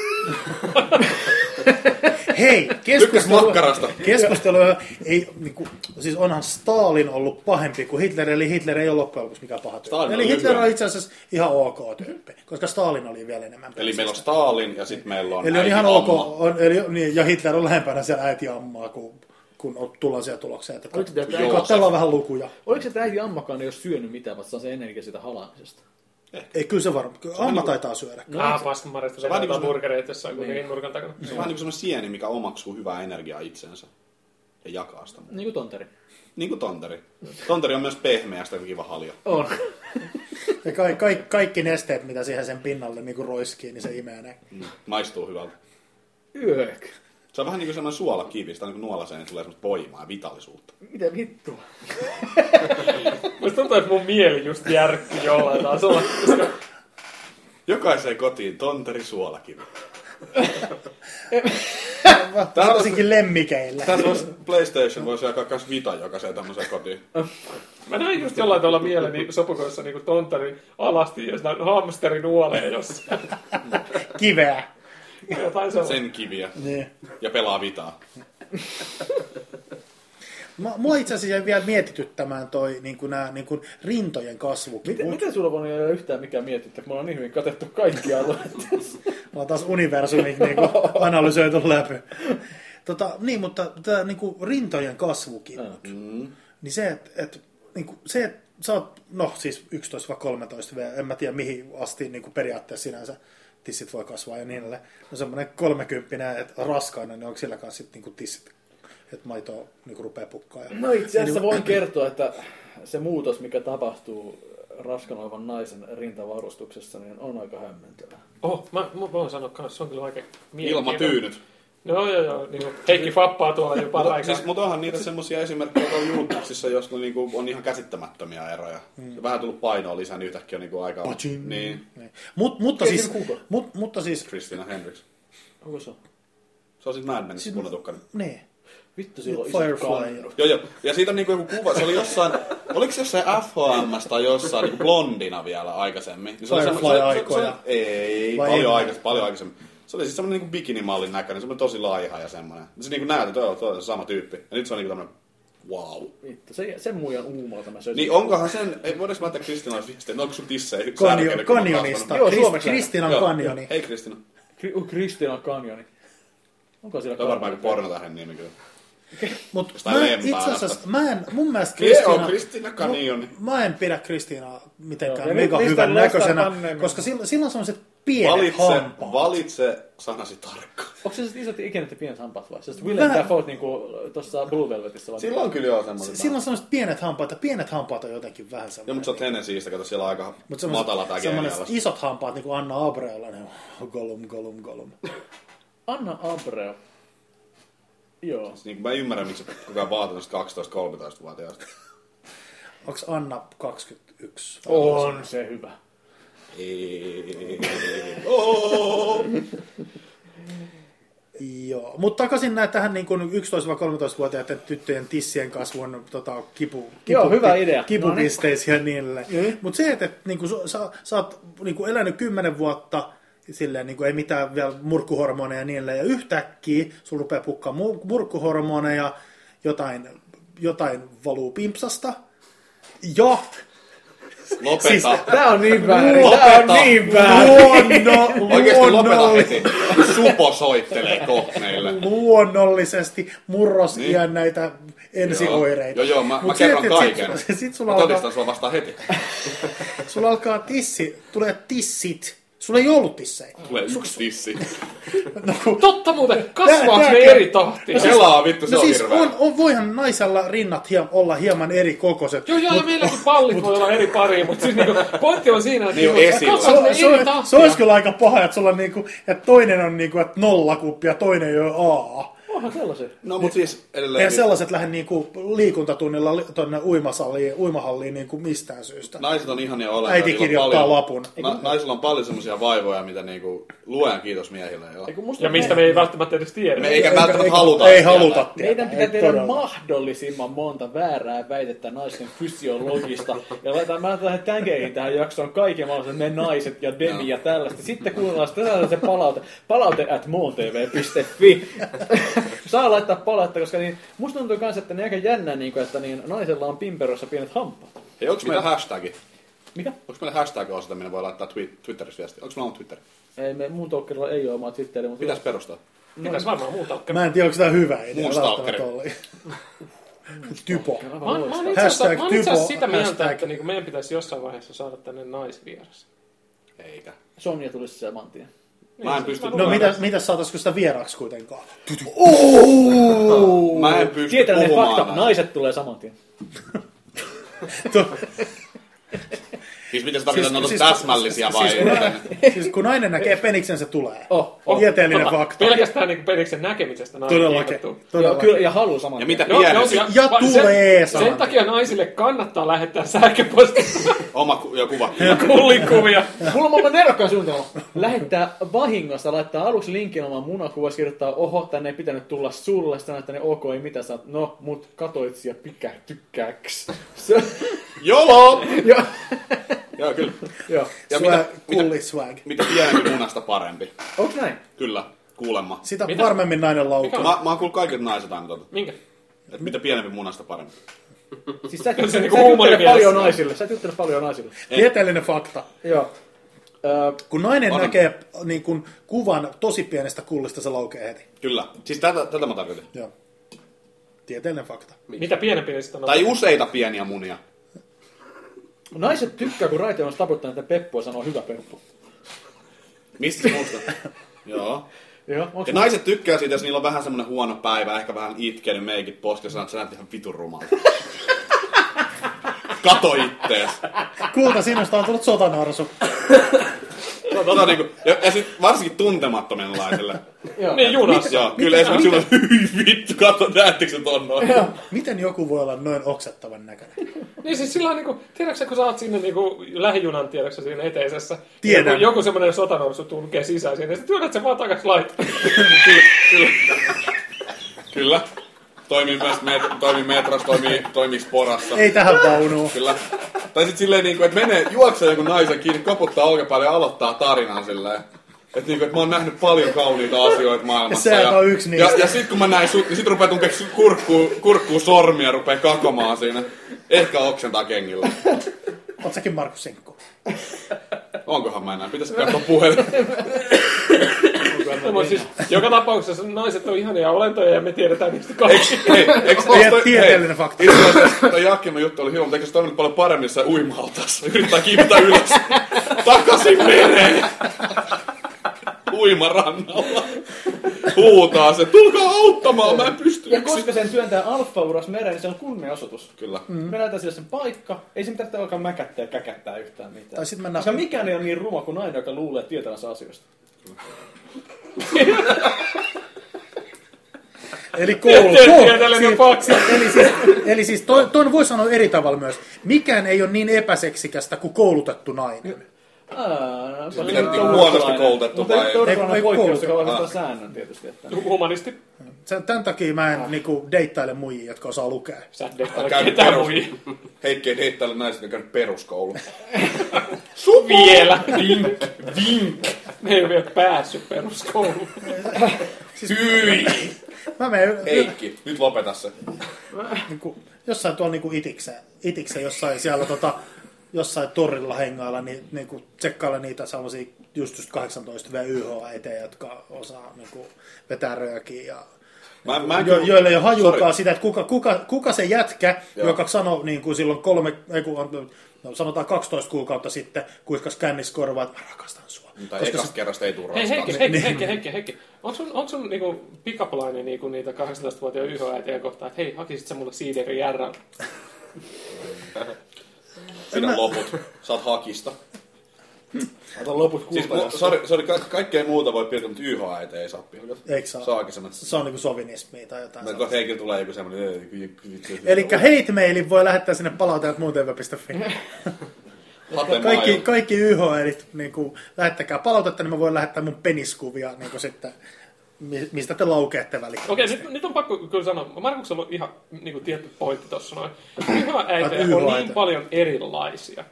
Hei, Tykkäs keskustelu, makkarasta! [laughs] keskustelu ei, niin kuin, siis onhan Stalin ollut pahempi kuin Hitler, eli Hitler ei ole loppujen lopuksi mikään paha Stalin tyyppi. Eli oli Hitler hyvä. on itse asiassa ihan ok tyyppi, koska Stalin oli vielä enemmän Eli meillä on perseestä. Stalin ja sitten meillä on Eli on äiti ihan ok, Amma. on, eli, niin, ja Hitler on lähempänä siellä äiti ammaa, kun, kun on- tullaan siihen tulokseen, että Oliko kat- tämä- Joo, katsellaan vähän lukuja. Oliko se, että äiti ammakaan ei ole syönyt mitään, vaan se on se energia siitä halaamisesta? Ei, kyllä se varmaan, kyllä Amma taitaa syödä. No, Ah, paskamarista, se vähän on niinku se- burgereita jossain kuitenkin nurkan takana. Se on vähän niin kuin semmoinen sieni, mikä omaksuu hyvää energiaa itsensä ja jakaa sitä. niin kuin tonteri. Niin kuin tonteri. Tonteri on myös pehmeä, sitä on kiva haljo. On. Ja ka- ka- kaikki nesteet, mitä siihen sen pinnalle niin kuin roiskii, niin se imee ne. Mm. Maistuu hyvältä. Yök. Se on vähän niin kuin semmoinen suolakivi, sitä niin kuin nuolaseen niin tulee semmoista voimaa ja vitaalisuutta. Mitä vittua? Musta tuntuu, että mun mieli just järkky jollain tasolla, koska Jokaiseen kotiin tonteri suolakivi. Varsinkin lemmikeillä. Tässä voisi PlayStation voisi jakaa myös vita jokaiseen tämmöiseen kotiin. Mä näin just jollain tavalla mieleni sopukoissa niinku tontarin alasti ja sitä hamsterin uoleen jossain. Kiveä. Jotain sellaista. Sen kiviä. Niin. Ja pelaa vitaa. Mua, mua itse asiassa jäi vielä mietityttämään toi niin kuin nää, niin kuin rintojen kasvukin. Miten, Miten, miten sulla on voinut jäädä yhtään mikään mietittä, kun me ollaan niin hyvin katettu kaikki alueet? Mä oon taas universumit niin [laughs] kuin, analysoitu läpi. Tota, niin, mutta tämä niin kuin rintojen kasvukimmut, mm. niin se, että et, niin kuin se, että sä oot, no siis 11-13 V, en mä tiedä mihin asti niin kuin periaatteessa sinänsä tissit voi kasvaa ja niin edelleen. No semmoinen kolmekymppinen, että raskaana, niin onko silläkaan sitten niin kuin tissit, että maitoa niin kuin rupeaa pukkaa. Ja... Niin No itse asiassa voin kertoa, että se muutos, mikä tapahtuu raskan olevan naisen rintavarustuksessa, niin on aika hämmentävää. Oho, Oh, mä, mä voin sanoa kanssa, se on kyllä oikein Ilma mielenkiintoinen. tyynyt. Joo, joo, joo. Niin kuin Heikki fappaa tuolla jo Mutta, paraikaa. siis, mutta onhan niitä semmoisia esimerkkejä tuolla YouTubessa, jos ne niinku on ihan käsittämättömiä eroja. Mm. Vähän tullut painoa lisää, niin yhtäkkiä on niinku aika... Pachin. Niin, Niin. Mut, mutta, Ei siis, siinä kuka. mut, mutta siis, Kristina Hendricks. Onko se? Se on siis Mad Menissä punatukkainen. niin. Vittu, sillä on isot Firefly. kannut. Joo, joo. Ja siitä on niinku joku kuva, se oli jossain, oliko se jossain FHM tai jossain niinku blondina vielä aikaisemmin? Niin se oli Firefly semmo- se- se- aikoja. se- Ei, Vai paljon, ei? aikais, paljon aikaisemmin. Se oli siis semmoinen niinku bikinimallin näköinen, semmoinen tosi laiha ja semmoinen. Se niinku näytti, toi on, toi on sama tyyppi. Ja nyt se on niinku tämmöinen wow. Vittu, se, sen muijan uumalta mä söin. Niin onkohan sen, ei voidaanko mä ajatella Kristina olisi viestiä, että onko sun tissejä Kanjo, kanjonista. Joo, Joo, Krist, suomeksi. Kristinan kanjoni. Hei Kristina. Kri- uh, Kristina Kanjoni. Onko sillä Tämä on No varmaan kanjoni? joku pornotähden nimi kyllä. Mut Sitä mä en, lempää. itse asiassa, mä en, mun mielestä Joo, Kristina... Kristina Kanjoni. Mu- Mä en pidä Kristinaa Joo, mitenkään ja mega nyt listan hyvän näköisenä, listan panneemme. koska sillä, sillä on sellaiset pienet Valitse, hampaat. valitse sanasi tarkkaan. Onko se sit isot ikinä te pienet hampaat vai? Se on Willem Vähän- Dafoe niinku tossa Blue Velvetissä vai? Silloin kyllä joo semmoinen. S- sillä on sellaiset pienet hampaat, ja pienet hampaat on jotenkin vähän Joo, semmoinen. mutta sä oot Tennesseeistä, kato siellä on aika Mut semmoiset- matala tää semmoiset genialasta. isot hampaat, niin kuin Anna Abreola, [laughs] ne on golum, golum, golum. Anna Abreu. Joo. Niin mä en ymmärrä, miksi kukaan vaatii noista 12-13-vuotiaasta. Onks Anna 21? On se hyvä. Joo, mutta takaisin näin tähän niin kuin 11-13-vuotiaiden tyttöjen tissien kasvun tota, kipu, kipu, Joo, hyvä idea. kipupisteisiä no, niille. Mm. Mutta se, että et, niin kuin, sä, sä oot niin kuin elänyt 10 vuotta, silleen, niin kuin, ei mitään vielä murkkuhormoneja ja niille, ja yhtäkkiä sulla rupeaa pukkaa mur- murkkuhormoneja, jotain, jotain valuu pimpsasta, ja Lopeta. Siis- Tää on [laughs] niin väärin. Tää on Lopeta. niin väärin. luonno, Oikeesti lopeta luonnollisesti. heti. Supo soittelee kohteille. luonnollisesti murrosiän niin. näitä ensioireita. Joo, joo, mä- mä Mut kerron se, että kaiken. Sit, sit sulla, Mä alkaa, todistan sua vastaan heti. sulla alkaa tissi, tulee tissit. Sulla ei ollut tissejä. Tulee yksi No tissi. siis- Totta muuten, kasvaako Tää- ne tää- eri tahtia? Kelaa vittu, se no on siis hirveä. on, on, voihan naisella rinnat hiem, olla hieman eri kokoiset. Joo, joo, ja meilläkin pallit voi olla eri pari, mutta siis niinku, pointti on siinä, että Niin on niinku, esillä. Se, kasvaako ne se, eri se, se tahtia? olisi kyllä aika paha, että, sulla on niinku, että toinen on niinku, että nollakuppi ja toinen on A. Onhan sellaisia. No mut siis edelleen... Eihän niin- sellaiset lähde niinku liikuntatunnilla li- tuonne uimasalliin, uimahalliin niinku mistään syystä. Naiset on ihania olentoja. Äiti niillä on kirjoittaa paljon- lapun. Na, naisilla on paljon semmoisia vaivoja, mitä niinku, luojan kiitos miehillä ei ole. Eiku musta Ja mistä me ei välttämättä edes tiedä. Me eikä välttämättä haluta. Ei sitä. haluta. Meidän pitää Ei tehdä todella. mahdollisimman monta väärää väitettä naisten fysiologista. Ja laitetaan, mä laitan tägeihin tähän jaksoon kaiken mahdollisen me naiset ja Demi ja tällaista. Sitten kuunnellaan sitä se palaute. Palaute at moontv.fi. Saa laittaa palautetta, koska niin, musta tuntuu kanssa, että niin aika jännä, niin kuin, että niin, naisella on pimperossa pienet hampaat. Hei, onks meillä hashtagi? Mitä? Onks meillä hashtag-osata, minne voi laittaa twi- Twitterissä viestiä? Onks meillä on Twitter? Ei, me, mun tokkerilla ei ole omaa Twitteriä, mutta Pitäis perustaa. Pitäis varmaan muuta olla. Mä en tiedä, onko tämä hyvä idea. Muun välttämättä stalkeri. [laughs] olla. Typo. No, Mä, oon- mä oon itse asiassa- Hashtag mä oon itse asiassa typo, sitä mieltä, hashtag. että niinku meidän pitäisi jossain vaiheessa saada tänne naisvieras. Niin, Eikä. Sonja tulisi saman tien. Mä siis en pysty... No mitä, mitä saataisiko sitä vieraksi [laughs] kuitenkaan? Mä en pysty Tietäinen fakta, No, puhumaan. näin. naiset tulee saman tien. Siis miten se tarkoittaa, että ne on Siis- täsmällisiä vai? Siis, kun, siis kun nainen näkee peniksen, se tulee. Oh, oh. Tieteellinen Tota, fakta. Pelkästään niinku peliksen näkemisestä naiset Todellakin. kiinnostuu. Joo, Todellakin. kyllä, ja haluaa saman Ja tien. mitä Joo, joo, pienempi? Ja va- tulee sen, saman sen takia naisille kannattaa lähettää sähköpostia Oma ku- ja kuva. [laughs] kullikuvia. Mulla on maailman nerokkaan suunnitelma. Lähettää vahingossa, laittaa aluksi linkin oman munakuvas, kirjoittaa, oho, tänne ei pitänyt tulla sulle, sanoo, että ne ok, ei mitä sä, oot?" no, mut katoit siellä pikä tykkääks. Se, Jolo! [laughs] joo, Joo, kyllä. joo. Ja Swag, mitä, mitä, kulli swag. mitä pienempi munasta parempi. Onks näin? Kyllä, kuulemma. Sitä Mitä- varmemmin nainen laukaa. Mä, mä oon kuullut kaikilta naiset aina tota. Minkä? Et mitä pienempi munasta parempi. Siis sä et sä et niinku juttele huumorimielessä. paljon naisille. Sä et juttele paljon naisille. Tieteellinen fakta. Joo. Öö, Kun nainen on. näkee niin kun, kuvan tosi pienestä kullista, se laukee heti. Kyllä. Siis tätä, tätä mä tarkoitin. Joo. Tieteellinen fakta. Mitä pienempi, niin sitten on... Tai useita pieniä munia. naiset tykkää, kun Raite on taputtaa näitä peppuja ja sanoo hyvä peppu. Mistä se muusta? Joo. Joo, onks Ja naiset tykkää siitä, jos niillä on vähän semmonen huono päivä, ehkä vähän itkenyt meikit poskessa, sanoo, että sä näet ihan vitun rumalta. Kato ittees. Kulta, sinusta on tullut sotanarsu. Tota, niinku, ja, ja sit varsinkin tuntemattomille laisille. Joo. Niin junassa. Joo, kyllä esimerkiksi sulla on, vittu, kato, näettekö se ton noin? Miten joku voi olla noin oksettavan näköinen? Niin siis sillä on niinku, tiedätkö sä, kun sä oot sinne niinku lähijunan, tiedätkö sä, siinä eteisessä. Tiedän. Joku, joku semmoinen sotanorsu tulkee sisään sinne, ja sit työnnät sen vaan takas lait. Kyllä. Toimii myös met- toimii metras, toimii, toimii sporassa. Ei tähän vaunuun. Kyllä. Tai sitten silleen, niinku, että menee, juoksee joku naisen kiinni, koputtaa olkapäälle ja aloittaa tarinan silleen. Että niinku, et mä oon nähnyt paljon kauniita asioita maailmassa. Ja sä et ja, oo yksi ja, niistä. ja sit kun mä näin sut, niin sit rupee tunkee kurkkuu, kurkkuu sormia, rupee kakomaan siinä. Ehkä oksentaa kengillä. Oot säkin Markus Senkku. Onkohan mä enää? Pitäisikö katsoa [laughs] puhelin? No, mutta siis, joka tapauksessa naiset on ihania olentoja ja me tiedetään niistä kaikki. Hei, eikö Tie- tieteellinen fakta. Itse asiassa toi Jakkima juttu oli hyvä, mutta eikö se toiminut paljon paremmin, jos sä uimaltaassa yrittää kiivetä ylös. Takaisin mereen. Uimarannalla. Huutaa se, tulkaa auttamaan, mä en pysty Ja yksin. koska sen työntää alfa-uras mereen, niin se on kunnianosoitus. Kyllä. Mm. Me näytetään sille sen paikka. Ei se mitään alkaa mäkättää ja käkättää yhtään mitään. Tai sit mennään- Koska mikään ei ole niin ruma kuin nainen, joka luulee tietävänsä asioista. Eli koulu. koulu- tieteellinen siis- Eli siis, eli siis toi, ton voi sanoa eri tavalla myös. Mikään ei ole niin epäseksikästä kuin koulutettu nainen. Aa, siis mitä, niinku huonosti koulutettu vai- Ah. Mutta Ei, todella ei on poikkeus, joka koulutettu. vahvistaa säännön tietysti. Että. Humanisti. Sen, tämän takia mä en niinku, deittaile muijia, jotka osaa lukea. Sä et dehtaa Käy ketään perus- muihin. Heikki ei deittaile naiset, joka on käynyt peruskoulun. Vielä. Vink. Vink. Ne ei ole vielä päässyt peruskouluun. Hyi! Mä menen y- Heikki, nyt lopeta se. niinku, jossain tuolla niinku itikseen, itikseen jossain siellä tota, jossain torilla hengailla, niin niinku, tsekkailla niitä sellaisia just, just 18 VYH eteen, jotka osaa niinku, vetää röökiä ja Mä, mä en jo, kyllä- joille ei ole hajuakaan Sori. sitä, että kuka, kuka, kuka se jätkä, Joo. Joo. joka sanoi niin kuin silloin kolme, ei kun, no, sanotaan 12 kuukautta sitten, kuiskas kännis korvaa, että mä rakastan sua. Tai Koska ekasta se, kerrasta ei tuu Hei, Heikki, raskaasti. Heikki, Heikki, Heikki, Heikki. On sun, on sun niinku pikapalaini niinku niitä 18-vuotiaita yhä kohtaan, että hei, hakisit sä mulle siideri järran? Sinä loput. Saat hakista. Ota loput Siis, kulta. mu- sori, sori, ka- kaikkea muuta voi pitää, mutta YH ei, ei saa pilkata. Eikö saa? Saakin semmoinen se on niin kuin sovinismia tai jotain. No, kun heikillä tulee joku "Öö, semmoinen... "Ei, vittu, vittu, vittu." Eli hate mailin voi lähettää sinne palautajat muuteenpä.fi. Hatemaa Kaikki, jo. kaikki YH, eli niin kuin, lähettäkää palautetta, niin mä voin lähettää mun peniskuvia, niin kuin sitten, mi- mistä te laukeatte väliin. Okei, nyt, nyt on pakko kyllä sanoa. Markuksella on ihan niin kuin, tietty pointti tuossa noin. Niin Hyvä äitejä Ai, on yhä-äitejä. niin paljon erilaisia,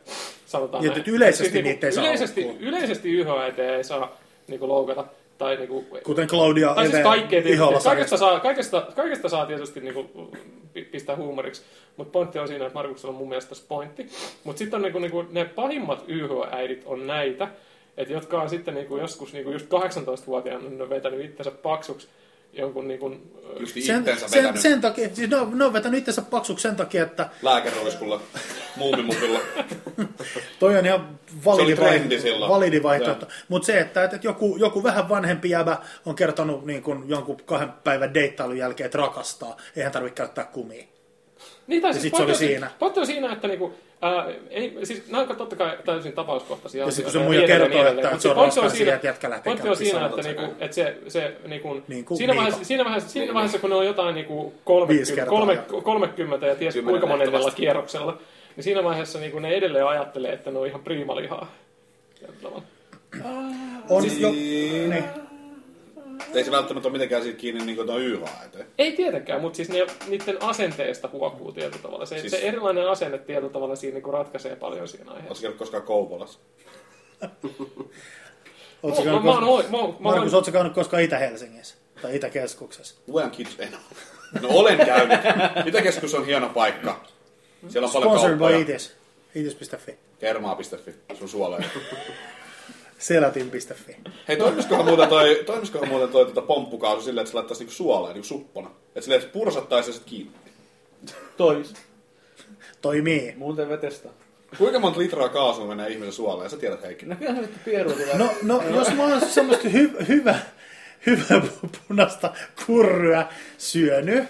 sanotaan Ja näin. nyt yleisesti niinku, niitä ei saa yleisesti, olla. Yleisesti yhä äitejä ei saa niin kuin, loukata. Tai, niin kuin, Kuten Claudia tai siis Eve kaikkea iholla tietysti. sarjasta. Kaikesta saa, kaikesta, kaikesta saa tietysti niin kuin, pistää huumoriksi. Mutta pointti on siinä, että Markuksella on mun mielestä tässä pointti. Mutta sitten on niin kuin, niin kuin, ne pahimmat YH-äidit on näitä, et jotka on sitten niin kuin, joskus niin kuin, just 18-vuotiaana ne on vetänyt itsensä paksuksi jonkun niin kuin, Just Sen, itteensä sen, vetänyt. sen takia, siis ne on, ne on vetänyt itsensä paksuksi sen takia, että Lääkäroiskulla. [laughs] Muumimupilla. Toi on ihan validi, Se oli trendi vaihtoehto, silloin. validi vaihtoehto. Mutta se, että, että joku, joku vähän vanhempi jäbä on kertonut niin kun jonkun kahden päivän deittailun jälkeen, että rakastaa. Eihän tarvitse käyttää kumia. Niin, tai Ja siis sit se oli pointti on siinä. Pointti on siinä, että niinku, ää, ei, siis nämä on totta kai täysin tapauskohtaisia Ja sit kun se asioita muija niin edelleen, kertoo, niin edelleen. että Mut se on pointti raskaana, siinä- ja jätkä lähtee Pointti on kämppiin, siinä, että, sanotaan niinku, että se, se niinku, Niin kuin siinä, Miika. vaiheessa, siinä, vaiheessa, siinä vaiheessa, kun ne on jotain niinku 30, kertaa kolme, jo. 30 ja ties Kymmenen kuinka monella nähtävästi. kierroksella, niin siinä vaiheessa niinku ne edelleen ajattelee, että ne on ihan priimalihaa. Tietyllä tavalla. On Siis- jo, niin. Ei se välttämättä ole mitenkään siitä kiinni, niin kuin tuo YH-äitö. Ei tietenkään, mutta siis ne, niiden asenteesta huokuu tietyllä tavalla. Se, Siis- se erilainen asenne tietyllä tavalla siinä niinku ratkaisee paljon siinä aiheessa. Oletko käynyt koskaan Kouvolassa? Ootko Mä- käynyt mä koskaan- oon- mä oon- mä oon- Markus, ootko käynyt koskaan Itä-Helsingissä? Tai Itä-keskuksessa? Luen kids enää. No olen käynyt. Itäkeskus on hieno paikka. Siellä on paljon Sponsored by kauppoja. Itis. Itis.fi. Kermaa.fi, sun suoleen. Selatin.fi. Hei, toimisikohan muuten toi, toimisikohan muuten toi tota pomppukausi silleen, että se laittaisi niinku suoleen, niinku suppona. Että silleen, että pursattaisi ja sit kiinni. Tois. Toimii. Muuten vetestä. Kuinka monta litraa kaasua menee ihmisen suoleen? Sä tiedät, Heikki. No kyllä se vittu pieru tulee. No, no jos mä oon semmoista hy- hyvä, hyvä [laughs] punaista kurryä syönyt,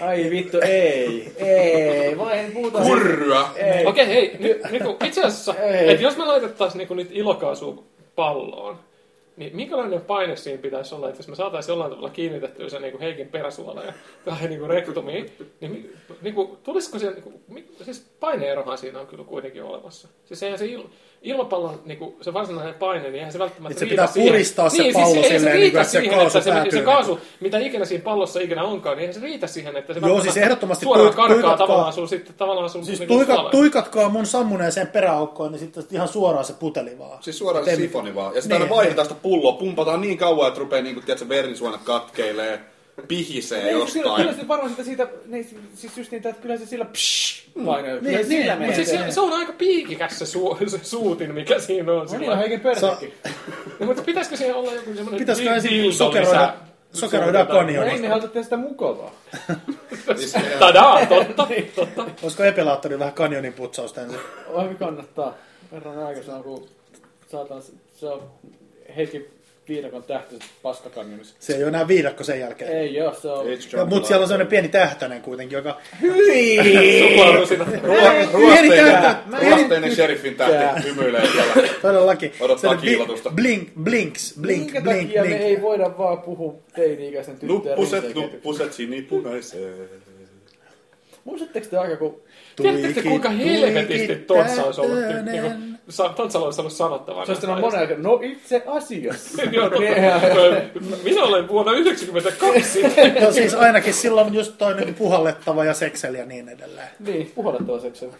Ai vittu, ei. Ei, vaan en puhuta. Kurryä! Ei. Okei, hei, nyt, niinku, itse asiassa, Ei. että jos me laitettaisiin niinku niitä ilokaasua palloon, niin minkälainen paine siinä pitäisi olla, että jos me saataisiin jollain tavalla kiinnitettyä sen niinku Heikin peräsuola ja tähän niinku rektumiin, niin mi- niinku, tulisiko se, niinku, mi- siis paineerohan siinä on kyllä kuitenkin olemassa. Siis eihän se il, ilmapallon, niinku, se varsinainen paine, niin eihän se välttämättä Että se riitä pitää siihen- puristaa se niin, pallo siis, eihän se silleen, riitä niinku, että se siihen, kaasu että se, se päätyy. niinku. kaasu, mitä ikinä siinä pallossa ikinä onkaan, niin eihän se riitä siihen, että se Joo, välttämättä siis ehdottomasti suoraan tuik- karkaa tuikatkaa- tavallaan sun sitten tavallaan sun siis niinku tuika, suoleen. tuikatkaa mun sammuneeseen peräaukkoon, niin sitten ihan suoraan se puteli vaan. Siis suoraan Tem- sifoni vaan. Ja sitä aina Niin. vaihdetaan sitä pulloa, pumpataan niin kauan, että rupeaa niinku, tiedätkö, verisuonet katkeilee, pihisee Ei, siis kyllä, kyllä jostain. se varmasti siitä, niin, siis just niitä, että kyllä se sillä psh, painaa. Kyllä Niin, se sillä niin, menee. Mutta siis se, se, on aika piikikäs se, su, se suutin, mikä siinä on. on ihan Sillä. Sa- oikein perhekin. No, mutta pitäisikö siihen olla joku semmoinen Pitäisikö di- ensin dildo sokeroida, lisää? sokeroida No ei, kanjoni? me halutaan tehdä sitä mukavaa. Siis, eh, [laughs] Tadaa, totta, Niin. totta. Olisiko epilaattori vähän kanjonin putsausta ensin? Oi, me kannattaa. Verran aika se on, kun saatan, se on Heikki Viidakon tähtiset paskakannionissa. Se ei ole enää viidakko sen jälkeen. Ei joo, se on... H. Ja, John mutta siellä on sellainen pieni tähtäinen kuitenkin, joka... Suklaarusina. Ruo- Pieni tähtä- Ruosteinen, pieni- ruosteinen sheriffin tähti hymyilee siellä. Todellakin. Odottaa sellainen bi- kiillotusta. Blink, blinks, blink, Minkä blink, takia me ei blink. voida vaan puhua teini-ikäisten tyttöjen Luppuset, risteilyketjusta? luppuset, sinipunaiset. Muistatteko te aika, kun Tiedättekö te, kuinka Tuiki, helvetisti tuiki, Tontsa olisi ollut? tähtäinen. Niinku, sa- Tontsalla olisi ollut sanottavaa. se näistä olisi sanonut monen aiheista. aikaa, no itse asiassa. [laughs] [laughs] Joo, totta. Minä olen vuonna [laughs] 92. No siis ainakin silloin just toi niinku puhallettava ja sekseli ja niin edelleen. Niin, puhallettava seksuaali.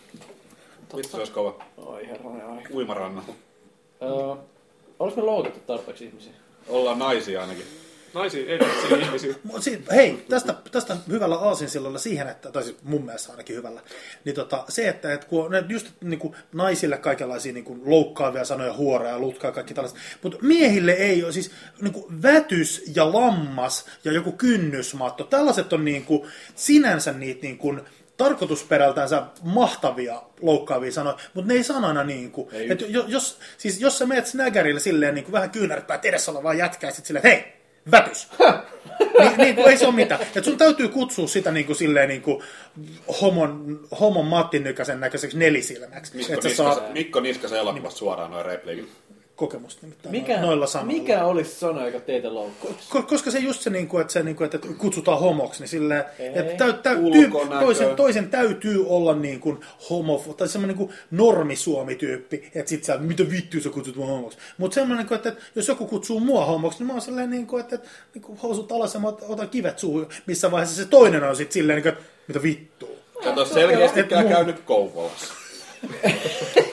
Vitsi, se olisi kova. Oi herranen aika. Uimarannalla. Öö, olis me loukattu tarpeeksi ihmisiä? Ollaan naisia ainakin. Naisiin ei tarvitse ihmisiä. Mut si- Hei, tästä, tästä hyvällä aasinsillalla siihen, että, tai siis mun mielestä ainakin hyvällä, niin tota, se, että et kun on ne just niin kuin, naisille kaikenlaisia niin kuin, loukkaavia sanoja, huoreja, lutkaa ja kaikki tällaiset, mutta miehille ei ole siis niin kuin, vätys ja lammas ja joku kynnysmatto, tällaiset on niin kuin, sinänsä niitä niin kuin, tarkoitusperältänsä mahtavia loukkaavia sanoja, mutta ne ei sanana niin kuin, et jo- jos, siis jos sä meet snägärille silleen niin kuin vähän kyynärpäät edessä olevaa jätkää, sit silleen, hei, vätys, niin, niin kuin, ei se ole mitään. Et sun täytyy kutsua sitä niin kuin, silleen, niin kuin, homon, homon Matti Nykäsen näköiseksi nelisilmäksi, Mikko, että sä Niskasen, saat Mikko Niskasen elokuvasta suoraan noin repliikit. kokemusta nimittäin Mikä, noilla sanoilla. mikä olisi sana, joka teitä loukkaa? Ko- Koska se just se, niin kuin, että, se, niin kuin, että kutsutaan homoksi, niin silleen, että täy, täy, Ulkonäkö. tyy- toisen, toisen täytyy olla niin kuin homo, tai semmoinen niin normisuomityyppi, että sit sä, mitä vittu sä kutsut mua homoksi. Mutta semmoinen, niin että, että jos joku kutsuu mua homoksi, niin mä oon silleen, niin kuin, että, että niin kuin housut alas ja mä ot- otan kivet suuhun, missä vaiheessa se toinen on sitten silleen, niin kuin, että mitä vittua. Kato, selkeästikään käynyt Kouvolassa.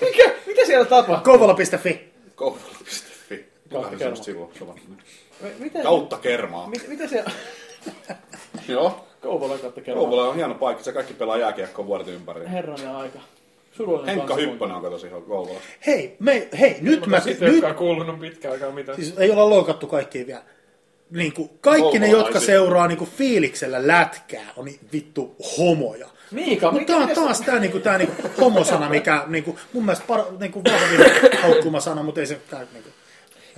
Mikä, mitä siellä tapahtuu? Kouvola.fi. Kouvola.fi. Kautta Kautta kermaa. kermaa. M- Mitä, Kautta kermaa. mit, mitä siellä... [laughs] Joo. Kouvola kautta kerran. Kouvola on hieno paikka, se kaikki pelaa jääkiekkoa vuodet ympäri. Herranen aika. Surullinen Henkka kansakunta. Hyppönen on kato siihen Kouvola. Hei, me, hei, nyt mä, Mä sitten, nyt, joka on kuulunut pitkään aikaa mitään. Siis ei olla loukattu kaikkia vielä. Niin kuin kaikki ne, Homolaisia. jotka seuraa niin kuin fiiliksellä lätkää, on niin vittu homoja. Miika, Mutta mikä, tämä No on mitä sä- taas tämä niinku, tää niinku homosana, mikä niinku, mun mielestä par, niinku, vahvin haukkuma sana, mutta ei se käy niinku.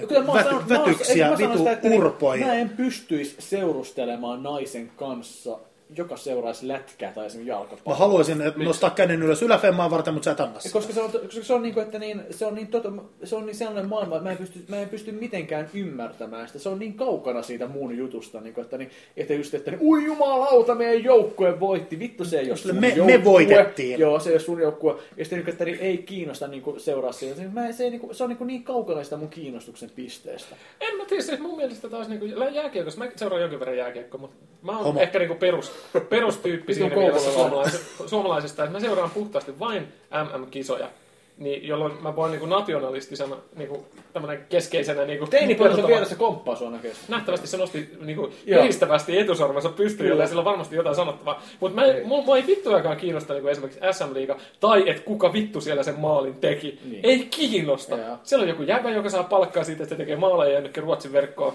Kyllä mä oon Vät- sanonut- mä oon- vätyksiä, eikö mä sano vitu sitä, että niinku, urpoja. Mä en pystyisi seurustelemaan naisen kanssa, joka seuraisi lätkää tai esimerkiksi Mä jalkapalloa. haluaisin et nostaa käden ylös yläfemmaa varten, mutta sä et anna sitä. Koska se on, koska se on, niin kuin, että niin, se on, niin, tota, se on niin sellainen maailma, että mä en, pysty, mä en pysty mitenkään ymmärtämään sitä. Se on niin kaukana siitä mun jutusta, niin kuin, että, niin, että just, että niin, ui jumalauta, meidän joukkue voitti. Vittu se ei ole sun Me- me joukkue. voitettiin. Joo, se ei ole sun joukkue. Ja sitten niin, kuin, että niin, ei kiinnosta niin kuin, seuraa siitä. Mä, en- se, ei, niin kuin, se on niin, kuin, niin kaukana sitä mun kiinnostuksen pisteestä. En mä tiedä, siis mun mielestä taas niinku jääkiekossa, mä seuraan jonkin verran jääkiekkoa, mutta mä oon Homo. ehkä niinku perus, perustyyppi siinä Vitun mielessä koululainen. suomalaisesta, suomalaisesta, että mä seuraan puhtaasti vain MM-kisoja. niin jolloin mä voin niin nationalistisena niin tämmönen keskeisenä... Niin Teinipoikaisen vieressä komppaa sua näköisesti. Nähtävästi se nosti niinku Joo. riistävästi etusormensa pystyyn, Kyllä. jolla sillä on varmasti jotain sanottavaa. Mutta mä, ei. mua, mua ei vittuakaan kiinnosta niinku esimerkiksi SM Liiga, tai että kuka vittu siellä sen maalin teki. Niin. Niin. Ei kiinnosta. Joo. Siellä on joku jäbä, joka saa palkkaa siitä, että se tekee maaleja jonnekin Ruotsin verkkoon.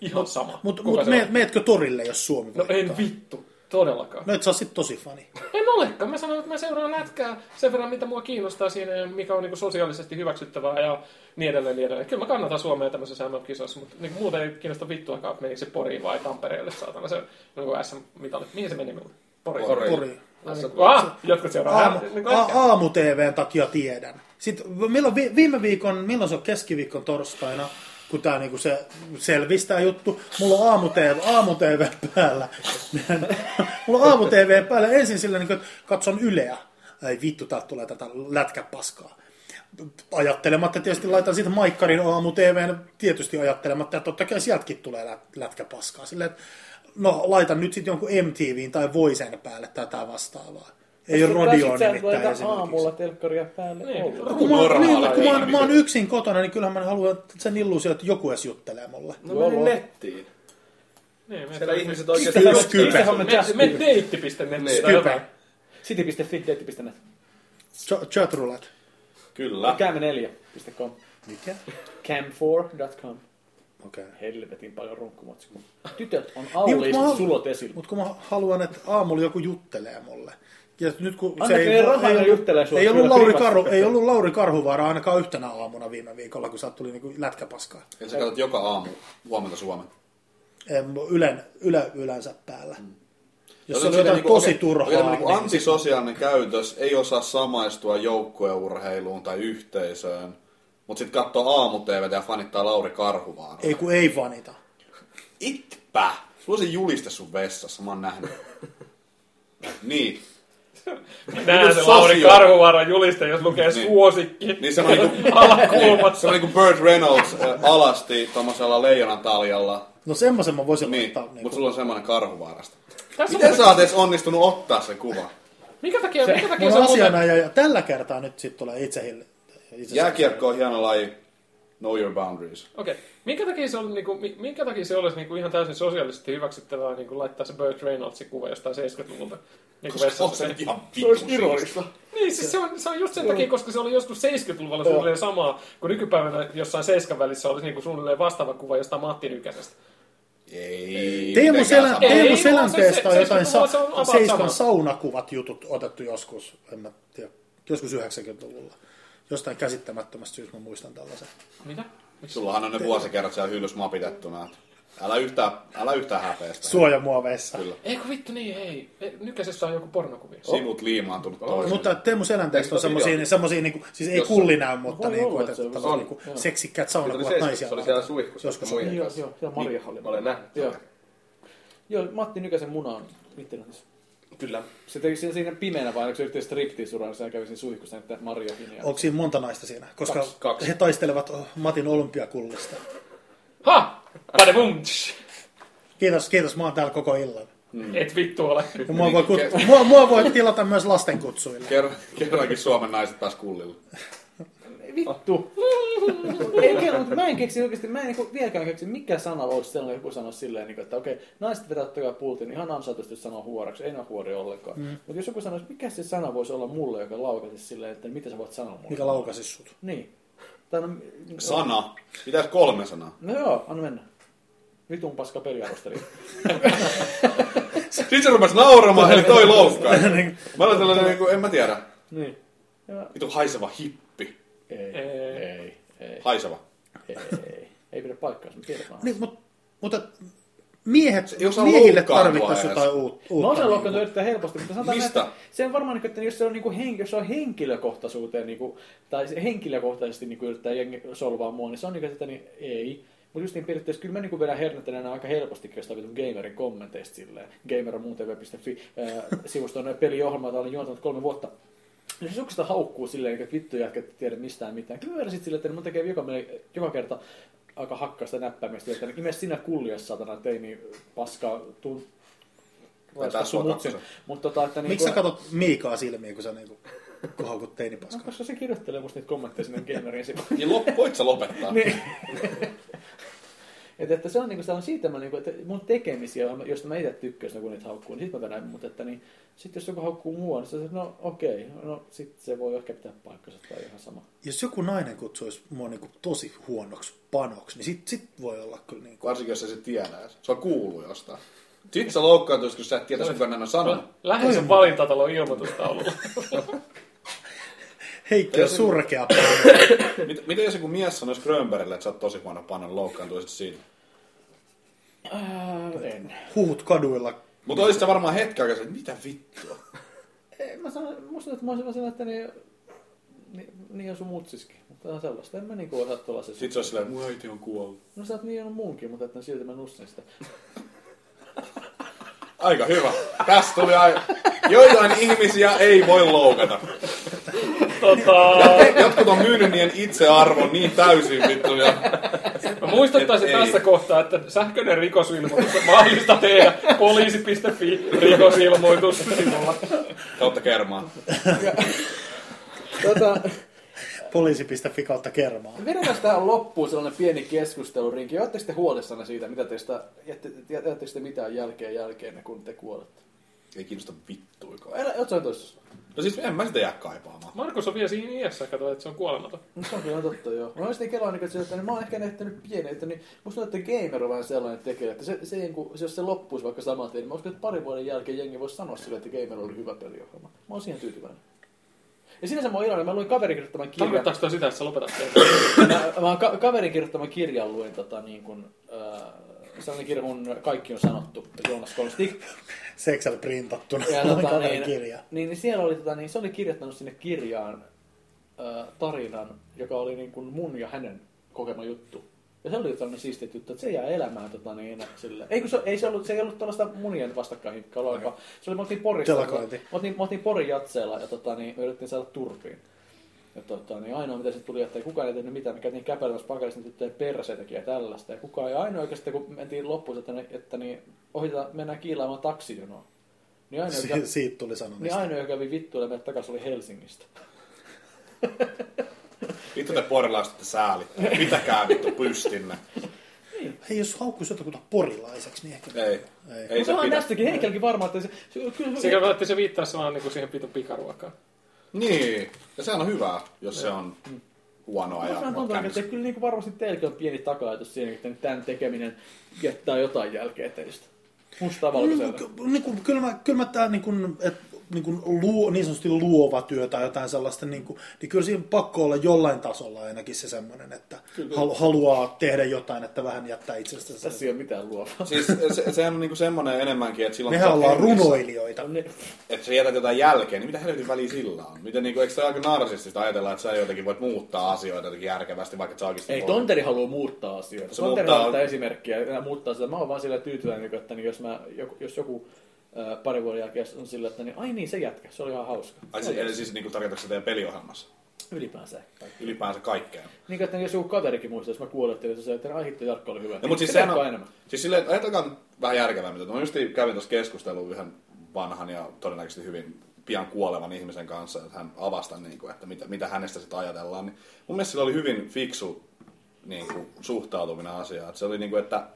Ihan sama. Mutta kuka mut se me, on. meetkö torille, jos Suomi No voittaa? en vittu. Todellakaan. No et sä oot sit tosi fani. En olekaan. Mä sanon, että mä seuraan lätkää sen verran, mitä mua kiinnostaa siinä ja mikä on niin sosiaalisesti hyväksyttävää ja niin edelleen, niin edelleen. Kyllä mä kannatan Suomea tämmöisessä MM-kisassa, mutta niin muuten ei kiinnosta vittuakaan, että menikö se Poriin vai Tampereelle, saatana se niin SM-mitalle. Mihin se meni minulle? Poriin. Poriin. Pori. Ah, jotkut Aamu, seuraa. Niin kuin a, ehkä. aamu TVn takia tiedän. Sitten v- milloin, vi- viime viikon, milloin se on keskiviikon torstaina, kun tää niinku se selvistää juttu. Mulla on aamu TV, aamu TV päällä. [laughs] Mulla on aamu TV päällä ensin sillä, niinku, että katson Yleä. Ei vittu, täältä tulee tätä lätkäpaskaa. Ajattelematta tietysti laitan sitten Maikkarin aamu TVn, tietysti ajattelematta, että totta kai sieltäkin tulee lä- lätkäpaskaa. Silleen, että no laitan nyt sitten jonkun MTVn tai Voisen päälle tätä vastaavaa. Ei ole radioa nimittäin esimerkiksi. aamulla telkkaria päälle Niin. ollenkaan. Kun mä, oon- Normaali niin, kun mä, oon- ihminen. mä oon yksin kotona, niin kyllähän mä haluan sen illuusion, että joku edes juttelee mulle. No meni nettiin. Niin, me- Siellä ihmiset Sitten oikeasti... hän on kypä. Mistähän me me- just- me Niin. deitti.net tai jotain. Kypä. City.fi, date.net. Ch- Chatrulet. Kyllä. Cam4.com. Mikä? Cam4.com. Okei. Helvetin paljon runkkumatsi. kun Tytöt Niin, on mut mä auliisti haluan- sulot esillä. Mutta kun mä haluan, että aamulla joku juttelee mulle. Ja nyt kun Anna kyllä rahaa ja juttelee sua ei ollut, kyllä Lauri privassa. Karhu, ei ollut Lauri Karhuvaara ainakaan yhtenä aamuna viime viikolla, kun sä tuli niinku lätkäpaskaa. Eli sä katsot joka aamu huomenta Suomen. Em, Ylen, yle, ylänsä päällä. Mm. Jos Joten se oli siinä jotain niinku- tosi okei, turhaa. okei, tämmönen niinku niin- antisosiaalinen käytös ei osaa samaistua joukkueurheiluun tai yhteisöön, mutta sitten katsoo aamu ja fanittaa Lauri Karhuvaara. Ei kun ei vanita. Itpä! Sulla on se juliste sun vessassa, mä oon nähnyt. niin. Nää se Sosio. Lauri Karhuvaaran juliste, jos lukee Niin. suosikki. Niin se on niinku, Alakulmat. se on niinku Burt Reynolds äh, alasti tommosella leijonan taljalla. No semmoisen mä voisin Niin, laittaa. Niinku. mutta sulla on semmoinen karhuvaarasta. Tässä on Miten sä oot edes onnistunut ottaa sen kuva? Minkä takia, minkä takia Mun se on muuten... asianajaja, ja tällä kertaa nyt sitten tulee itse hill- itse- Jääkiekko on hieno laji. Know your boundaries. Okei. Minkä takia se, oli, niin kuin, minkä takia se olisi niin kuin ihan täysin sosiaalisesti hyväksyttävää niin kuin laittaa se Burt Reynoldsin kuva jostain 70-luvulta? Niin kuin Koska on vessassa. se nyt ihan Se olisi vittu ironista. Niin, siis se on, se on just sen takia, koska se oli joskus 70-luvulla suunnilleen samaa, kun nykypäivänä jossain seiskan välissä olisi niin kuin suunnilleen vastaava kuva jostain Matti Nykäsestä. Ei. Teemu, mitenkään Selän, sama. Ei, Teemu ei, se- Selänteestä se- on se- jotain se- sa- se on about sama. Seiskan saunakuvat jutut otettu joskus, en mä tiedä, joskus 90-luvulla. Jostain käsittämättömästä syystä mä muistan tällaisen. Mitä? Sullahan on ne vuosikerrat siellä hyllyssä mapitettuna. et Älä yhtään, älä yhtään häpeästä. Suojamuoveissa. Kyllä. Eikö vittu niin, hei. E- Nykäsessä on joku pornokuvia. Sinut liimaantunut toiseen. Mutta Teemu Selänteestä on Eikö se semmosia, niin, semmosia niinku, siis ei Jossain. kulli näy, mutta voi niinku, olla, että että se on- tällaiset on. niinku seksikkäät Se oli saunakuvat seiskas, naisia. se oli siellä varten. suihkussa. Joskus muiden on. Joo, kanssa. joo, siellä Marja Niin, Hallin. Mä olen nähnyt. Joo. Joo, Matti Nykäsen muna on internetissä. Kyllä. Se teki siinä- siinä pimeänä vai oliko se yhteen striptiisuraa, niin se kävi siinä suihkussa, että Maria Hinia. Onko siinä monta naista siinä? Koska Kaksi, kaksi. he taistelevat oh, Matin olympiakullista. Ha! Padebum! Tsh! Kiitos, kiitos, mä oon täällä koko illan. Et vittu ole. Ja mua, voi kut- mua, mua voi tilata myös lasten kutsuille. Kerran, kerrankin Suomen naiset taas kullilla. Ei Vittu! ei kerro, mutta mä en keksi oikeasti, mä en niinku vieläkään keksi, mikä sana voisi sellainen joku sanoa silleen, niinku, että okei, naiset vetää totta kai pultin, ihan ansaitusti sanoa huoraksi, ei enää huori ollenkaan. Mm. Mutta jos joku sanoisi, mikä se sana voisi olla mulle, joka laukaisi silleen, että mitä sä voit sanoa mulle? Mikä laukasi sut? Niin. Tai no, Sana. Pitäis kolme sanaa. no joo, anna mennä. Vitun paska peliarvosteli. Sitten [laughs] se rupes nauramaan, eli toi loukkaa. Mä olen tällainen, [laughs] niin kuin, en mä tiedä. niin. Ja, Vitu haiseva hippi. ei, Ei. ei, ei, Haiseva. ei, ei, ei pidä paikkaansa, mä tiedän vaan. Niin, mut, mutta miehet, Ei osaa miehille loukkaantua tarvittaisiin edes. jotain uut, Mä uutta. osaan loukkaantua erittäin helposti, mutta sanotaan, Mistä? Näin, että se on varmaan, että jos se on, niinku hen, jos se on henkilökohtaisuuteen, niinku, tai se henkilökohtaisesti niinku yrittää jengi solvaa mua, niin se on niinku, sitä, niin ei. Mutta just niin periaatteessa kyllä mä niinku vedän hernettelen aina aika helposti jostain vitun gamerin kommenteista silleen. Gamer on muutv.fi ää, sivuston peliohjelma, jota olen juontanut kolme vuotta. Ja Niin se sitä haukkuu silleen, että vittu jätkä, että tiedä mistään mitään. Kyllä mä sitten silleen, että mun tekee joka, mele- joka kerta aika hakkaista näppäimistä, että ime sinä kuljas satana teini paskaa tun, Vetää sua Mutta tota, että Miksi sä katot Miikaa silmiin, kun sä niinku... kun haukut teinipaskaa. No, Koska se kirjoittelee musta niitä kommentteja sinne gamerin sivuun. [laughs] Niin lop, voit sä lopettaa? Niin. Et, että se on, niinku, se on siitä, mä, niinku, että mun tekemisiä, josta mä itse tykkäsin, kun niitä haukkuu, niin sit mä tänään, mutta että niin, sit jos joku haukkuu mua, niin se no okei, no sit se voi ehkä pitää paikkansa tai ihan sama. Jos joku nainen kutsuisi mua niin kuin tosi huonoksi panoksi, niin sit, sit voi olla kyllä niin kuin... Varsinkin jos sä se tiedä. Se on kuullut jostain. Sitten sä loukkaantuis, kun sä et tiedä, kuka näin on sanonut. Lähes on valintatalon ilmoitustaululla. Heikki on surkea Mit, mitä jos joku mies sanoisi Grönbergille, että sä oot tosi huono panon, loukkaantuisit siitä? Ää, en. huhut kaduilla. Mutta olisit sä varmaan hetken aikaa, että mitä vittua? Ei, mä sanon, musta että mä olisin vaan sellainen, että niin, niin, niin on sun mutsiskin. Mutta on sellaista. En mä niinku osaa tuolla se. Sitten se olisi silleen, mun äiti on kuollut. No sä oot niin on munkin, mutta että silti mä nussin sitä. Aika hyvä. Tästä tuli aika... Joitain ihmisiä ei voi loukata. Tota, Jotkut on myynyt niiden itsearvon niin täysin vittu. Ja... mä muistuttaisin Nyt ei. tässä kohtaa, että sähköinen rikosilmoitus on mahdollista tehdä poliisi.fi rikosilmoitus sivulla. Kautta kermaa. tota, Poliisi.fi kautta kermaa. Vedetään tähän loppuun sellainen pieni keskustelurinki. Oletteko te huolissanne siitä, mitä teistä, jätte- jätättekö te mitään jälkeen jälkeen, kun te kuolette? Ei kiinnosta vittuikaan. Älä, oot sä toisessa? No siis en mä sitä jää kaipaamaan. Markus on vielä siinä iässä, katso, että se on kuolematon. No se on kyllä totta, joo. Mä olisin kelaa, niin että, että mä oon ehkä nähtänyt pieni, että niin, musta tuntuu, että gamer on vähän sellainen tekijä, että se, se, niin kuin, se jos se loppuisi vaikka saman tien, niin mä uskon, että parin vuoden jälkeen jengi voisi sanoa sille, että gamer oli hyvä peliohjelma. Mä oon siihen tyytyväinen. Ja sinänsä mä oon iloinen, mä luin kaverin kirjoittaman kirjan. Tarkoittaako toi sitä, että sä lopetat sen? mä, mä oon ka- kaverin kirjoittaman kirjan luin tota, niin kun, äh, sellainen kirja kun Kaikki on sanottu, Jonas Kolstik. Seksel printattuna. Ja Tota, tota, niin, niin, kirja. niin, niin, siellä oli, tota, niin, se oli kirjoittanut sinne kirjaan äh, tarinan, joka oli niin kun mun ja hänen kokema juttu. Ja se oli tämmöinen siisti juttu, että se jää elämään tota, niin, sille. Ei, kun se, ei se, ollut, se ei ollut tällaista munien vastakkainhinkkailua, vaan se oli, me oltiin Porissa. Telakointi. Me oltiin, me oltiin Porin jatseella ja tota, niin, me yritettiin saada turpiin. Ja tota, niin ainoa mitä sitten tuli, että ei kukaan ei tehnyt mitään, me käytiin käpelemässä pakarissa tyttöjen perseitäkin ja tällaista. Ja kukaan ei ainoa oikeastaan, kun mentiin loppuun, että, ne- että niin, ohitetaan, mennään kiilaamaan taksijonoon. Niin ainoa, joka, Si- siitä tuli niin sanomista. ainoa, joka kävi vittuille meille takaisin, oli Helsingistä. Vittu te porilaiset te sääli. Pitäkää vittu pystinne. Hei, jos haukkuisi jotakuta porilaiseksi, niin ehkä... Ei. Ei. Ei Mutta se onhan pidä. tästäkin Heikelkin varmaan, että se, se, kyllä, Sekä välttämättä se viittaa samaan niin kuin siihen pitun pikaruokaan. Niin. Ja sehän on hyvää, jos se on huonoa ja Musta vähän oot tuntuu, että kännissä. kyllä niin varmasti teilläkin on pieni taka-ajatus siinä, että tämän tekeminen jättää jotain jälkeä teistä. Musta Mm, valkoisella. Niin, niin kuin, kyllä mä, kyllä mä tää niin kuin, et, niin, kuin luo, niin sanotusti luova työ tai jotain sellaista, niin, kuin, niin kyllä siinä pakko olla jollain tasolla ainakin se semmoinen, että halu, haluaa tehdä jotain, että vähän jättää itsestään. sen- Tässä ei ole mitään luovaa. Siis se, sehän on niinku semmoinen enemmänkin, että silloin... Mehän kun sä ollaan oot hengissä, runoilijoita. Ne- Että sä jätät jotain jälkeen, niin mitä helvetin väliä sillä on? Miten niinku, eikö se ole aika narsistista ajatella, että sä jotenkin voit muuttaa asioita jotenkin järkevästi, vaikka et sä oikeasti Ei, voi? Tonteri haluaa muuttaa asioita. Se Tonteri muuttaa- ottaa esimerkkiä ja muuttaa sitä. Mä oon vaan sillä tyytyväinen, niinku, että niin jos, mä, joku- jos joku ää, pari vuoden jälkeen on sillä, että niin, ai niin, se jätkä, se oli ihan hauska. Ai siis, eli siis niinku tarkoitatko sä teidän peliohjelmassa? Ylipäänsä ehkä. Ylipäänsä kaikkeen. Niin, että jos joku kaverikin muistaa, jos mä kuolettelin, se että ai hitto, Jarkko oli hyvä. No, mutta siis Se sehän Jarkko on, enemmän. siis silleen, ajatelkaa vähän järkevämmin. Mä just kävin tuossa keskustelun yhden vanhan ja todennäköisesti hyvin pian kuolevan ihmisen kanssa, että hän avasta, niin kuin, että mitä, mitä hänestä sitten ajatellaan. Niin mun mielestä sillä oli hyvin fiksu niin kuin, suhtautuminen asiaan. Että se oli niin kuin, että,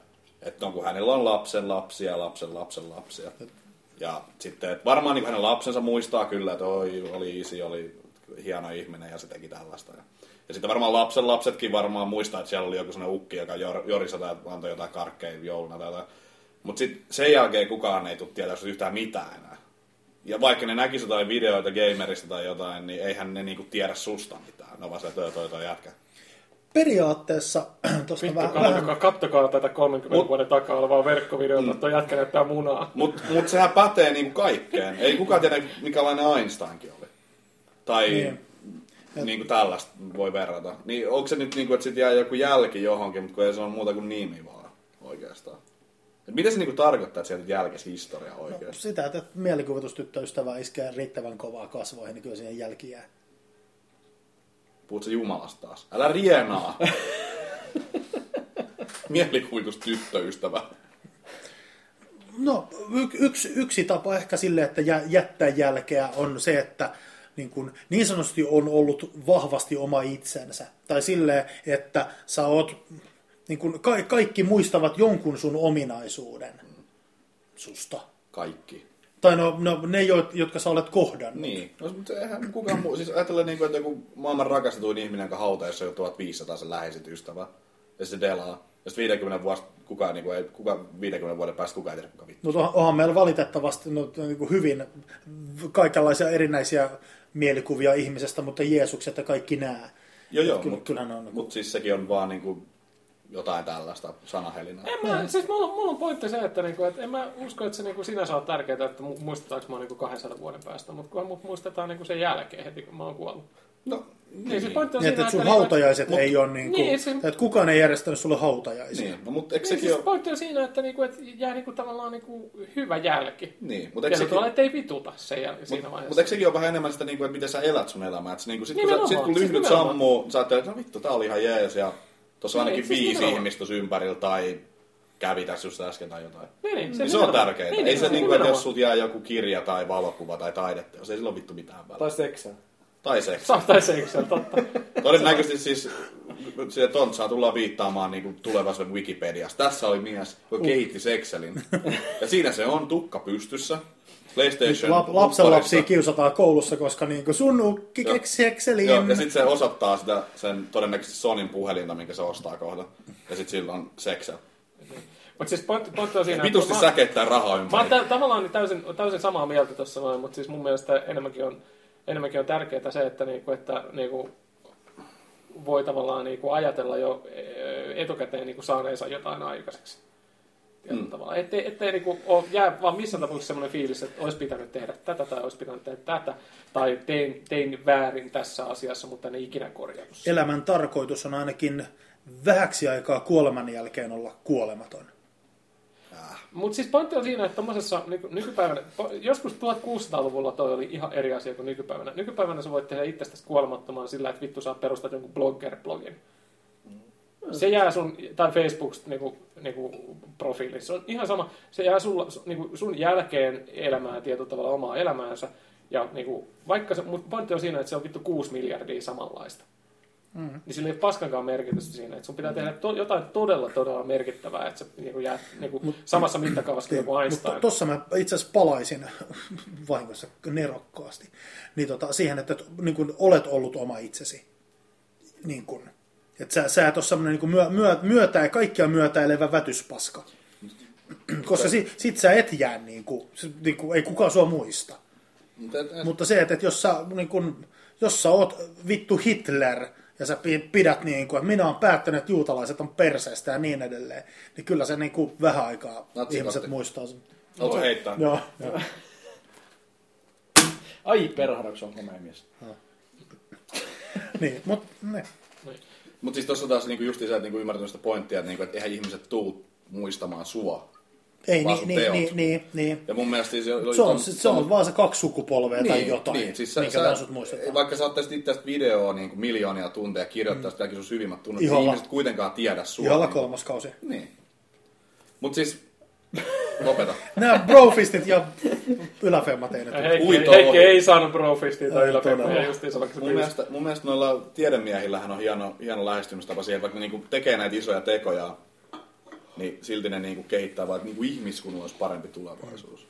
että on, kun hänellä on lapsen lapsia, lapsen lapsen lapsia. Ja sitten, että varmaan niin kuin hänen lapsensa muistaa kyllä, että oi, oli isi, oli hieno ihminen ja se teki tällaista. Ja, ja sitten varmaan lapsen lapsetkin varmaan muistaa, että siellä oli joku sellainen ukki, joka jor, jorisa tai antoi jotain karkkeja jouluna tai jotain. Mutta sitten sen jälkeen kukaan ei tule tietää yhtään mitään enää. Ja vaikka ne näkisi jotain videoita gamerista tai jotain, niin eihän ne niinku tiedä susta mitään. No vaan se, että toi, toi, toi jätkä. Periaatteessa, [clears throat] tuosta vähän, Kattokaa, vähän kattokaa, kattokaa tätä 30 Mut- vuoden takaa olevaa verkkovideota, että mm. jätkä näyttää munaa. Mutta mut sehän pätee niinku kaikkeen. Ei kukaan tiedä, mikälainen Einsteinkin oli. Tai Niin. niin. niinku tällaista voi verrata. Niin onko se nyt niinku, että sit jää joku jälki johonkin, mutta kun ei se ole muuta kuin nimi vaan oikeastaan. Et mitä se niinku tarkoittaa, että sieltä jälkes historia oikeasti? no, sitä, että mielikuvitustyttöystävä iskee riittävän kovaa kasvoihin, niin kyllä siihen jälki jää. Puhut sä Jumalasta taas? Älä rienaa! Mielikuvitus tyttöystävä. No, y- yksi, yksi tapa ehkä sille, että jä- jättää jälkeä on se, että niin, kuin, niin sanotusti on ollut vahvasti oma itsensä. Tai silleen, että sä oot, niin kuin, ka- kaikki muistavat jonkun sun ominaisuuden susta. Kaikki. Tai no, no ne, jo- jotka sä olet kohdannut. Niin. No, mutta eihän kukaan muu... Siis ajatellaan, niin kuin, että joku maailman rakastetuin ihminen, joka hautaa, jos on 1500 sen läheiset ystävä, ja se delaa. Ja sitten 50 vuotta, kukaan, niin kuin, ei, kukaan 50 vuoden päästä kukaan ei tiedä, kuka vittu. No onhan, onhan meillä valitettavasti no, niin kuin hyvin kaikenlaisia erinäisiä mielikuvia ihmisestä, mutta Jeesukset ja kaikki nämä. Joo, joo, Kyllä, mut- kyllähän ne on. niinku- Mutta siis sekin on vaan niin kuin, jotain tällaista sanahelinää. En mä, Mm. siis mulla, on- mulla on pointti se, että, niinku, että en mä usko, että se niinku sinänsä on tärkeää, että mu- muistetaanko mä niinku 200 vuoden päästä, mutta kunhan mut muistetaan niinku sen jälkeen heti, kun mä oon kuollut. No, Niin, niin. se pointti on Niin, että, siinä, että sun niinku, hautajaiset mut- ei ole niin kuin, Niin, niin, se- että kukaan ei järjestänyt sulle hautajaisia. niin. No, mutta eikö Niin, sekin siis ole... pointti on siinä, että, niinku, että jää niinku tavallaan niinku hyvä jälki. Niin, mutta Ja eikö se sekin... tuolla, ettei vituta sen jäl- siinä Mutta vaiheessa. mut eikö sekin ole vähän enemmän sitä, niinku, että miten sä elät sun elämää? Et Niinku, sit, kun, sä, Nimenomaan, sit, kun siis lyhdyt nimenomaan. sammuu, sä ajattelet, että no vittu, tää oli ihan jees, ja tuossa on Niin, ainakin siis viisi nimenomaan. ihmistä tuossa ympärillä, tai kävi tässä just äsken tai jotain. Niin, niin, Se, se on nimenomaan- tärkeintä. Niin, ei se, niinku, että nimenomaan. jos sut jää joku kirja tai valokuva tai taidetta, jos ei sillä ole vittu mitään väliä. Tai seksää. Tai se. Saattaa se yksel, totta. Todennäköisesti siis se tontsaa tullaan viittaamaan niinku tulevaisuuden Wikipediasta. Tässä oli mies, Uh. joka kehitti sekselin. Ja siinä se on, tukka pystyssä. PlayStation. Lap, lapsen lapsia lukkarissa. kiusataan koulussa, koska niin kuin sun nukki Joo. keksi Exceliin. Joo, ja sitten se osoittaa sitä sen todennäköisesti Sonin puhelinta, minkä se ostaa kohta. Ja sitten sillä on seksä. Mutta siis pointti, pointti on siinä... Vitusti mä- säkettää rahaa Mä oon ympäri. tä- tavallaan niin täysin, täysin samaa mieltä tuossa noin, mutta siis mun mielestä enemmänkin on, enemmänkin on tärkeää se, että, niinku, että niinku, voi tavallaan niinku, ajatella jo eh, etukäteen niinku, saaneensa jotain aikaiseksi. Tietyllä tavalla. Ettei, ettei niinku, ole, jää vaan missään tapauksessa sellainen fiilis, että olisi pitänyt tehdä tätä tai olisi pitänyt tehdä tätä tai tein, tein väärin tässä asiassa, mutta en ikinä korjannut. sitä. Elämän tarkoitus on ainakin vähäksi aikaa kuoleman jälkeen olla kuolematon. Mutta siis pointti on siinä, että tommosessa nyky- nykypäivänä, po- joskus 1600-luvulla toi oli ihan eri asia kuin nykypäivänä. Nykypäivänä sä voit tehdä itsestäsi kuolemattoman sillä, että vittu sä perustat jonkun blogger-blogin. Se jää sun, tai Facebook niinku, niinku profiili, se on ihan sama. Se jää sulla, su- niinku, sun jälkeen elämään tietyllä tavalla omaa elämäänsä. Ja niinku, vaikka se, mut pointti on siinä, että se on vittu 6 miljardia samanlaista. Mm. Niin sillä ei ole paskankaan merkitystä siinä. Että sun pitää tehdä to, jotain todella, todella merkittävää, että sä niinku, jäät niinku, samassa mittakaavassa kuin joku Niin, Mutta Einstein. tuossa mä itse asiassa palaisin [laughs] vahingossa nerokkaasti niin tota, siihen, että niin kun olet ollut oma itsesi. Niin kun, että sä, sä et ole semmoinen niin kun myö, myö, myötä, kaikkia myötäilevä vätyspaska. [clears throat] Koska sit, sit sä et jää, niin kun, niin kun, ei kukaan sua muista. Mutta se, että, että jos, sä, niin kun, jos sä oot vittu Hitler ja sä pi- pidät niin kuin, että minä olen päättänyt, että juutalaiset on perseistä ja niin edelleen, niin kyllä se niin kuin vähän aikaa Natsikatti. ihmiset muistaa sen. Haluatko heittää? Joo, joo. Ai perharaksi on komea mies. niin, mutta ne. Mutta siis tuossa taas niinku justiin sä et niinku ymmärtänyt sitä pointtia, että niinku, et eihän ihmiset tuu muistamaan sua. Ei, Vaan niin, sun niin, teot. niin, niin, niin. Ja mun mielestä siis... Se on, se on vaan se kaksi sukupolvea tai jotain, Niin, siis sä, minkä sä, sä, sut muistetaan. vaikka sä ottaisit itseäsi videoa niin kuin miljoonia tunteja kirjoittaa mm. kaikki sun syvimmät tunnet, niin Iholla. ihmiset kuitenkaan tiedä sua. Jolla Niin kuin- kolmas kausi. Niin. Mut [laughs] siis, lopeta. Nämä brofistit ja yläfemmat ei ne Ja tule. Heikki, Uito Heikki ohi. ei saanut brofistia tai Ei yläpeppoja todella. justiinsa, vaikka se Mun pyysi. mielestä, mun mielestä noilla tiedemiehillähän on hieno, hieno lähestymistapa siihen, vaikka ne niinku tekee näitä isoja tekoja, niin silti ne niinku kehittää vaan, että niinku ihmiskunnalla olisi parempi tulevaisuus.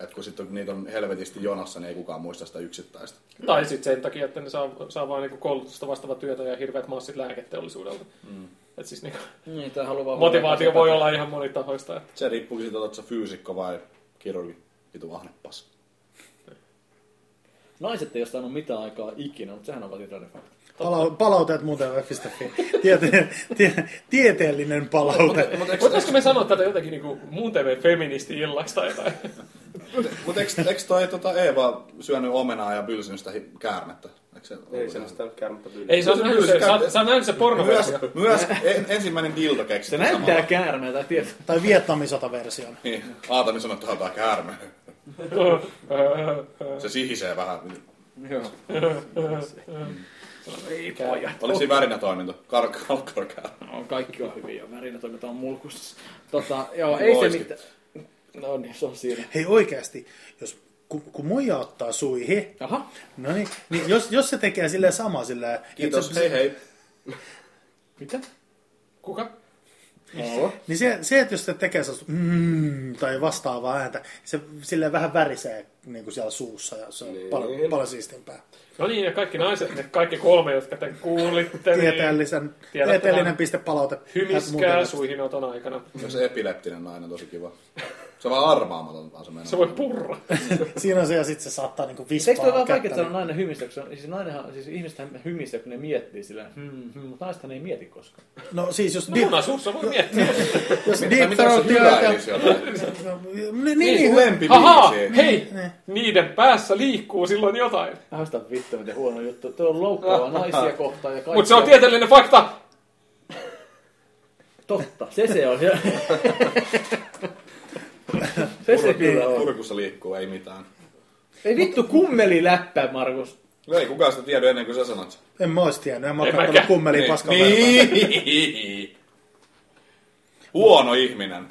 Et kun sitten niitä on helvetisti jonossa, niin ei kukaan muista sitä yksittäistä. Tai sitten sen takia, että ne saa, saa vaan niinku koulutusta vastaava työtä ja hirveät massit lääketeollisuudelta. Mm. Et siis niinku, Niin, tää haluaa vaan... motivaatio voi olla ihan monitahoista. Että. Se riippuu siitä, oletko sä fyysikko vai kirurgi. Vitu ahnepas. Naiset ei ole saanut mitään aikaa ikinä, mutta sehän on valitettavasti fakta. Palau, palauteet muuten web.fi. Tiete, tie, tieteellinen palaute. Voitaisko me sanoa tätä jotenkin niinku muun TV feministi illaksi tai jotain? Mutta eikö, eikö toi tota Eeva syönyt omenaa ja bylsinyt sitä hi- käärmettä? Eikö se ollut Ei ihan- sen sitä käärmettä pyydy. Ei, sä oot Se on nähnyt sen, kyllä sä, se- oot- sä oot nähnyt sen myös, pornoversio. myös en, ensimmäinen dildo Se keksitty näyttää käärmeeltä, [laughs] tiedät. Tai Vietnamin sotaversion. Niin, Aatami sanoi, että tämä käärme. Äh, Se sihisee vähän. Joo. Oliko siinä värinä toiminto? Kar- kalkkorkäärme. No, kaikki on hyviä ja värinä toimitaan mulkussa. Tota, joo, ei se Loiskit. mitään. No niin, se on siinä. Hei oikeasti, jos kun, kun muija ottaa suihin, Aha. no niin, niin jos, jos se tekee silleen sama silleen, Kiitos, että hei hei. Mitä? Kuka? Hallo? Niin se, se, että jos se tekee sellaista mm, tai vastaavaa ääntä, niin se silleen vähän värisee niin kuin siellä suussa ja se on niin. paljon, paljon siistimpää. No niin, ja kaikki naiset, ne kaikki kolme, jotka tämän kuulitte, niin Tieteellisen, Tiedätte tieteellinen tämän. piste palaute. hymiskää suihinoton aikana. Jos epileptinen nainen on tosi kiva. Se on vaan arvaamaton vaan se meno. Se voi [laughs] purra. Siinä on se ja sitten se saattaa niin kuin Eikö toi vispaa vähän vaikea kättä. tuota sanoa nainen hymistä, kun se on, siis, nainenhan, siis ihmistähän hymistä, kun ne miettii sillä, hmm, hmm, mutta naisethan ei mieti koskaan. No siis jos deep, Munasuussa voi miettiä. jos Tai deep mitä jos throat se hyväilisi työtä... jotain? Niin, niin, Ahaa, Lempibiisi. hei, niiden päässä liikkuu silloin jotain. Haista vittu, miten huono juttu. Tuo on [laughs] loukkaava naisia kohtaan ja kaikkea. Mutta se on tieteellinen fakta. Totta, se [laughs] se on. se se kyllä Niin. on. Kurkussa liikkuu, ei mitään. Ei vittu kummeli läppää, Markus. No ei kukaan sitä tiedä ennen kuin sä sanot sen. en mä ois tiennyt, en mä oon En kattonut mäkään. kummeliin niin. paskan verran. Niin. [laughs] Huono ihminen.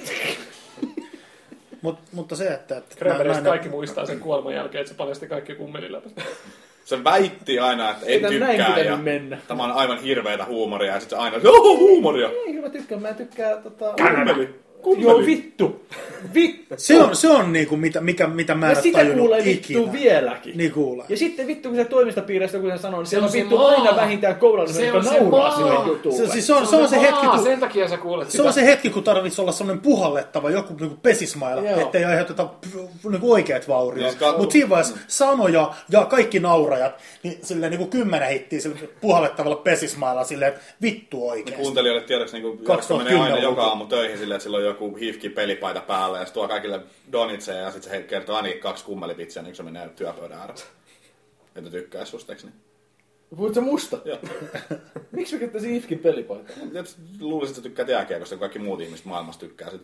Mut, mutta se, että... että Kremberistä nainen- kaikki muistaa sen kuoleman jälkeen, että se paljasti kaikki kummeliläpät. Se väitti aina, että en Sitä näin tykkää. pitänyt Ja mennä. tämä on aivan hirveitä huumoria. Ja sitten se aina, joo huumoria. Ei, kyllä mä tykkään, mä tykkään tota... Kummeli. Joo, Kummeli. vittu. Vittu. Se on, se on niinku, mitä, mikä, mitä mä Ja en oo sitä kuulee tajunnut vittu ikinä. vieläkin. Niin kuulee. Ja sitten vittu, kun se toimistopiireistä, kun se sanoo, niin siellä on on se vittu maa. aina vähintään kourallinen, Se joka on se nauraa maa. sille jutulle. Se, on- siis se, on, se, on se hetki, kun, Sen takia sä kuulet Se on se hetki, kun tarvitsisi olla semmoinen puhallettava, joku niinku pesismailla, Joo. ettei aiheuteta niinku oikeat vauriot. Niin, kat- Mutta siinä vaiheessa sanoja ja kaikki naurajat, niin silleen niinku kymmenen hittiä sille puhallettavalla pesismailla silleen, että vittu oikeesti. Kuuntelijoille tiedoksi, niin kun 2010 menee aina joka luku. aamu töihin silleen, että sillä on joku hifki pelipaita päällä ja se tuo kaikille donitseja ja sitten se he- kertoo ainakin kaksi kummelipitsiä, niin kun se menee työpöydän ääreen. Että tykkää susta, eiks niin? Puhut se musta? Joo. Miksi mä käyttäisin Ifkin pelipaitaa? Et Luulisin, että sä tykkäät jääkiekosta, kun kaikki muut ihmiset maailmassa tykkää sit.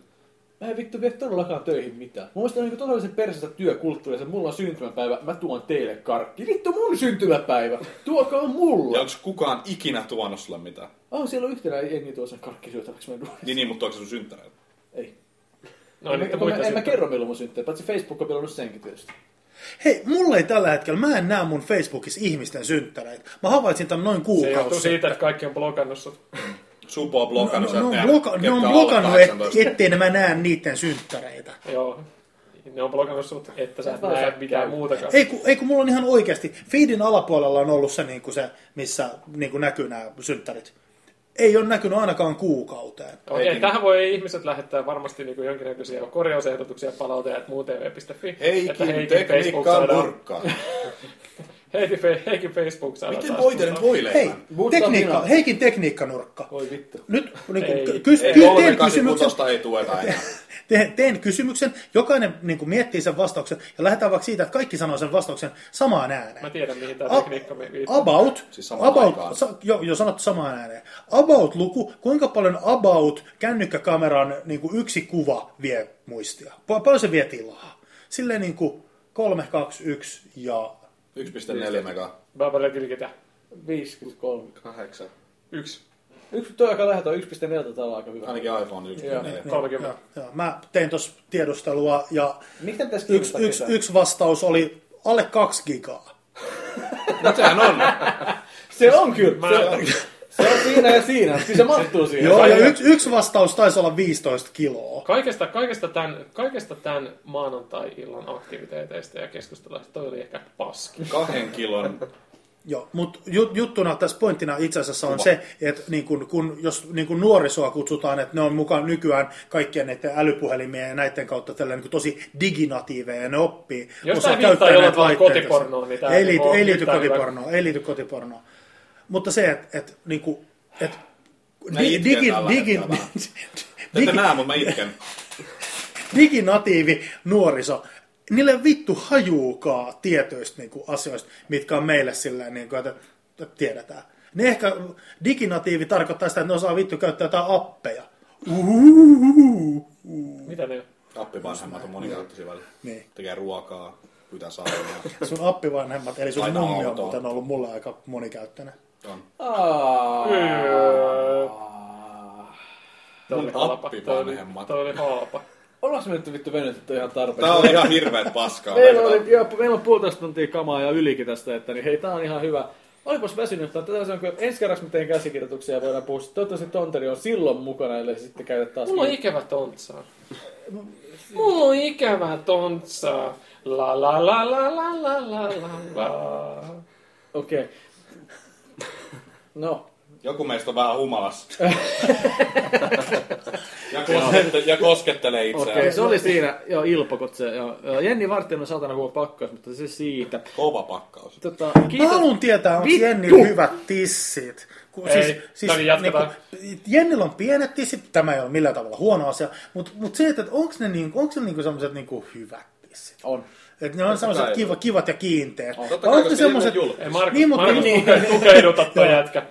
Mä en vittu vie todellakaan töihin mitään. Mun mielestä on niinku todellisen perseistä työkulttuuri, että mulla on syntymäpäivä, mä tuon teille karkki. Vittu mun syntymäpäivä! Tuokaa Ja mulle! onks kukaan ikinä tuonut sulle mitään? Ah, siellä on yhtenä jengi tuo sen karkki syötäväksi mä en tuo. Niin, niin mutta onko se sun synttäreillä? Ei. No mä, niitä mä, muita mä, en mä sitten. kerro milloin mun syntyy, paitsi Facebook on pelannut senkin tietysti. Hei, mulle ei tällä hetkellä, mä en näe mun Facebookissa ihmisten synttäreitä. Mä havaitsin tämän noin Se kuukausi. johtuu siitä, että kaikki on blokannut sut. Supo on blokannut ne, sä et on näe, No, bloka- ne ketkä on alle blokannut, et, 18. ettei ne mä näe niiden synttäreitä. Joo. Ne on blokannut sut, että sä et Mä näe osaan mitään käydä. muutakaan. Ei kun, ei kun mulla on ihan oikeasti, feedin alapuolella on ollut se, niin kuin se missä niin kuin näkyy nämä synttärit. Ei ole näkynyt ainakaan kuukauteen. Okei, tähän voi ihmiset lähettää varmasti niin kuin jonkinnäköisiä korjausehdotuksia palauteja, että muutv.fi. että Heikin Heikin Facebook tekniikka on saadaan. nurkkaa. Heikin, fe- heikin Facebook saadaan. Miten taas voite nyt kuntoon. voi Hei, leivän? Mutta tekniikka, minä- Heikin tekniikkanurkka. Voi vittu. Nyt niin kuin, Ei, ky- kys, Ei, ky- kolme teen, kysymyksen, kasikutosta ei tueta enää. teen, teen kysymyksen, jokainen niin kuin miettii sen vastauksen ja lähdetään vaikka siitä, että kaikki sanoo sen vastauksen samaan ääneen. Mä tiedän, mihin tämä A- tekniikka me viittaa. About, Siis samaan aikaan. about sa, jo, jo sanottu samaan ääneen. About-luku, kuinka paljon about kännykkäkameran niin kuin yksi kuva vie muistia? Pa- paljon se vie tilaa? Silleen niin kuin 3, 2, 1 ja... 1,4 megaa. Mä paljon tilkitä. 53. Kahdeksan. Yksi. Yksi, toi aika läheltä on 1.4 tällä aika hyvä. Ainakin iPhone Joo. Niin. 1.4. Kolmekymmentä. Joo, joo. Mä tein tuossa tiedustelua ja Miten pitäisi yksi, kirjoittaa yksi, ketään? yksi vastaus oli alle 2 gigaa. No sehän on. Se on kyllä. Mä- Se, on, se on siinä ja siinä. Kyllä se mahtuu siihen. Joo, ja yksi, yksi vastaus taisi olla 15 kiloa. Kaikesta, kaikesta, tämän, kaikesta tämän maanantai-illan aktiviteeteista ja keskusteluista toi oli ehkä paski. Kahden kilon. Joo, mutta jut, juttuna tässä pointtina itse asiassa on se, että niin kun, kun, jos niin kun nuorisoa kutsutaan, että ne on mukaan nykyään kaikkien näiden älypuhelimien ja näiden kautta tällä niin tosi diginatiiveja ja ne oppii. Jos osaa tää viittaa käyttää jollain näitä tavalla laitteita. kotipornoon, niin tää ei, ei liity, oo ei liity yhtään hyvä. kotipornoon, ei liity kotipornoon. Mutta se, että et, niin kun, et, Mä itken tällä hetkellä vähän. Ette [laughs] digi, näe, mutta mä itken. diginatiivi nuoriso, niille ei vittu hajuukaa tietoista niinku, asioista, mitkä on meille sillä niinku, että, että tiedetään. Ne ehkä diginatiivi tarkoittaa sitä, että ne osaa vittu käyttää jotain appeja. Uhuhuhu. Mitä ne on? Appivanhemmat on monikäyttöisiä välillä. Niin. Tekee ruokaa, pyytää saunaa. [laughs] Sun appivanhemmat, eli sun Aina mummi on autoa. muuten ollut mulle aika monikäyttöinen. On. Aa. Öö, Aa. Toi oli haapa. Toi oli- appivanhemmat. Toi oli haapa. On ollaanko me nyt vittu venytetty ihan tarpeeksi? Tää on ihan hirveet paskaa. Meillä, oli, joo, meillä on puolitoista tuntia kamaa ja ylikin tästä, että niin hei, tää on ihan hyvä. Olipas väsynyt, mutta tätä on, kun ensi kerraksi mä teen käsikirjoituksia ja voidaan puhua. sit. Toivottavasti tonteri on silloin mukana, ellei se sitten käydä taas. niin- Mulla on ikävä tontsaa. Mulla on ikävä tontsaa. La la la la la la la la la. Okei. Okay. No, Joku meistä on vähän [laughs] humalassa. ja, koskette, ja koskettelee itseään. okei, okay, se oli siinä. Joo, Ilpakot se. Joo. Joo, Jenni Vartijainen on saatana huo pakkaus, mutta se siitä. Kova pakkaus. Tota, Mä kiitos. haluan tietää, onko Vittu! Jennillä hyvät tissit. Kun, Ei, no niin, jatketaan. niinku, Jennillä on pienet tissit, tämä ei ole millään tavalla huono asia, mutta mut se, että onko ne, niinku, onks ne niinku semmoiset niinku hyvät tissit? On. Että ne on semmoiset kiva, kivat ja kiinteät. On. Totta kai, koska semmoiset... Jenni on julkis. Ei Markus, Niin, niin, mutta- Markus niin. niin, tukehduta toi jätkä.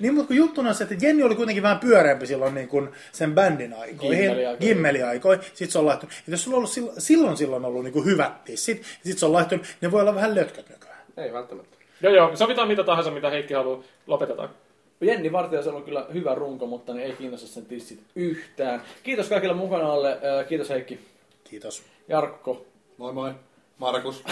Niin, mutta kun juttuna on se, että Jenni oli kuitenkin vähän pyöreämpi silloin niin kuin sen bändin aikoihin, Gimmeliaikoihin. gimmeliaikoihin, sit se on laittunut. Et jos sulla on ollut silloin, silloin, silloin ollut niin kuin hyvät tissit, sit se on laittunut, ne voi olla vähän lötköt nykyään. Ei välttämättä. Joo, joo, sovitaan mitä tahansa, mitä Heikki haluaa. Lopetetaan. Jenni Vartija on ollut kyllä hyvä runko, mutta ne ei kiinnosta sen tissit yhtään. Kiitos kaikille mukana alle. Äh, Kiitos Heikki. Kiitos. [laughs] Jarkko. Moi moi. Markus.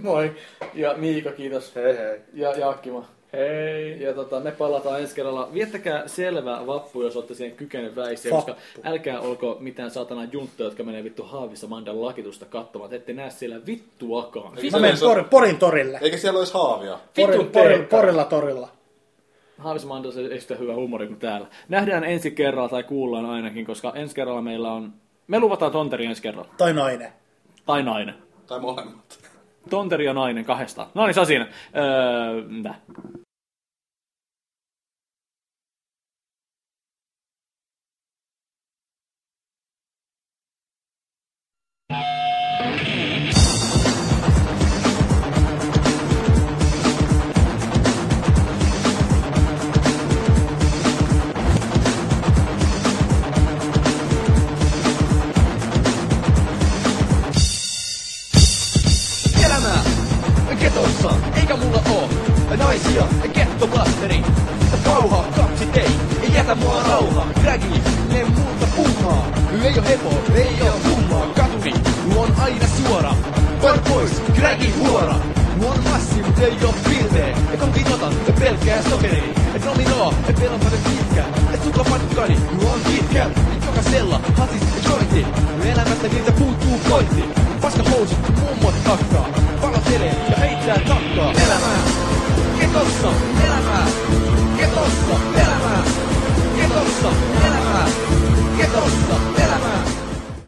Moi. Ja Miika, kiitos. Hei hei. Ja Jaakkima. Hei. Ja tota, me palataan ensi kerralla. Viettäkää selvä vappu, jos olette siihen kykeneväisiä, Vappu. koska älkää olko mitään saatana junttoja, jotka menee vittu haavissa Mandan lakitusta katsomaan. Ette näe siellä vittuakaan. Mä menen por, Porin torille. Eikä siellä olisi haavia. Porin, Vitun porin, teekka. porilla torilla. Haavissa Mandan ei sitä hyvä humori kuin täällä. Nähdään ensi kerralla tai kuullaan ainakin, koska ensi kerralla meillä on... Me luvataan tonteri ensi kerralla. Tai nainen. Tai nainen. Tai molemmat. Tonteri ja nainen kahdestaan. No niin, se on siinä. Öö, mitä? elämää ketossa, eikä mulla oo naisia, kettoblasteri. Kauha, kaksi tei, ei jätä mua rauha, dragi, ne muuta puuhaa. Ei oo hepo, ei oo kummaa, katuri, on aina suora. Vai pois, dragi huora. Mulla on massi, mut ei oo pilvee. Ja konkin otan pelkkää sokeria. Et nominoo, et vielä on paljon pitkä. Et sukla patukani, mulla on pitkä. Jokasella, hatis ja jointi. Elämästä niiltä puuttuu pointti. Paska housut, mummot takkaa. Pala ja heittää takkaa. Elämää, ketossa,